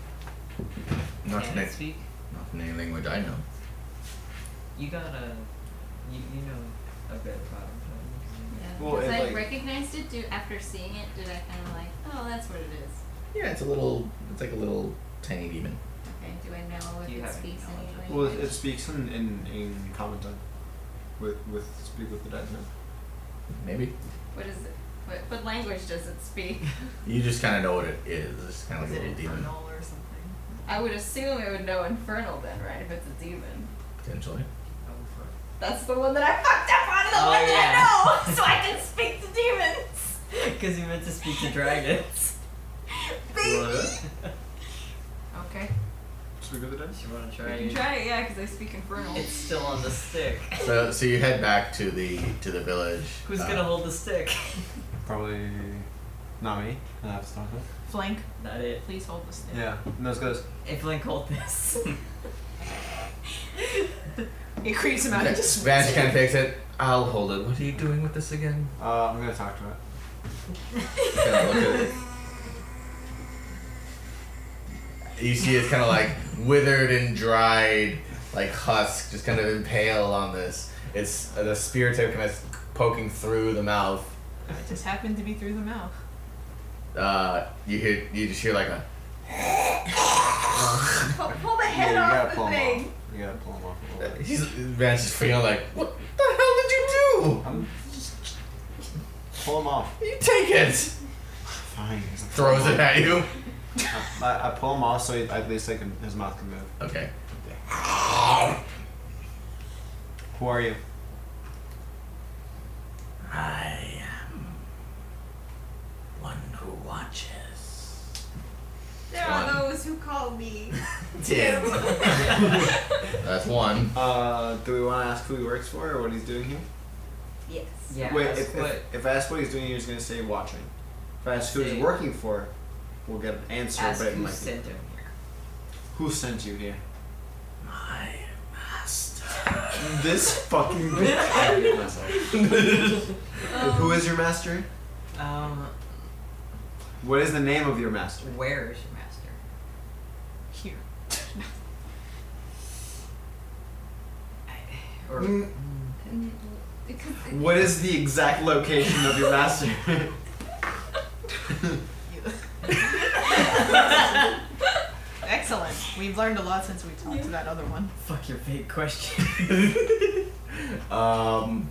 Not Can in it any- speak? Not in any language I know. You got a. You, you know a bit about him. Yeah. Well, Because and, I like- recognized it do, after seeing it. Did I kind of like, oh, that's what it is. Yeah, it's a little. It's like a little tiny demon. Okay, do I know if Do you it have any speaks knowledge of- any Well, language? it, it speaks in, in in common tongue. With with speak with the dead now. Maybe. what is it? What, what language does it speak? You just kind of know what it is. It's kind of Is like a it little demon, infernal or something? I would assume it would know infernal then, right? If it's a demon. potentially. That's the one that I fucked up on, the Oh, one that yeah. I know, so I can speak to demons. Because you meant to speak to dragons. Baby. Okay. Speak with the dead. you want to try You it? can try it, yeah, because I speak infernal. It's still on the stick. So so you head back to the to the village. Who's uh, gonna hold the stick? Probably not me. I have to stop it. Flank. Not it. Please hold this thing. Yeah. And those guys. If Link hold this. It creeps him out. He just Vance kind of takes it. I'll hold it. What are you doing with this again? Uh, I'm gonna talk to it. Kind of look at it. You see it's kind of like withered and dried, like husk, just kind of impaled on this. It's uh, the spear tip kind of poking through the mouth. It just happened to be through the mouth. Uh, you hear, you just hear like a. Pull, pull the Yeah, head you off gotta the pull thing. him off. You gotta pull him off a little bit. He's Vance is freaking out like, what the hell did you do? I'm just pull him off. You take it. Fine. he's like, Throws it at you. I, I pull him off so he, at least I can, his mouth can move. Okay. Who are you? I am one who watches. There One. are those who call me. That's one. Uh, do we want to ask who he works for or what he's doing here? Yes. yeah. Wait, that's if, what, if, if I ask what he's doing, he's gonna say watching. If I ask who Say- he's working for, we'll get an answer, ask but it who might sent be him here. who sent you here. My master. This fucking bitch. I hate myself. who is your master? Um, What is the name of your master? where is your master? Here. Or Mm, Mm, Because What is the exact location of your master? Excellent. We've learned a lot since we talked to that other one. fuck your fake question. Um.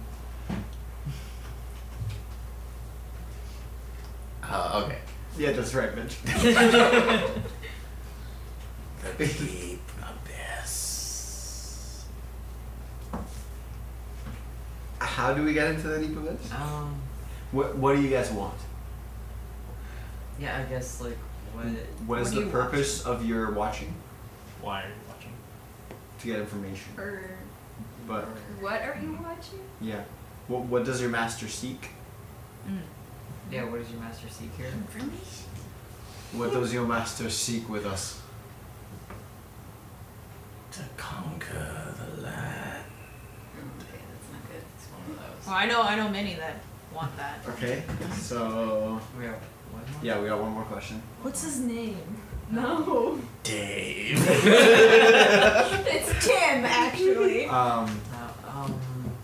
Uh, okay. yeah, that's right, bitch. The deep abyss. How do we get into the deep abyss? um, What What do you guys want? Yeah, I guess like what. What what is do the you purpose of your watching? Why are you watching? To get information. Or But what are you watching? yeah, what What does your master seek? Yeah, what does your master seek here? Information. What does your master seek with us? To conquer the land. Okay, that's not good. It's one of those. Well, I know, I know many that want that. Okay, so We have one more? yeah, we got one more question. What's his name? No. Dave. it's Tim, actually. um. Uh, um,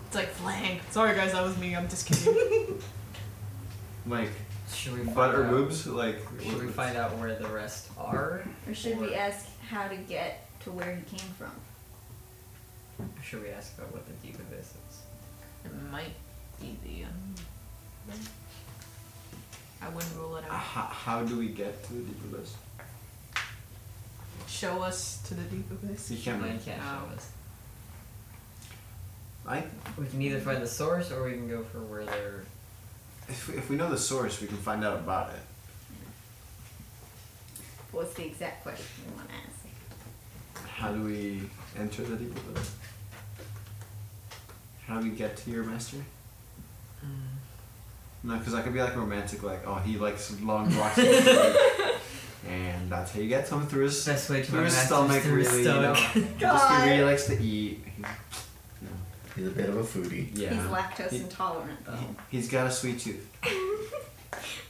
It's like Flang. Sorry, guys, that was me. I'm just kidding. Like should we butt find or out? boobs? Like Should we find out where the rest are? Or should we ask how to get to where he came from? Should we ask about what the deep abyss is? it might be the. Um, I wouldn't rule it h- out. how, how do we get to the deep abyss? Show us to the deep abyss. You can't. No, you Really, can't show us. I We can either find the source or we can go for where they're. if we, if we know the source, we can find out about it. What's the exact question we want to ask? How do we enter the deep abyss? How do we get to your master? Mm. No, because I could be like romantic, like oh he likes long walks, in the day, and that's how you get him through his Best way to through my his master's stomach. through really, his stomach. you know, just he really likes to eat. He's, you know, He's a bit of a foodie. yeah, He's lactose He- Uh-huh. intolerant, though. oh. He's got a sweet tooth.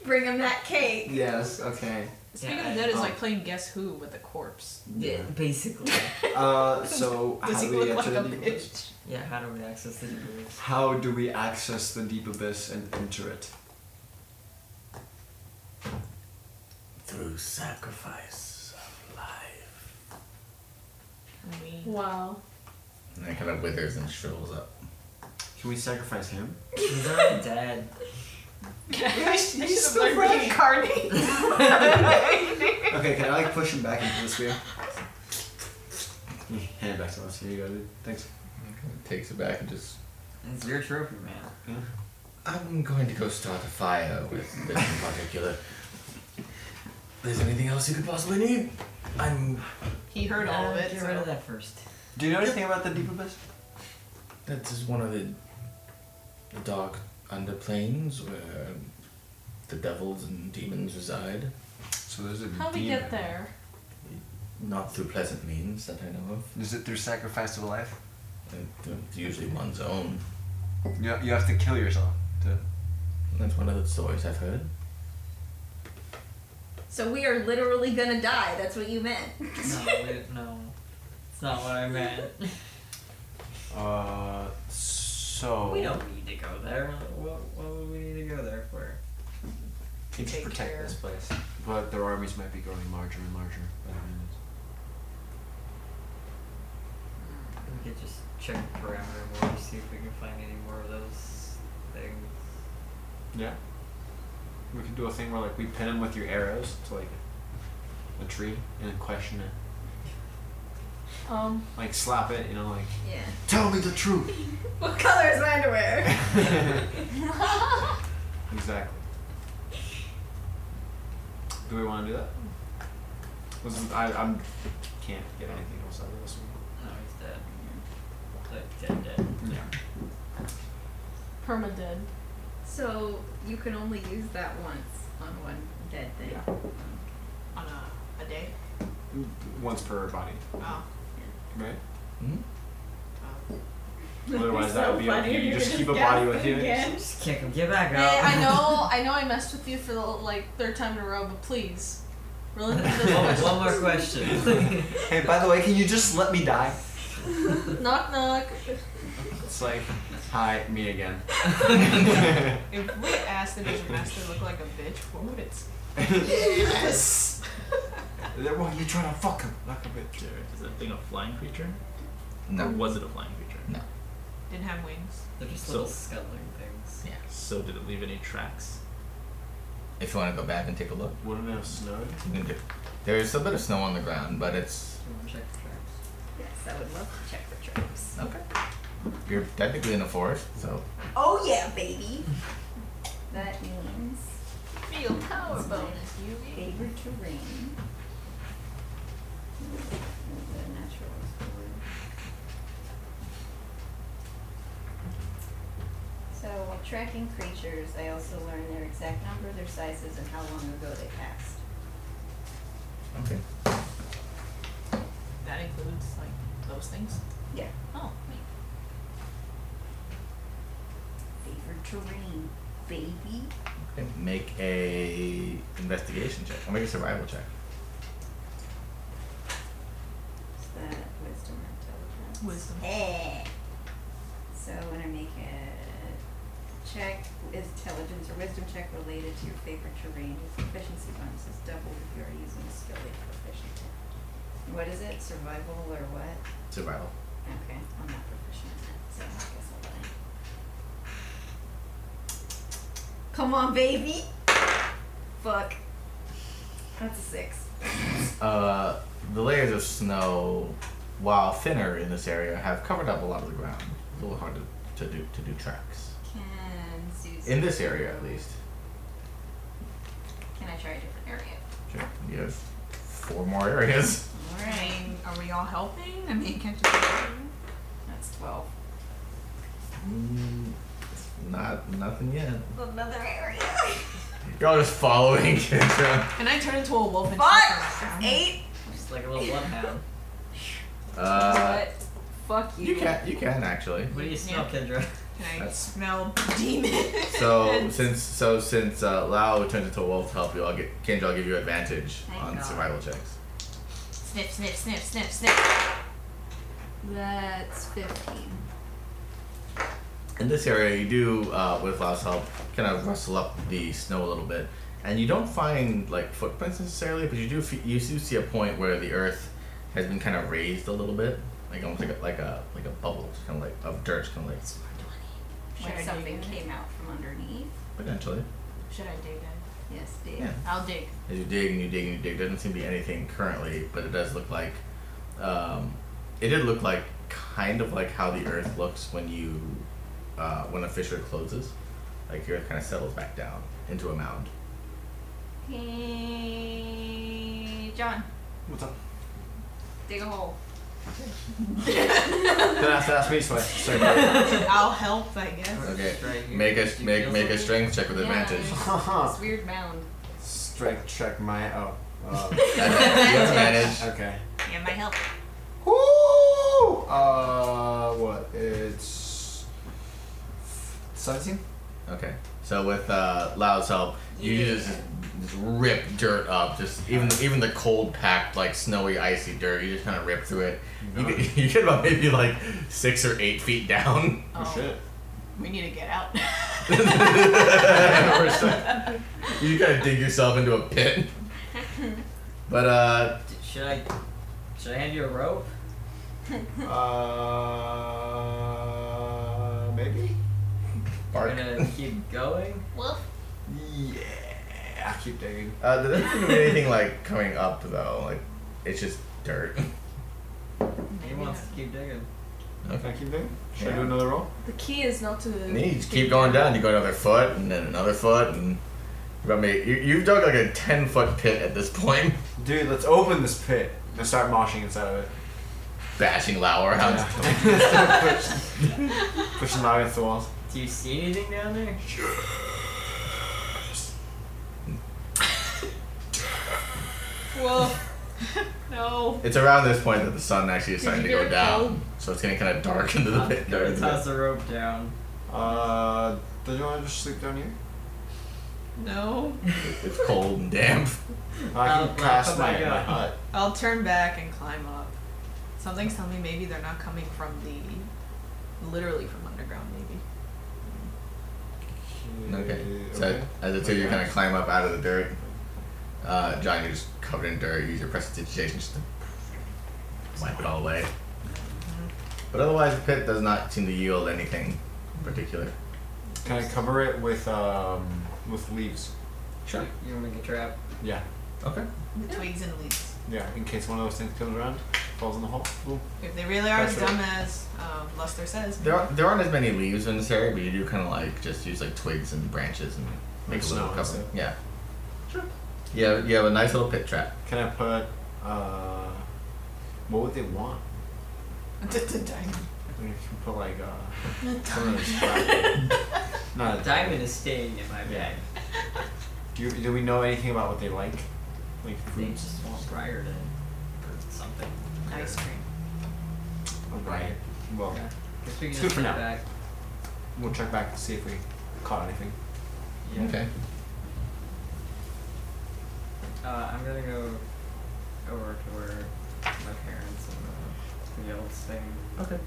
Bring him that cake. Yes. Okay. Speaking Yeah, of that, it's oh. like playing Guess Who with a corpse. Yeah, basically. Uh, so how Does he do we look get like to the a deep abyss? bitch? Yeah, how do we access the deep abyss? How do we access the deep abyss and enter it? Through sacrifice of life. I mean, Wow. And it kind of withers and shrivels up. Can we sacrifice him? He's already dead. I should He's have so learned reincarnate. Okay, can I like push him back into the sphere? Hand it back to us. Here you go, dude. Thanks. Takes it back and just. It's your trophy, man. I'm going to go start a fire with this in particular. There's anything else you could possibly need? I'm. He heard all of Uh, it. Get so- rid of that first. Do you know anything about the deep abyss? That's just one of the, the dark underplanes where the devils and demons reside. So there's a How we get there? Not through pleasant means that I know of. Is it through sacrifice of life? It- It's usually one's own. You, you have to kill yourself. To... That's one of the stories I've heard. So we are literally gonna die. That's what you meant. No, wait, no. It's not what I meant. Uh, so We don't need to go there. What, what would we need to go there for? you Take protect care. this place, but their armies might be growing larger and larger. by the minute. We could just check the parameter more to see if we can find any more of those things. Yeah. We could do a thing where like we pin him with your arrows to like a tree and then question it. Um, Like slap it, you know, like Yeah. Tell me the truth What color is my underwear? Exactly. Do we wanna do that? This is- I I'm can't get anything else out of this one. No, Oh, he's dead. Like, dead, dead. Yeah. perma dead. so you can only use that once on one dead thing. Yeah. On a, a day? Mm, Once per body, Oh. right? Hmm? Otherwise that would be funny. okay. You You're just just keep a body with gasping you. again. Just kick him. Get back Hey, out. I know, I know, I messed with you for the like third time in a row, but please, we're looking for those one, questions. one more question. Hey, by the way, can you just let me die? Knock knock. It's like hi, me again. If we asked if your master looked like a bitch, what would it? yes. Why you trying to fuck him like a bitch? Jared, is that thing a flying creature? No. Or was it a flying creature? No. Didn't have wings. They're just So- little scuttling things. Yeah. So did it leave any tracks? If you want to go back and take a look, Wouldn't it have snowed? you can do. There's a bit of snow on the ground, but it's Do you want to check the traps? Yes, I would love to check for traps. okay. You're technically in a forest, so Oh yeah, baby. That means Feel power it's my bonus, Yugi. favorite terrain. No, the natural is forward. So while tracking creatures, I also learn their exact number, their sizes, and how long ago they passed. Okay. That includes like those things. Yeah. Oh, wait. Favorite terrain, baby. Okay. Make a investigation check. Or make a survival check. Is that wisdom or intelligence? Wisdom. Eh. So when I make a check, is intelligence or wisdom check related to your favorite terrain? Your proficiency bonus is doubled if you are using a skill that you're proficient in. What is it? Survival or what? Survival. Okay, I'm not proficient in that, so I guess I'll lie. Come on, baby. Fuck. That's a six. Uh, the layers of snow, while thinner in this area, have covered up a lot of the ground. It's a little hard to, to do to do tracks Can Susan? in this area, at least. Can I try a different area? Sure. You have four more areas. Alright. Are we all helping? I mean, can't you? That's twelve. Mm, Not nothing yet. Another area. You're all just following Kendra. Can I turn into a wolf and Fuck! Eight. Just like a little bloodhound. Uh, Fuck you. you can you can actually. What do you smell, Kendra? Can I That's- smell demons? So since so since uh, Lao turns into a wolf to help you, I'll get Kendra. I'll give you advantage Thank on God. survival checks. Sniff, sniff, sniff, sniff, sniff. That's fifteen. In this area, you do uh, with Lao's help kind of rustle up the snow a little bit, and you don't find like footprints necessarily, but you do fe- you do see a point where the earth has been kind of raised a little bit, like almost like a like a like a bubble, just kind of like of dirt, just kind of like Like something came out from underneath. potentially. Should I dig in? Yes, dear. Yeah. I'll dig. As you dig and you dig and you dig, doesn't seem to be anything currently, but it does look like, um, it did look like kind of like how the earth looks when you, uh, when a fissure closes, like the earth kind of settles back down into a mound. Hey, John, What's up? dig a hole. Don't have to ask me, so I sorry about that. I'll help, I guess. Okay, Right, you- make a you make feel make something? a strength check with Yeah. advantage. This weird mound. Strength check my oh. Uh, you have advantage. okay. Yeah, my help. Woo! Uh, what? It's seventeen. Okay, so with uh, Lao's help, you just, just rip dirt up. Just even even the cold packed like snowy icy dirt, you just kind of rip through it. You get, you get about maybe like six or eight feet down. Oh, shit. We need to get out. Or so- you gotta dig yourself into a pit. But uh, D- Should I? Should I hand you a rope? Uh, maybe. We're bark. gonna keep going. Yeah. Keep digging. Uh, there doesn't seem to be anything like coming up though. Like it's just dirt. He wants to keep digging. Can I keep digging? Should I Yeah. do another roll? The key is not to. And then you just keep going down. You go another foot, and then another foot, and I mean, you, you've dug like a ten foot pit at this point, Dude, let's open this pit and start moshing inside of it. bashing Lau Oh. around. Push- Pushing log against the walls. Do you see anything down there? Well, no. It's around this point that the sun actually is starting to you go get down, cold? so it's getting kind of dark into the I'm pit. gonna dark into toss the- the rope down. Uh, do you want to just sleep down here? No. It's cold and damp. I Oh, can well, cast oh my, my my, God. hut. I'll turn back and climb up. Something's telling me maybe they're not coming from the. literally from underground, maybe. Mm, Okay. So as the two of you kind of climb up out of the dirt, uh, John, you're just covered in dirt. You use your prestidigitation just to wipe it all away. But otherwise, the pit does not seem to yield anything in particular. Can I cover it with um with leaves? Sure. You wanna make a trap? Yeah. Okay. Twigs and leaves. Yeah. In case one of those things comes around. falls in the hole. Boom. If they really are as Pressure. dumb as um, Lester says. There, are, there aren't as many leaves in this area, but you do kind of like just use like twigs and branches and make Like a little snow and cover. stuff. Yeah. You have, you have a nice little pit trap. Can I put? Uh, what would they want? I mean, you can put like uh, some of those flowers. Not a Diamond is staying in my Yeah. bag. Do, you, do we know anything about what they like? Like They foods? just want Briar to or something. Ice cream. Right. Well, Yeah. Guess we can it's just good for head now. back. We'll check back to see if we caught anything. Yeah. Okay. Uh, I'm gonna go over to where my parents and uh, the, the elves thing. Okay.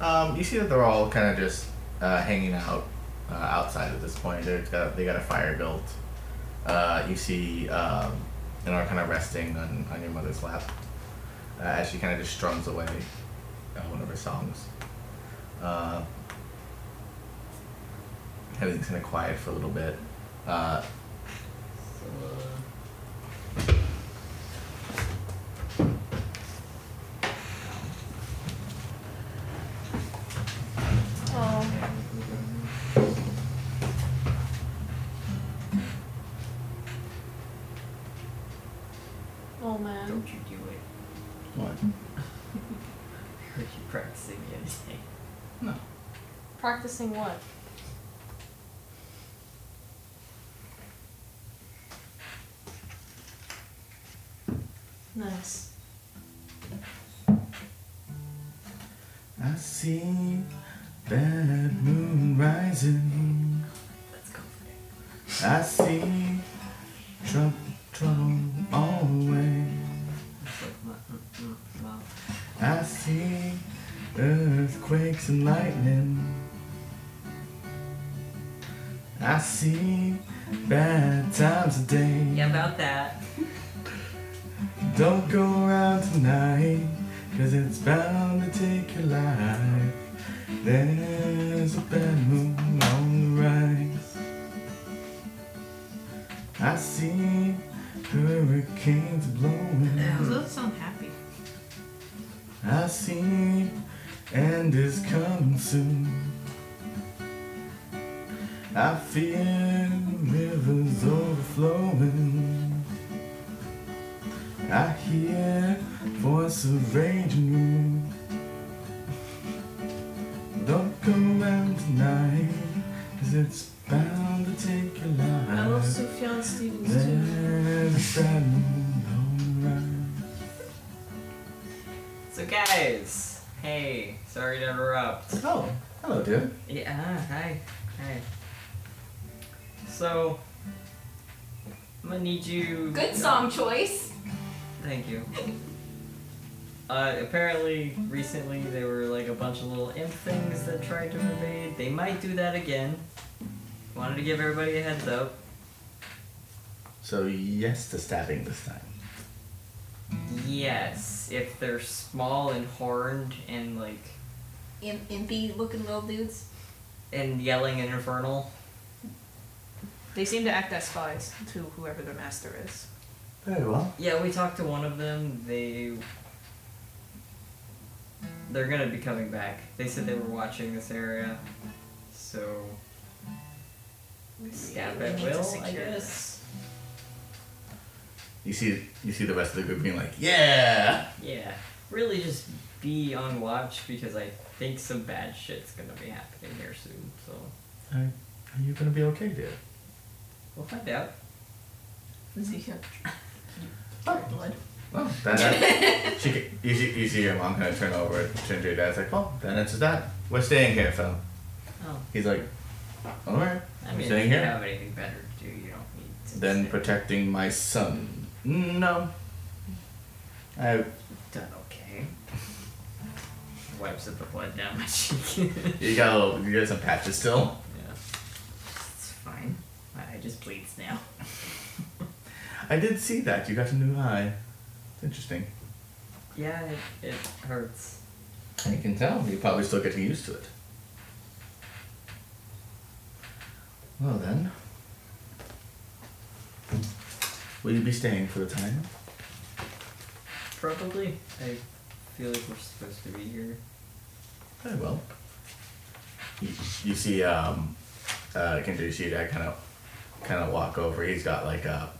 Um, you see that they're all kind of just uh, hanging out uh, outside at this point. They're, uh, they got a fire built. Uh, you see, um, and are kind of resting on, on your mother's lap uh, as she kind of just strums away uh, one of her songs. Uh, everything's kind of quiet for a little bit. Uh, Oh man. Don't you do it. What? Heard you practicing the other day. No. Practicing what? Nice. I see that moon rising. I see trouble, trouble always. I see earthquakes and lightning. I see bad times a day. Yeah, about that. Don't go around tonight, cause it's bound to take your life. There's a bad moon on the rise. I see hurricanes blowing. Those don't sound happy. I see and is coming soon. I feel rivers overflowing. I hear voice of raging moon. Don't come around tonight, cause it's bound to take your life. I love Sufjan Stevens too. There's a bad moon on the rise. So guys, hey, sorry to interrupt. Oh, hello, dude. Yeah, hi, hi. So, I'm gonna need you. Good song choice. Thank you. Uh, apparently, recently there were like a bunch of little imp things that tried to invade. They might do that again. Wanted to give everybody a heads up. So, yes to stabbing this time. Yes, if they're small and horned and like Im- impy looking little dudes. and yelling and infernal. They seem to act as spies to whoever their master is. Very well. Yeah, we talked to one of them. They they're gonna be coming back. They said they were watching this area, so stab we at need to will, I secure guess. You see, you see the rest of the group being like, "Yeah." Yeah, really, just be on watch because I think some bad shit's gonna be happening here soon. So Are, are you gonna be okay, dude? we'll find out. Ezekiel. Blood. Well, that she, ca- you see, you see your mom kind of turn over, turn to your dad. It's like, "Well, that answers that. We're staying here, Phil." Oh, He's like, "All right, I we're mean, if staying you here." have anything better to do, you don't need to. Then protecting my son. No. I Done okay. Wipes up the blood down my cheek. you got a little, you got some patches still. Yeah. It's fine. I I just bleeds now. I did see that you got a new eye. Interesting. Yeah, it, it hurts. I can tell you're probably still getting used to it. Well then, will you be staying for the time? Probably. I feel like we're supposed to be here. Very Oh, well. You, you see, um, uh, Kendra, you see that kind of, kind of walk over. He's got like a,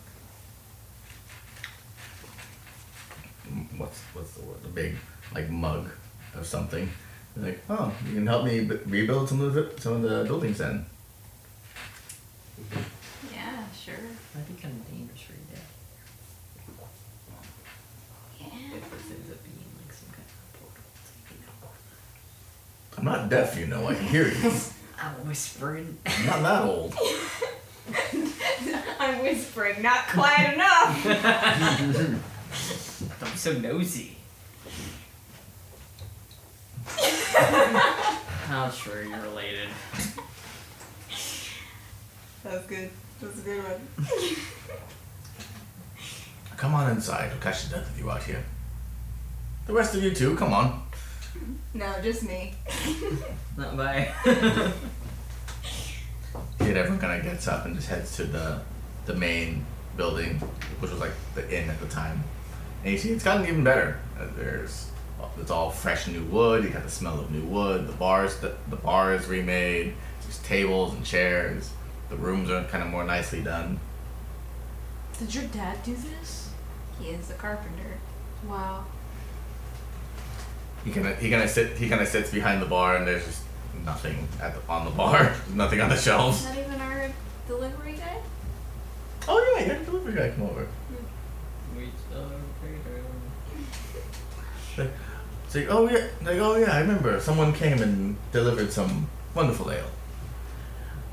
mm, what's what's the word? The big like mug of something. He's like, oh, you can help me b- rebuild some of the some of the buildings then. Yeah, sure. That'd be kind of dangerous for you to Yeah. if this ends up being like some kind of portal. to, you know. I'm not deaf, you know. I can hear you. I'm whispering. I'm not that old. I'm whispering, not quiet enough. I'm so nosy. oh, sure, you're related. That was good. That was a good one. Come on inside. We'll catch the death of you out here. The rest of you too. Come on. No, just me. Not by. Yeah, everyone kind of gets up and just heads to the the main building, which was like the inn at the time. And you see, it's gotten even better. Uh, There's it's all fresh new wood. You got the smell of new wood. The bars the, the bar is remade. There's tables and chairs. The rooms are kind of more nicely done. Did your dad do this? He is a carpenter. Wow. He kind of he kind of sit he kind of sits behind the bar and there's just nothing at the, on the bar. nothing on the shelves. Not even our delivery guy? Oh yeah, you got a delivery guy come over. We are Like, it's like, oh yeah, like oh yeah, I remember someone came and delivered some wonderful ale.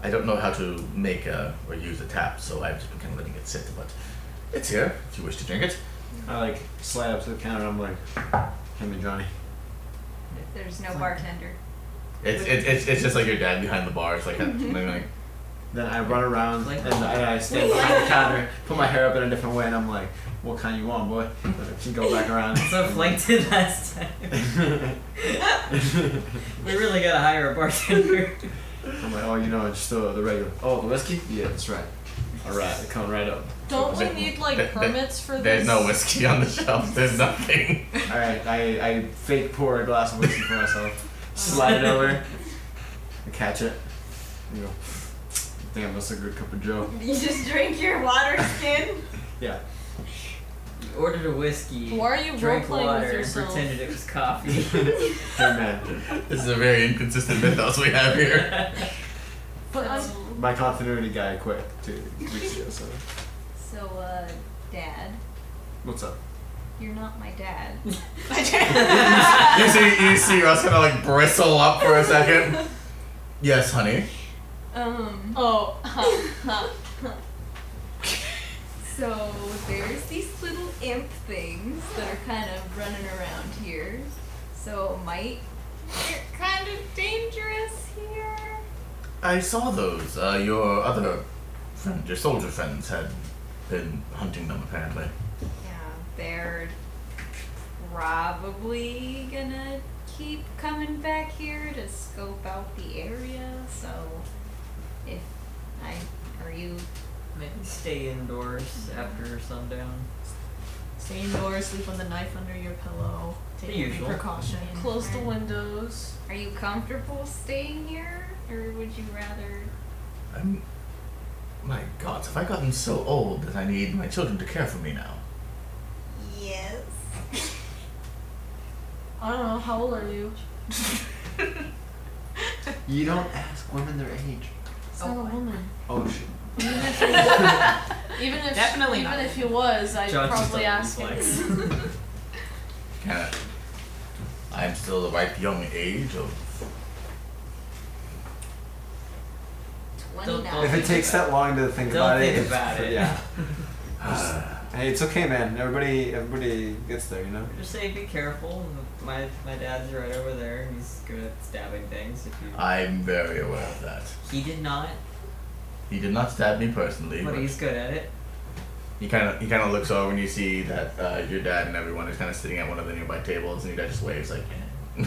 I don't know how to make a, or use a tap, so I've just been kind of letting it sit. But it's here if you wish to drink it. I like slide up to the counter. I'm like, him and Johnny. There's no bartender. It's it's it's, it's just like your dad behind the bar. It's like, and then like Then I run around and I, I stand behind the counter, put my hair up in a different way, and I'm like, "What kind you want, boy?" And she go back around. So flanked it last time. we really gotta hire a bartender. I'm like, "Oh, you know, just the the regular. Oh, the whiskey? Yeah, that's right. All right, it come right up. Don't we Th- need like th- th- permits for there's this? no whiskey on the shelf. There's nothing. All right, I I fake pour a glass of whiskey for myself, slide it over, I catch it, and go. I think I must have a good cup of Joe. You just drink your water skin. Yeah. You ordered a whiskey. Why are you drank role-playing with water and yourself? pretended it was coffee. hey man, This is a very inconsistent mythos we have here. But I'm, my continuity guy quit two weeks ago. So So, uh, Dad, what's up? you're not my dad. You see you see us kind of like bristle up for a second. Yes, honey. Um, oh, huh, huh. so there's these little imp things that are kind of running around here. So, might they're kind of dangerous here. I saw those. Uh, your other friend, your soldier friends, had been hunting them apparently. Yeah, they're probably gonna keep coming back here to scope out the area. So, if I are you Maybe stay indoors after sundown. Stay indoors, sleep with a knife under your pillow. Take The usual. precaution. Close the windows. are you comfortable staying here, or would you rather? I'm. My God, have I gotten so old that I need my children to care for me now? Yes. I don't know, how old are you? You don't ask women their age. It's not a woman. Oh shit. Even if Definitely even not. if he was, I'd John's just probably a ask him. reflex. Kinda. I'm still the ripe young age of. Twenty Don't- If dollars. it takes that long to think Don't about it, think it's- about it. Yeah. hey, it's okay, man. Everybody, everybody gets there, you know. Just say be careful. My my dad's right over there. and He's good at stabbing things. If you I'm very aware of that. he did not, He did not stab me personally, but but he's good at it. he kind of he kind of looks over and you see that uh, your dad and everyone is kind of sitting at one of the nearby tables, and your dad just waves like. eh.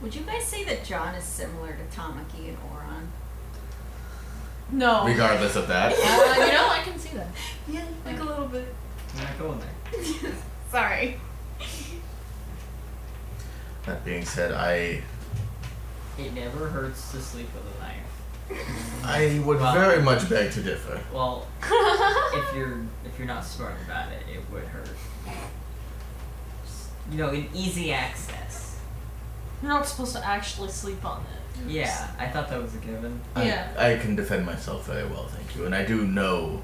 Would you guys say that John is similar to Tamaki and Oron? Oh. No. Uh, Regardless of that. you know, I can see that. Yeah, like a little bit. I'm not going there. Sorry. That being said, I It never hurts to sleep with a knife. I would Well- very much beg to differ. Well, if you're if you're not smart about it, it would hurt. Just, You know, an easy access. You're not supposed to actually sleep on it. Yeah, I thought that was a given. I, Yeah. I can defend myself very well, thank you, and I do know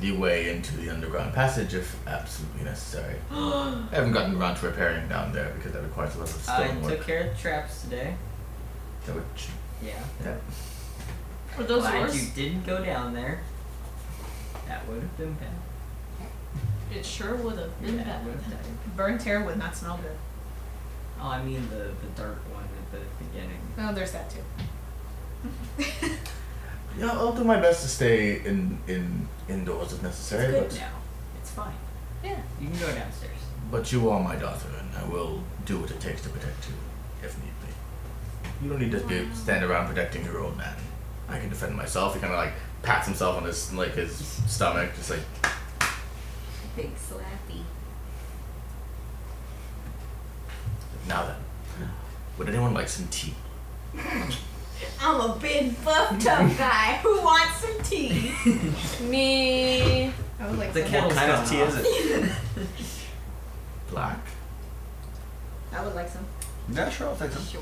the way into the underground passage if absolutely necessary. I haven't gotten around to repairing down there because that requires a lot of I took stone work. care of the traps today. That would ch- Yeah. yeah. Were those Glad yours? you didn't go down there. That would have been bad. It sure would have been Yeah, bad. would have died. Burnt hair would not smell good. Oh, I mean the the dark one at the beginning. Oh, there's that too. Yeah, I'll do my best to stay in in indoors if necessary. It's good but, now. It's fine. Yeah. You can go downstairs. but you are my daughter, and I will do what it takes to protect you, if need be. You don't need to be, stand around protecting your old man. I can defend myself. He kind of like pats himself on his like his stomach, just like Big slappy. now then. Would anyone like some tea? I'm a big buff tough guy who wants some tea. Me. I was like, The some- kettle's What kind of gone tea off. is it? Black. I would like some. Yeah, sure, I'll take some. Sure.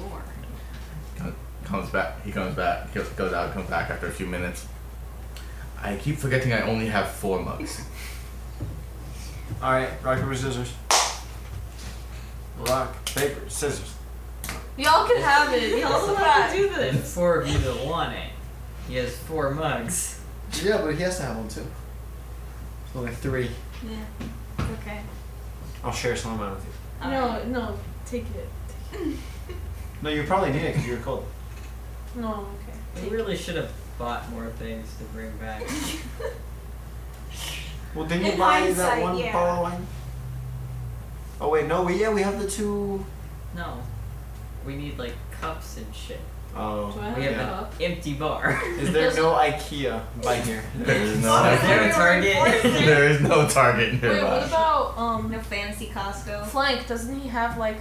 Comes back. He comes back. He goes out. Comes back after a few minutes. I keep forgetting I only have four mugs. All right, rock paper scissors. Rock paper scissors. Y'all can have it. Y'all It's can not- have do There's this. four of you that want it. He has four mugs. Yeah, but he has to have one too. There's only three. Yeah. It's okay. I'll share some amount with you. No, no. Take it. Take it. No, you probably need it because you're cold. No, We okay. really should have bought more things to bring back. Well, didn't you In buy that hindsight, one yeah. bottle of wine? Oh wait, no. We yeah, we have the two. No. We need like cups and shit. Oh, Do I have We a yeah. cup? Empty bar. Is there no IKEA by here? There is Is there a no. target? there is no target Wait, nearby. what about um No fancy Costco. Flank? Doesn't he have like?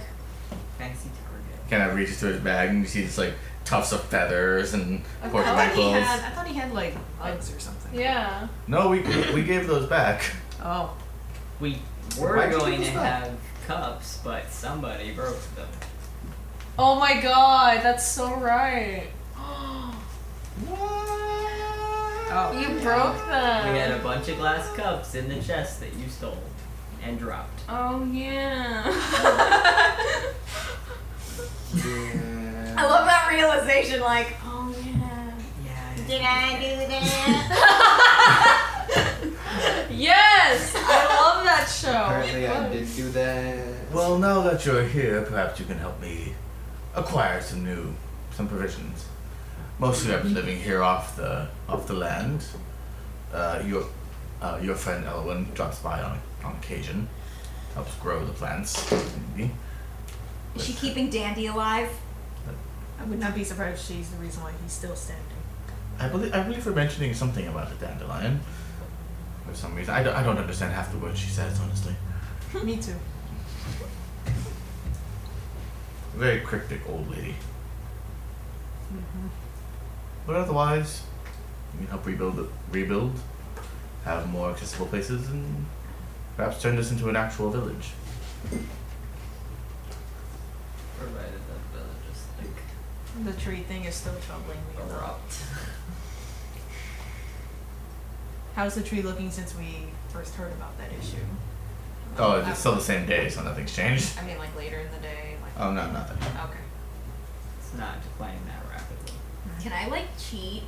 Fancy target. kind of reaches to his bag and you see just like tufts of feathers and I pork thought he knuckles. had. I thought he had like Uggs or something. Yeah. No, we we gave those back. Oh. We were Why'd you going give to us that? have cups, but somebody broke them. Oh my god, that's so right. Oh. You broke them. We had Oh. a bunch of glass cups in the chest that you stole and dropped. Oh yeah. I love that realization. Like, oh yeah, Yeah. did I do that? yes, I love that show. Apparently, I did do that. Well, now that you're here, perhaps you can help me acquire some new some provisions. Mostly, I've been living here off the off the land. Uh, your uh, your friend Elwin drops by on on occasion, helps grow the plants. Maybe. Is she keeping Dandy alive? I would not be surprised if she's the reason why he's still standing. I believe I believe we're mentioning something about a dandelion. For some reason, I don't, I don't understand half the words she says. Honestly, Me too. very cryptic old lady. But otherwise, we can help rebuild it, rebuild, have more accessible places, and perhaps turn this into an actual village. Provided that village is like The tree thing is still troubling me. a lot. erupt. How's the tree looking since we first heard about that issue? Oh, it's still the same day, so nothing's changed. I mean, like later in the day. Like. Oh no, nothing. Okay. It's not declining that rapidly. Can I like cheat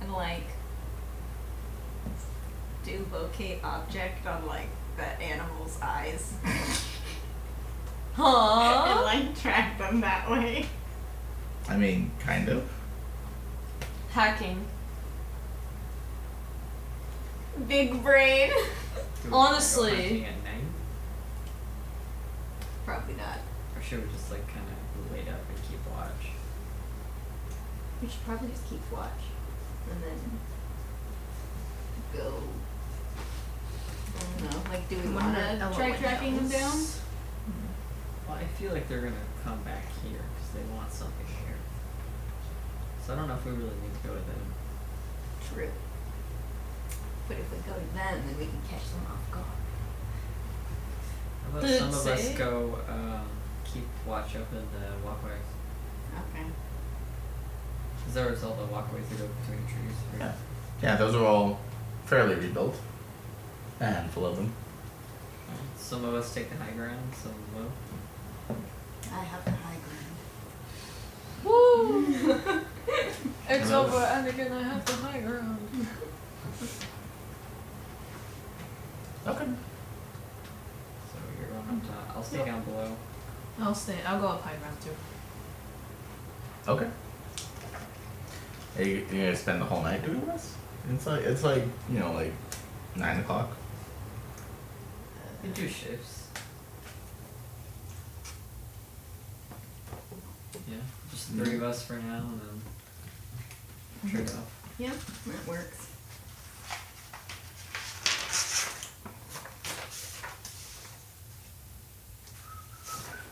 and like do locate object on like the animal's eyes and Huh? like track them that way? I mean, kind of. Hacking. Big brain. Do we Honestly. go hunting at night? Probably not. Or should we just like kind of wait up and keep watch? We should probably just keep watch and then go. I don't know. Like, do we Wonder want to if try Ella tracking them down? knows. Well, I I feel like they're gonna come back here because they want something here. So I don't know if we really need to go with them. True. But if we go to them, then we can catch them off guard. How about Did it some of us say? go um, keep watch open the walkways? Okay. Because there was all the walkways that go between trees. right? Yeah. Yeah, those are all fairly rebuilt. A handful of them. Some of us take the high ground, some low. I have the high ground. Woo! it's Hello. over, and again I have the high ground. Okay. So you're going up top. I'll stay down below. I'll stay. I'll go up high ground too. Okay. Are you, you're gonna spend the whole night doing this? It's like it's like you know like nine o'clock. You do shifts. Yeah, just the three of us for now, and then trade off. Yep, that works.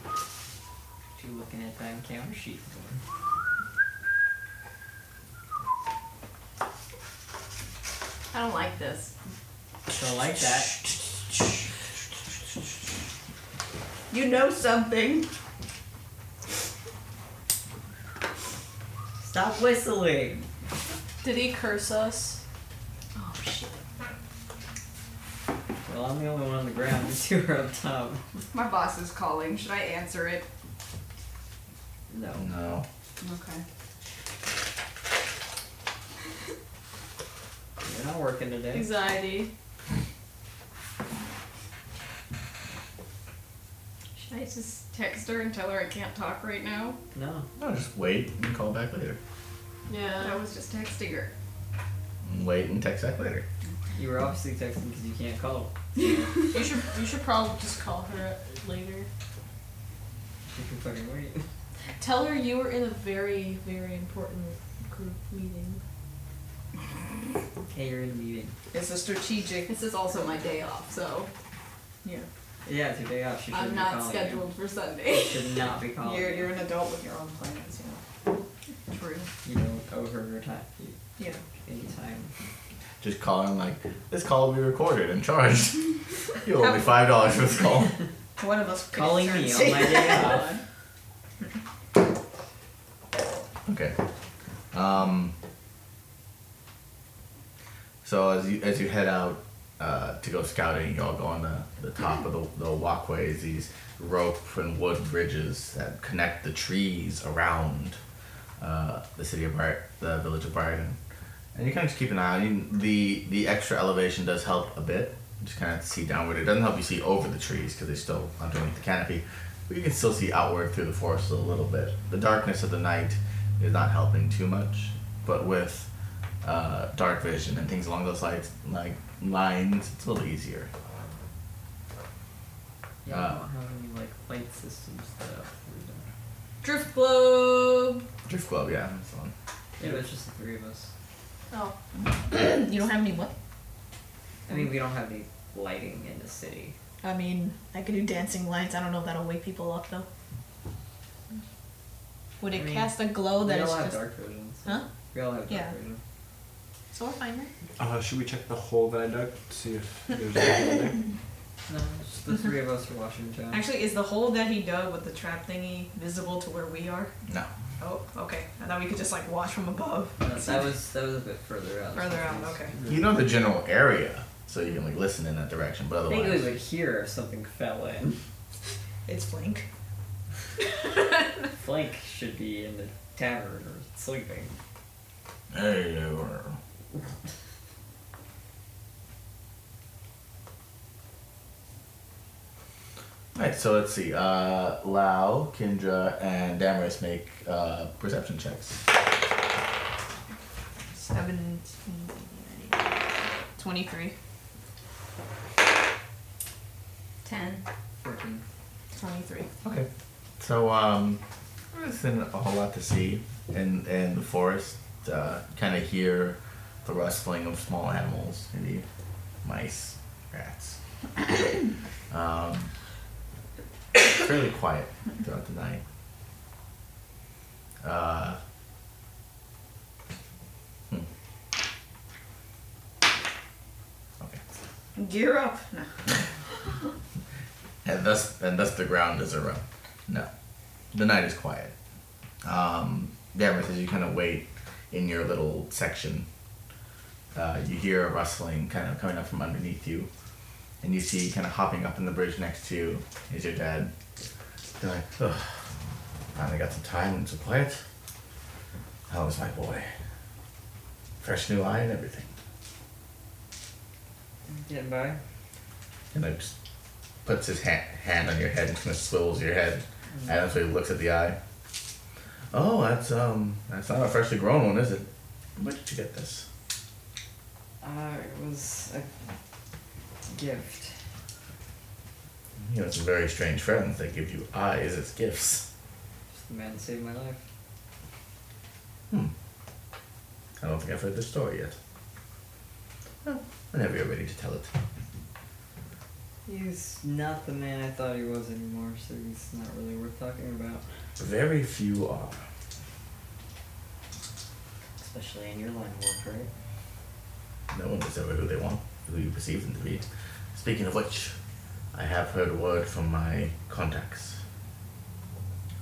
What you looking at that encounter sheet for? I don't like this. So like that. You know something. Stop whistling. Did he curse us? Oh shit. Well, I'm the only one on the ground. You two are up top. My boss is calling. Should I answer it? No. No. Okay. You're not working today. Anxiety. Should I just text her and tell her I can't talk right now? No. No, just wait and call back later. I Yeah. was just texting her. Wait and text back later. You were obviously texting because you can't call. You should you should probably just call her later. You can fucking wait. Tell her you were in a very, very important group meeting. Hey, you're in a meeting. It's a strategic. This is also my day off, so yeah. Yeah, it's your day off. She shouldn't I'm be not calling scheduled You. for She Sunday. should not be calling. You're you. you're an adult with your own plans, yeah. True. you don't owe her her time. You, Yeah. any time. Just call and like this call will be recorded and charged. you owe me five dollars for this call. One of us could Calling start me on saying my day that. off. Okay. Um, so as you as you head out uh, to go scouting, you all go on the, the top of the, the walkways, these rope and wood bridges that connect the trees around uh, the city of Bright, the village of Brighton. And you kind of just keep an eye. on you- the the extra elevation does help a bit. You Just kind of see downward. It doesn't help you see over the trees because they're still underneath the canopy, but you can still see outward through the forest a little bit. The darkness of the night is not helping too much, but with uh, dark vision and things along those lines, like lines, it's a little easier. Yeah, Uh, I don't have any like light systems set up. We don't. Drift globe. Drift Globe, yeah, that's the one. Yeah, it's just the three of us. Oh. you don't have any what? I mean, we don't have any lighting in the city. I mean, I could do dancing lights. I don't know if that'll wake people up though. Would it I mean, cast a glow Oh, that we is all have just dark vision. so- huh? We all have dark Yeah. vision. Solar finder? Uh, should we check the hole that I dug to see if there's anything in there? No, it's just the three of us are watching town. Actually, is the hole that he dug with the trap thingy visible to where we are? No. Oh, okay. I thought we could just like watch from above. No, that was that was a bit further out. Further out, okay. You know the general area, so you can like listen in that direction, but I think we otherwise, would hear if something fell in. It's blank. Flank should be in the tavern or sleeping. hey, you are. Alright, so let's see. Uh, Lau, Kindra, and Damaris make uh, perception checks. Seventeen. 23. Ten. Fourteen. 23. Okay. So, um, there isn't a whole lot to see in, in the forest. Uh, kind of hear the rustling of small animals, maybe mice, rats. um, fairly quiet throughout the night. Uh, Gear up. No. and thus and thus the ground is around. No, the night is quiet. Um, Damaris, as you kind of wait in your little section, uh, you hear a rustling kind of coming up from underneath you, and you see kind of hopping up on the bridge next to you is your dad. You're like, "Ugh, finally got some time and some quiet. How was my boy? Fresh new eye and everything. Getting by. and like just puts his ha- hand on your head and kind of swivels your head. And so he looks at the eye. Oh, that's um, that's not a freshly grown one, is it? Where did you get this? Uh, it was a gift. You have some very strange friends that give you eyes as gifts. The man saved my life. I don't think I've heard this story yet. Whenever you're ready to tell it. He's not the man I thought he was anymore, so he's not really worth talking about. Very few are. Especially in your line of work, right? No one is ever who they want, who you perceive them to be. Speaking of which, I have heard word from my contacts.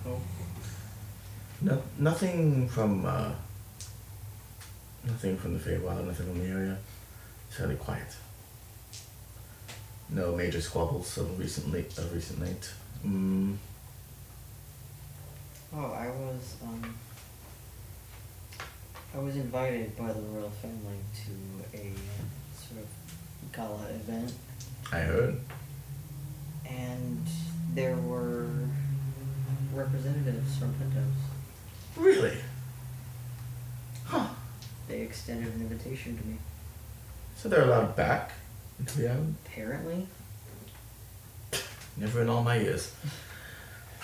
Oh. No, nothing from uh, nothing from the Feywild, nothing from the area. It's fairly quiet. No major squabbles of recent late of recent late. Mm, Oh, I was um I was invited by the royal family to a uh, sort of gala event I heard. and there were representatives from Pentos. Really? They extended an invitation to me. So they're allowed back into the island? Apparently. Never in all my years.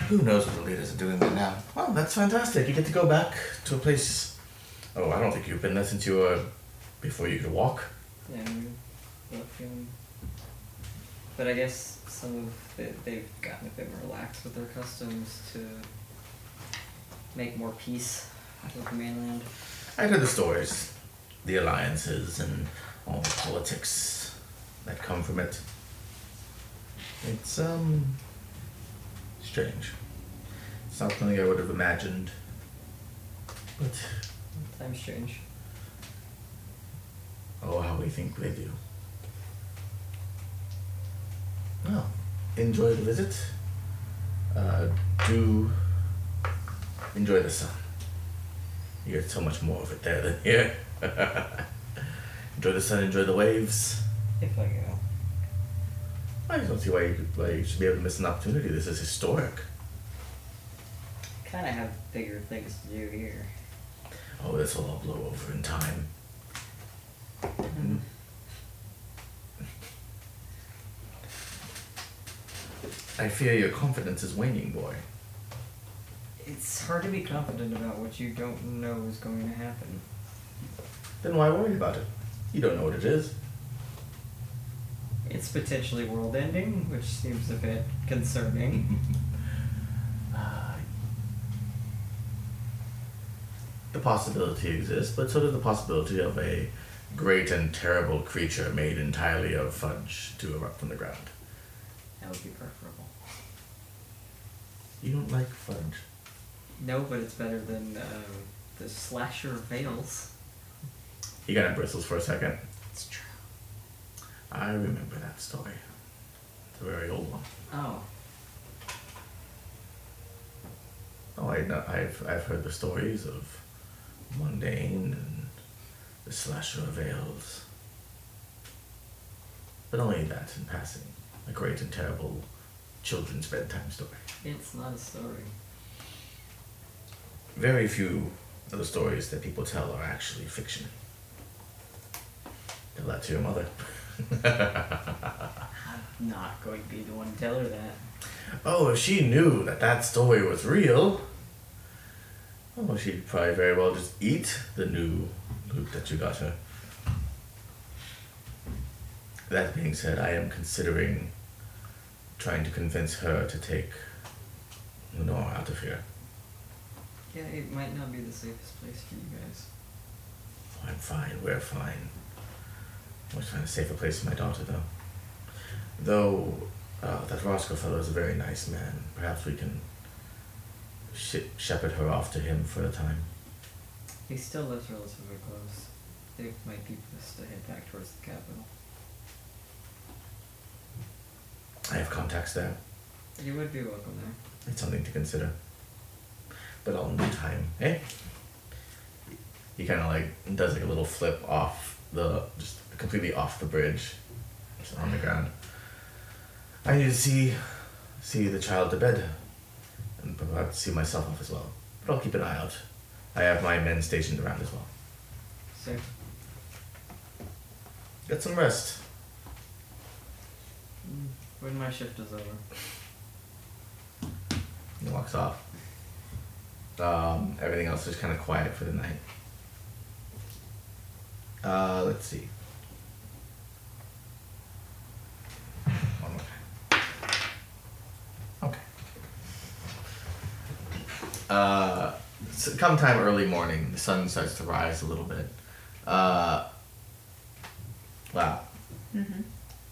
Who knows what the leaders are doing right now? Well, that's fantastic. You get to go back to a place. Oh, I don't think you've been there since you were before you could walk. Yeah, I mean, but, um, but I guess some of the, they've gotten a bit more lax with their customs to make more peace with the mainland. I heard the stories, the alliances, and all the politics that come from it. It's um strange. It's not something I would have imagined. But Times change. oh, how we think with you. Well, enjoy the visit. Uh, do enjoy the sun. You get so much more of it there than here. enjoy the sun. Enjoy the waves. If I go. I just don't see why you, could, why you should be able to miss an opportunity. This is historic. Kind of have bigger things to do here. Oh, this will all blow over in time. Mm. I fear your confidence is waning, boy. It's hard to be confident about what you don't know is going to happen. Then why worry about it? You don't know what it is. It's potentially world ending, which seems a bit concerning. The possibility exists, but so does the possibility of a great and terrible creature made entirely of fudge to erupt from the ground. that would be preferable. You don't like fudge. No, but it's better than uh, the slasher veils. He kind of bristles for a second. It's true. I remember that story. It's a very old one. Oh, Oh, I know, I've, I've heard the stories of mundane and the slasher of veils. But only that in passing. A great and terrible children's bedtime story. it's not a story. Very few of the stories that people tell are actually fiction. Tell that to your mother. I'm not going to be the one to tell her that. oh, if she knew that that story was real, oh, she'd probably very well just eat the new loot that you got her. That being said, I am considering trying to convince her to take You know, out of here. Yeah, it might not be the safest place for you guys. I'm fine. We're fine. We're trying to save a place for my daughter, though. Though uh, that Roscoe fellow is a very nice man. Perhaps we can sh- shepherd her off to him for a time. He still lives relatively close. They might be best to head back towards the capital. I have contacts there. You would be welcome there. It's something to consider. But all in due time, eh? He kind of like does like a little flip off the just completely off the bridge, just on the ground. I need to see see the child to bed, and perhaps see myself off as well. But I'll keep an eye out. I have my men stationed around as well. Safe. Get some rest. Mm, When my shift is over. He walks off. Um, everything else is kind of quiet for the night. Uh, let's see. One more time. Okay. Uh, so come time early morning, the sun starts to rise a little bit. Uh, wow. Mm-hmm.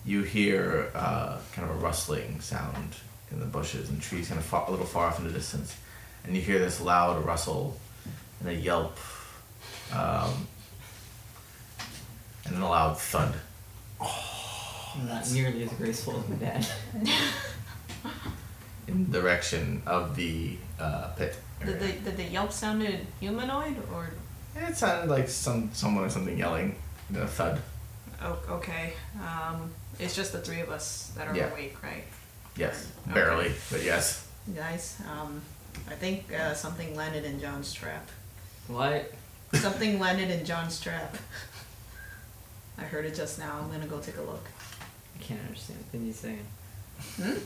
You hear uh, kind of a rustling sound in the bushes and trees, kind of far, a little far off in the distance, and you hear this loud rustle and a yelp, um, and then a loud thud. Not Oh, nearly as graceful as my dad. in the direction of the uh, pit. Did the, did the yelp sounded humanoid or It sounded like some someone or something yelling, and then a thud. oh, okay? Um, it's just the three of us that are Yeah. awake, right? Yes, Okay. barely, but yes. Guys, um, I think uh, something landed in John's trap. What? Something landed in John's trap. I heard it just now. I'm gonna go take a look. I can't understand a thing he's saying. Hmm?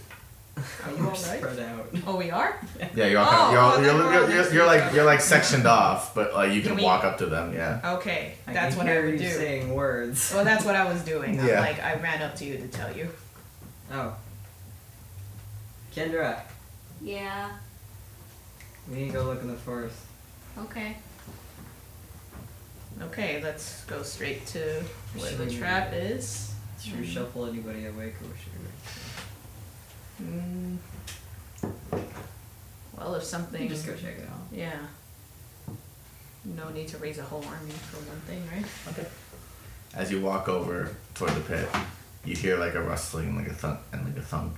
Are you We're alright? Spread out. Oh, we are. Yeah, you're all Oh, kind of, you're, all, oh, you're, then we're all you're, you're, next you're to each like other. you're like sectioned off, but like you can Can we- walk up to them. Yeah. Okay, I that's can what I hear would you do. saying words. Well, that's what I was doing. I'm Yeah. like, I ran up to you to tell you. Oh. Kendra, Yeah. we need to go look in the forest. Okay. Okay, let's go straight to where Should the we- trap is. Should we Hmm. shuffle anybody awake or should we? Mm. Well, if something. You just go check it out. Yeah. No need to raise a whole army for one thing, right? Okay. As you walk over toward the pit, you hear like a rustling, like a thunk, and like a thunk.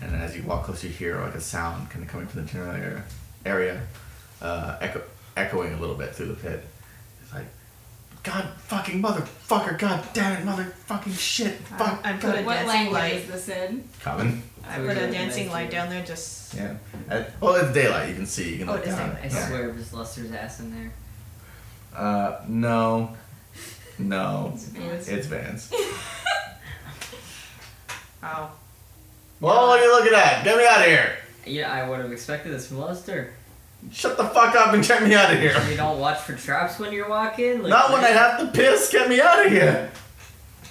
And as you walk closer, you hear like a sound kind of coming from the general area, area uh, echo, echoing a little bit through the pit. It's like, God fucking motherfucker, god damn it, motherfucking shit, fuck. I put a what dancing language light. is this in? Common. I So put you're a in dancing nineteen. light down there just. Yeah. And, well, it's daylight. You can see. You can Oh, look it is down. daylight. I Yeah. swear it was Lester's ass in there. Uh, no, no, Vans. it's Vans. Oh. Well, what are you looking at? Get me out of here! Yeah, I would have expected this from Lester. Shut the fuck up and get me out of here! You don't watch for traps when you're walking? Like, Not when I have to piss. Get me out of here.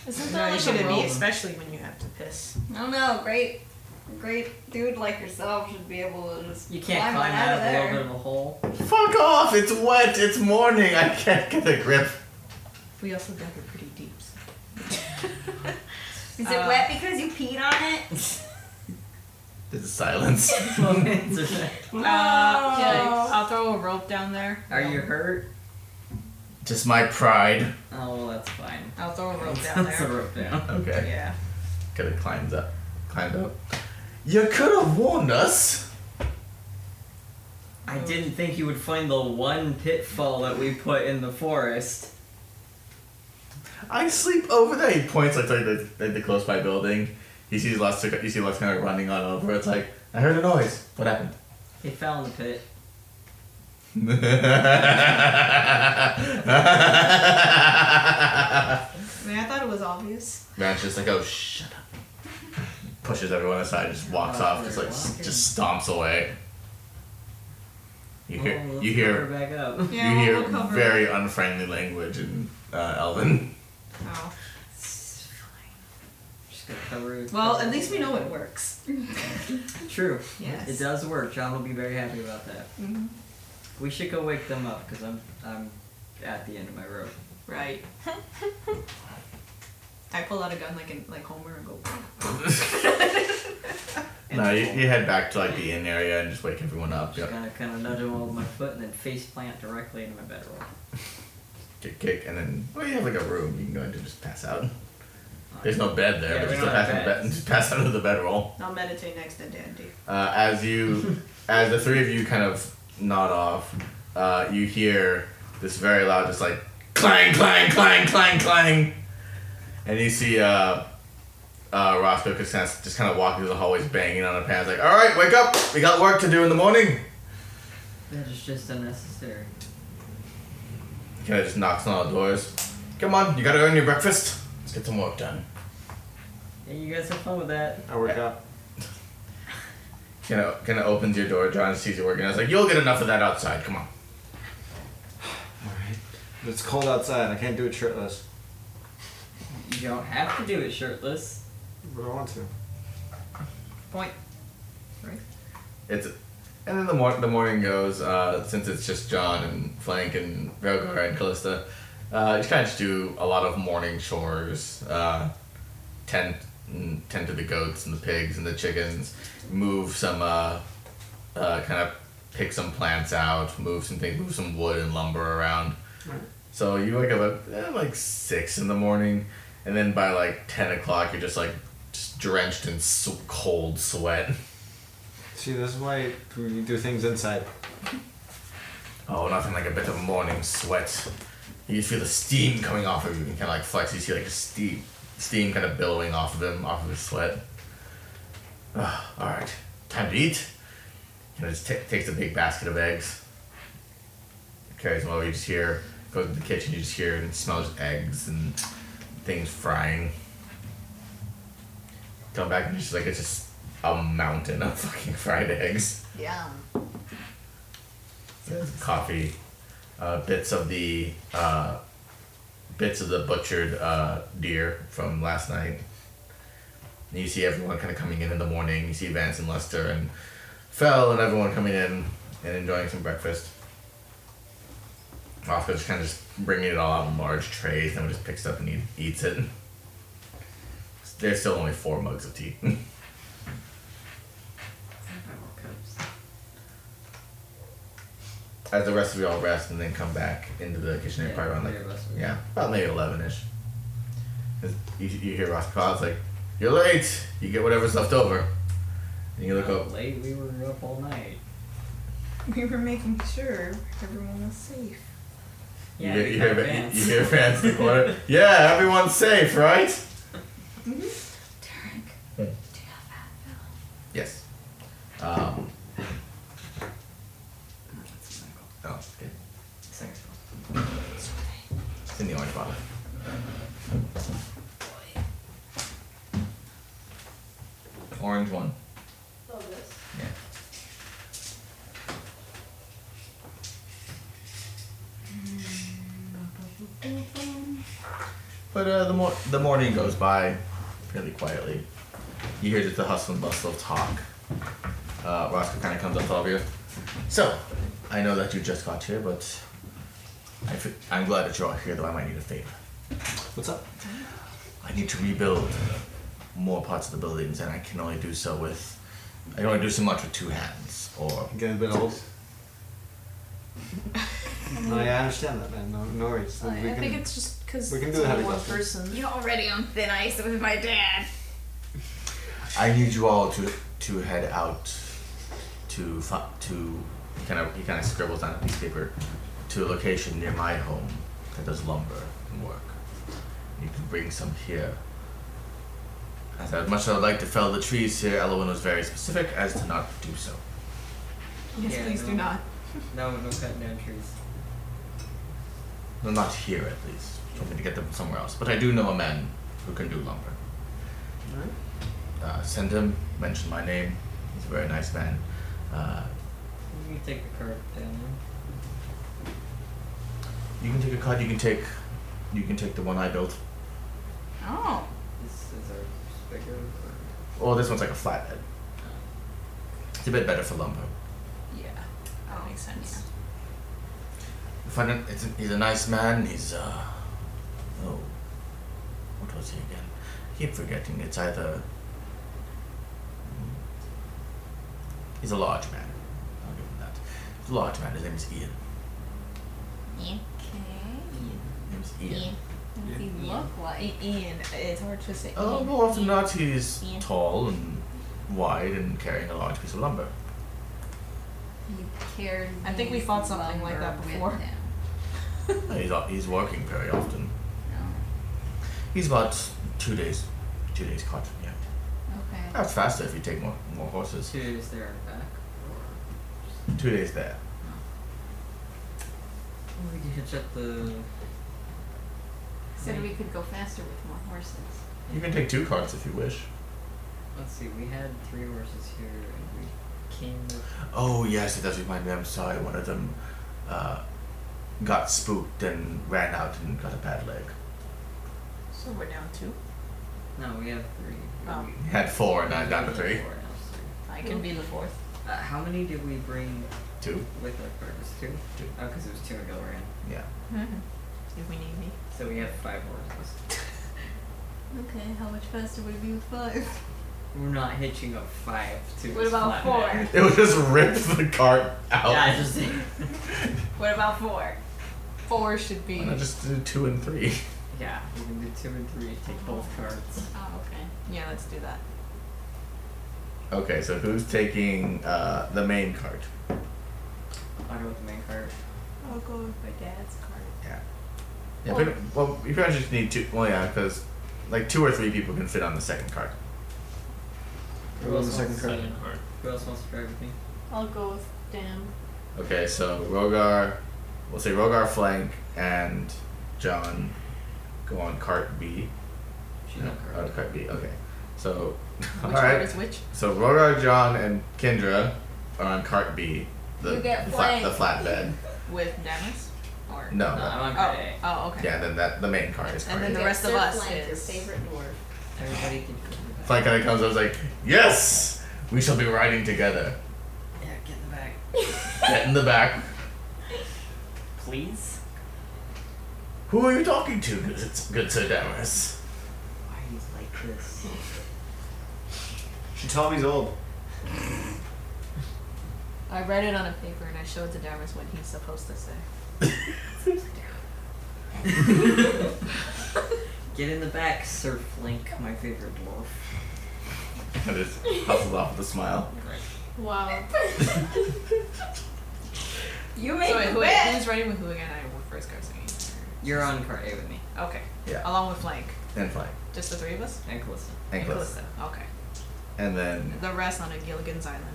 Isn't No, there you like shouldn't a be, rule? especially when you have to piss. I don't know. Great, great dude like yourself should be able to just You can't climb, climb, on out out of of a little bit there. of a hole. Fuck off! It's wet. It's morning. I can't get a grip. We also dug it pretty deep. so- Is Uh, it wet because you peed on it? There's silence. Uh, yeah, I'll throw a rope down there. Are you hurt? Just my pride. Oh, well, that's fine. I'll throw a rope down That's a there. rope down. Okay. Yeah. Could have climbed up. Climbed up. You could have warned us. I didn't think you would find the one pitfall that we put in the forest. I sleep over there. He points like like the, like the close by building. He sees Lester. You see Lester kind of running on over. It's like I heard a noise. What happened? He fell in the pit. Ranch I mean, I thought it was obvious. just like, oh, shut up. Pushes everyone aside, just walks Oh, off, just they're like, s- walking. just stomps away. You hear, Oh, let's you cover hear, back up. Yeah, you we'll- hear we'll cover very unfriendly language in uh, Elven. Oh. She's Just gonna cover it. Well, at least we know it works. True. Yes. It does work. John will be very happy about that. Mhm. We should go wake them up because I'm I'm at the end of my rope. Right. I pull out a gun like in like Homer and go. No, you, you head back to like the inn area and just wake everyone up. Yep. I kind of nudge them all with my foot and then face plant directly into my bedroll. Get kicked, and then oh, you have like a room you can go into and just pass out. There's no bed there, Yeah, but we just, don't pass have out bed, just pass out of the bedroll. I'll meditate next to Dandy. Uh, as you, as the three of you kind of nod off, uh, you hear this very loud, just like clang, clang, clang, clang, clang, and you see uh, uh, Roscoe Cassens just kind of walking through the hallways, banging on a pad, like, "All right, wake up! We got work to do in the morning." That is just unnecessary. He kind of just knocks on all the doors. Come on, you gotta earn your breakfast. Let's get some work done. Yeah, you guys have fun with that. I work up. Kind of, kind of opens your door. John sees you working. I was like, "You'll get enough of that outside. Come on." But It's cold outside. I can't do it shirtless. You don't have to do it shirtless. But I want to. Point. Right. It's and then the mor- the morning goes uh, since it's just John and Flank and Velgar and Callista. Uh, you kind of just do a lot of morning chores. Uh, tend mm, tend to the goats and the pigs and the chickens. Move some uh, uh, kind of pick some plants out. Move some things. Move some wood and lumber around. Right. So you wake up at eh, like six in the morning, and then by like ten o'clock you're just like just drenched in s- cold sweat. See, this is why we do things inside. Oh, nothing like a bit of morning sweat. You just feel the steam coming off of you. You kind of like flex. You see like steam, steam kind of billowing off of him, off of his sweat. Ugh, all right, time to eat. And just ta takes a big basket of eggs. Carries them over. You just hear goes to the kitchen. You just hear and smells eggs and things frying. Come back and just like it's just a mountain of fucking fried eggs Yum. coffee, uh, bits of the uh, bits of the butchered uh, deer from last night. And you see everyone kind of coming in in the morning. You see Vance and Lester and Fell and everyone coming in and enjoying some breakfast. Oscar's kind of just bringing it all out in large trays. and Everyone just picks up and eat, eats it. There's still only four mugs of tea. as the rest of y'all rest and then come back into the kitchen Yeah, area probably around like maybe rest. yeah about maybe eleven ish. You, you hear Ross call. It's like you're late. You get whatever's left over. And you look up. Late. We were up all night. We were making sure everyone was safe. You Yeah, hear, we you, got hear, Van- Vance. you hear Vance in the corner. Yeah, everyone's safe, right? Yes. Um, oh, okay. It's in the orange bottle. Orange one. Yeah. But uh, the, mor- the morning goes by fairly quietly. You hear just the hustle and bustle of talk. Uh, Roscoe kind of comes up to all of you. So, I know that you just got here, but I fe- I'm glad that you're all here, though I might need a favor. What's up? I need to rebuild more parts of the buildings, and I can only do so with. I can only do so much with two hands, or. Getting a bit old. No, yeah, I understand that, man. No, no worries. I, We Oh, I can- think it's just because we can it's do the heavy only one lifting. person. You're already on thin ice with my dad. I need you all to to head out to fi- to kind of he kind of scribbles on a piece of paper to a location near my home that does lumber and work. You can bring some here. As I- much as I'd like to fell the trees here, Elowin was very specific as to not do so. Yes, Yeah, please do no. not. No, no cutting down trees. No, not here at least. I'm going to get them somewhere else. But I do know a man who can do lumber. Uh, send him. Mention my name. He's a very nice man. Uh, You can take the cart down there. You can take a card. You can take. You can take the one I built. Oh. This is our figure. Well, Oh, this one's like a flathead. It's a bit better for lumber. Yeah, that makes sense. I find it- it's, he's a nice man. He's uh, oh, what was he again? I keep forgetting. It's either hmm, he's a large man. I'll give him that. He's a large man. His name is Ian. Yeah. His name is Ian. Ian. What does he Ian. look like? Ian. It's hard to say. Oh, Ian. more often than not, he's Ian. tall and wide and carrying a large piece of lumber. You cared. I think we these fought something like lumber that with before. them. Mm-hmm. No, He's, o- oh, he's working very often. He's about two days, two days caught. Yeah, Okay. that's faster if you take more more horses. Two days there and back. Two days Or there. Oh. we could hitch up the. Said we could go faster with more horses. You can take two carts if you wish. Let's see, we had three horses here and we came with. Oh yes, it does remind me. I'm sorry, one of them uh, got spooked and ran out and got a bad leg. So we're down two. No, we have three. Oh. He had four, and I'm down to three. Four now, so- I can be the fourth. Uh, how many did we bring Two. with our carts? Two? Two. Oh, because it was two and Gil ran. Yeah. If we need me. So we have five horses. Okay, how much faster would it be with five? We're not hitching up five to What about flathead. It would just rip the cart out. Yeah, just What about four? Four should be. Why not just do two and three. yeah. We can do two and three. Take both carts. Oh, okay. Yeah, let's do that. Okay, so who's taking uh, the main cart? I'll go with the main cart. I'll go with my dad's card. Yeah. Yeah. Well, well you probably just need two. Well, yeah, because like two or three people can fit on the second cart. Who else the second wants- cart? Who else wants to drive with me? I'll go with Dan. Okay, so Rogar, we'll say Rogar flank and John go on cart B. She's No, on cart. oh, cart B. Okay, so all Which card right. is which? So Rogar, John, and Kendra are on cart B. The You get the flat, the flanked. flatbed. With Dennis? Or No. No, I'm on Oh, cart A. oh, okay. Yeah, then that the main cart is cart. And then A. the rest of us Flank, your is- favorite dwarf. Everybody can fit in the back. Flank kind of comes up, is like, yes, we shall be riding together. Yeah, get in the back. Get in the back. Please? Who are you talking to? Good, good Sir Damaris. Why are you like this? She told me he's old. I read it on a paper and I showed to Damaris what he's supposed to say. Get in the back, Sir Flink, my favorite dwarf. And just hustles off with a smile. Wow. You So make wait, the who, bet. who's riding with who again? I work first card singing. You're on cart A with me. Okay. Yeah. Along with Flank. And Flank. Just the three of us? And Callista. And Cliff. Callista. Okay. And then The rest on a Gilligan's Island.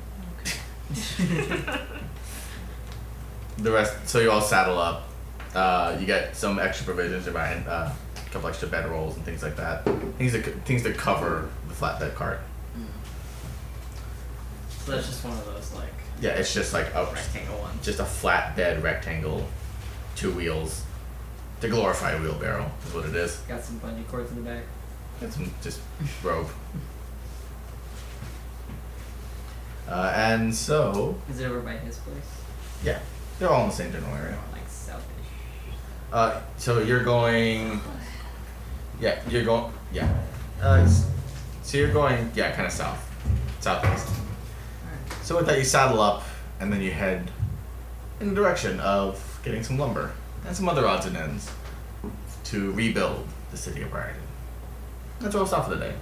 Okay. the rest. So you all saddle up. Uh, you get some extra provisions, you buy uh, a couple extra bed rolls and things like that. Things that c- things to cover the flatbed cart. So that's just one of those, like, Yeah, it's just like a rectangle ones. just a flatbed rectangle, two wheels, to glorify a wheelbarrow is what it is. Got some bungee cords in the back. Got some just rope. Uh, and so, Is it over by his place? yeah, they're all in the same general area. Like, selfish. Uh, so you're going. Yeah, you're going. Yeah. Uh, s- so you're going. Yeah, kind of south, southeast. So with that, you saddle up, and then you head in the direction of getting some lumber and some other odds and ends to rebuild the city of Raritan. That's all it's off for the day.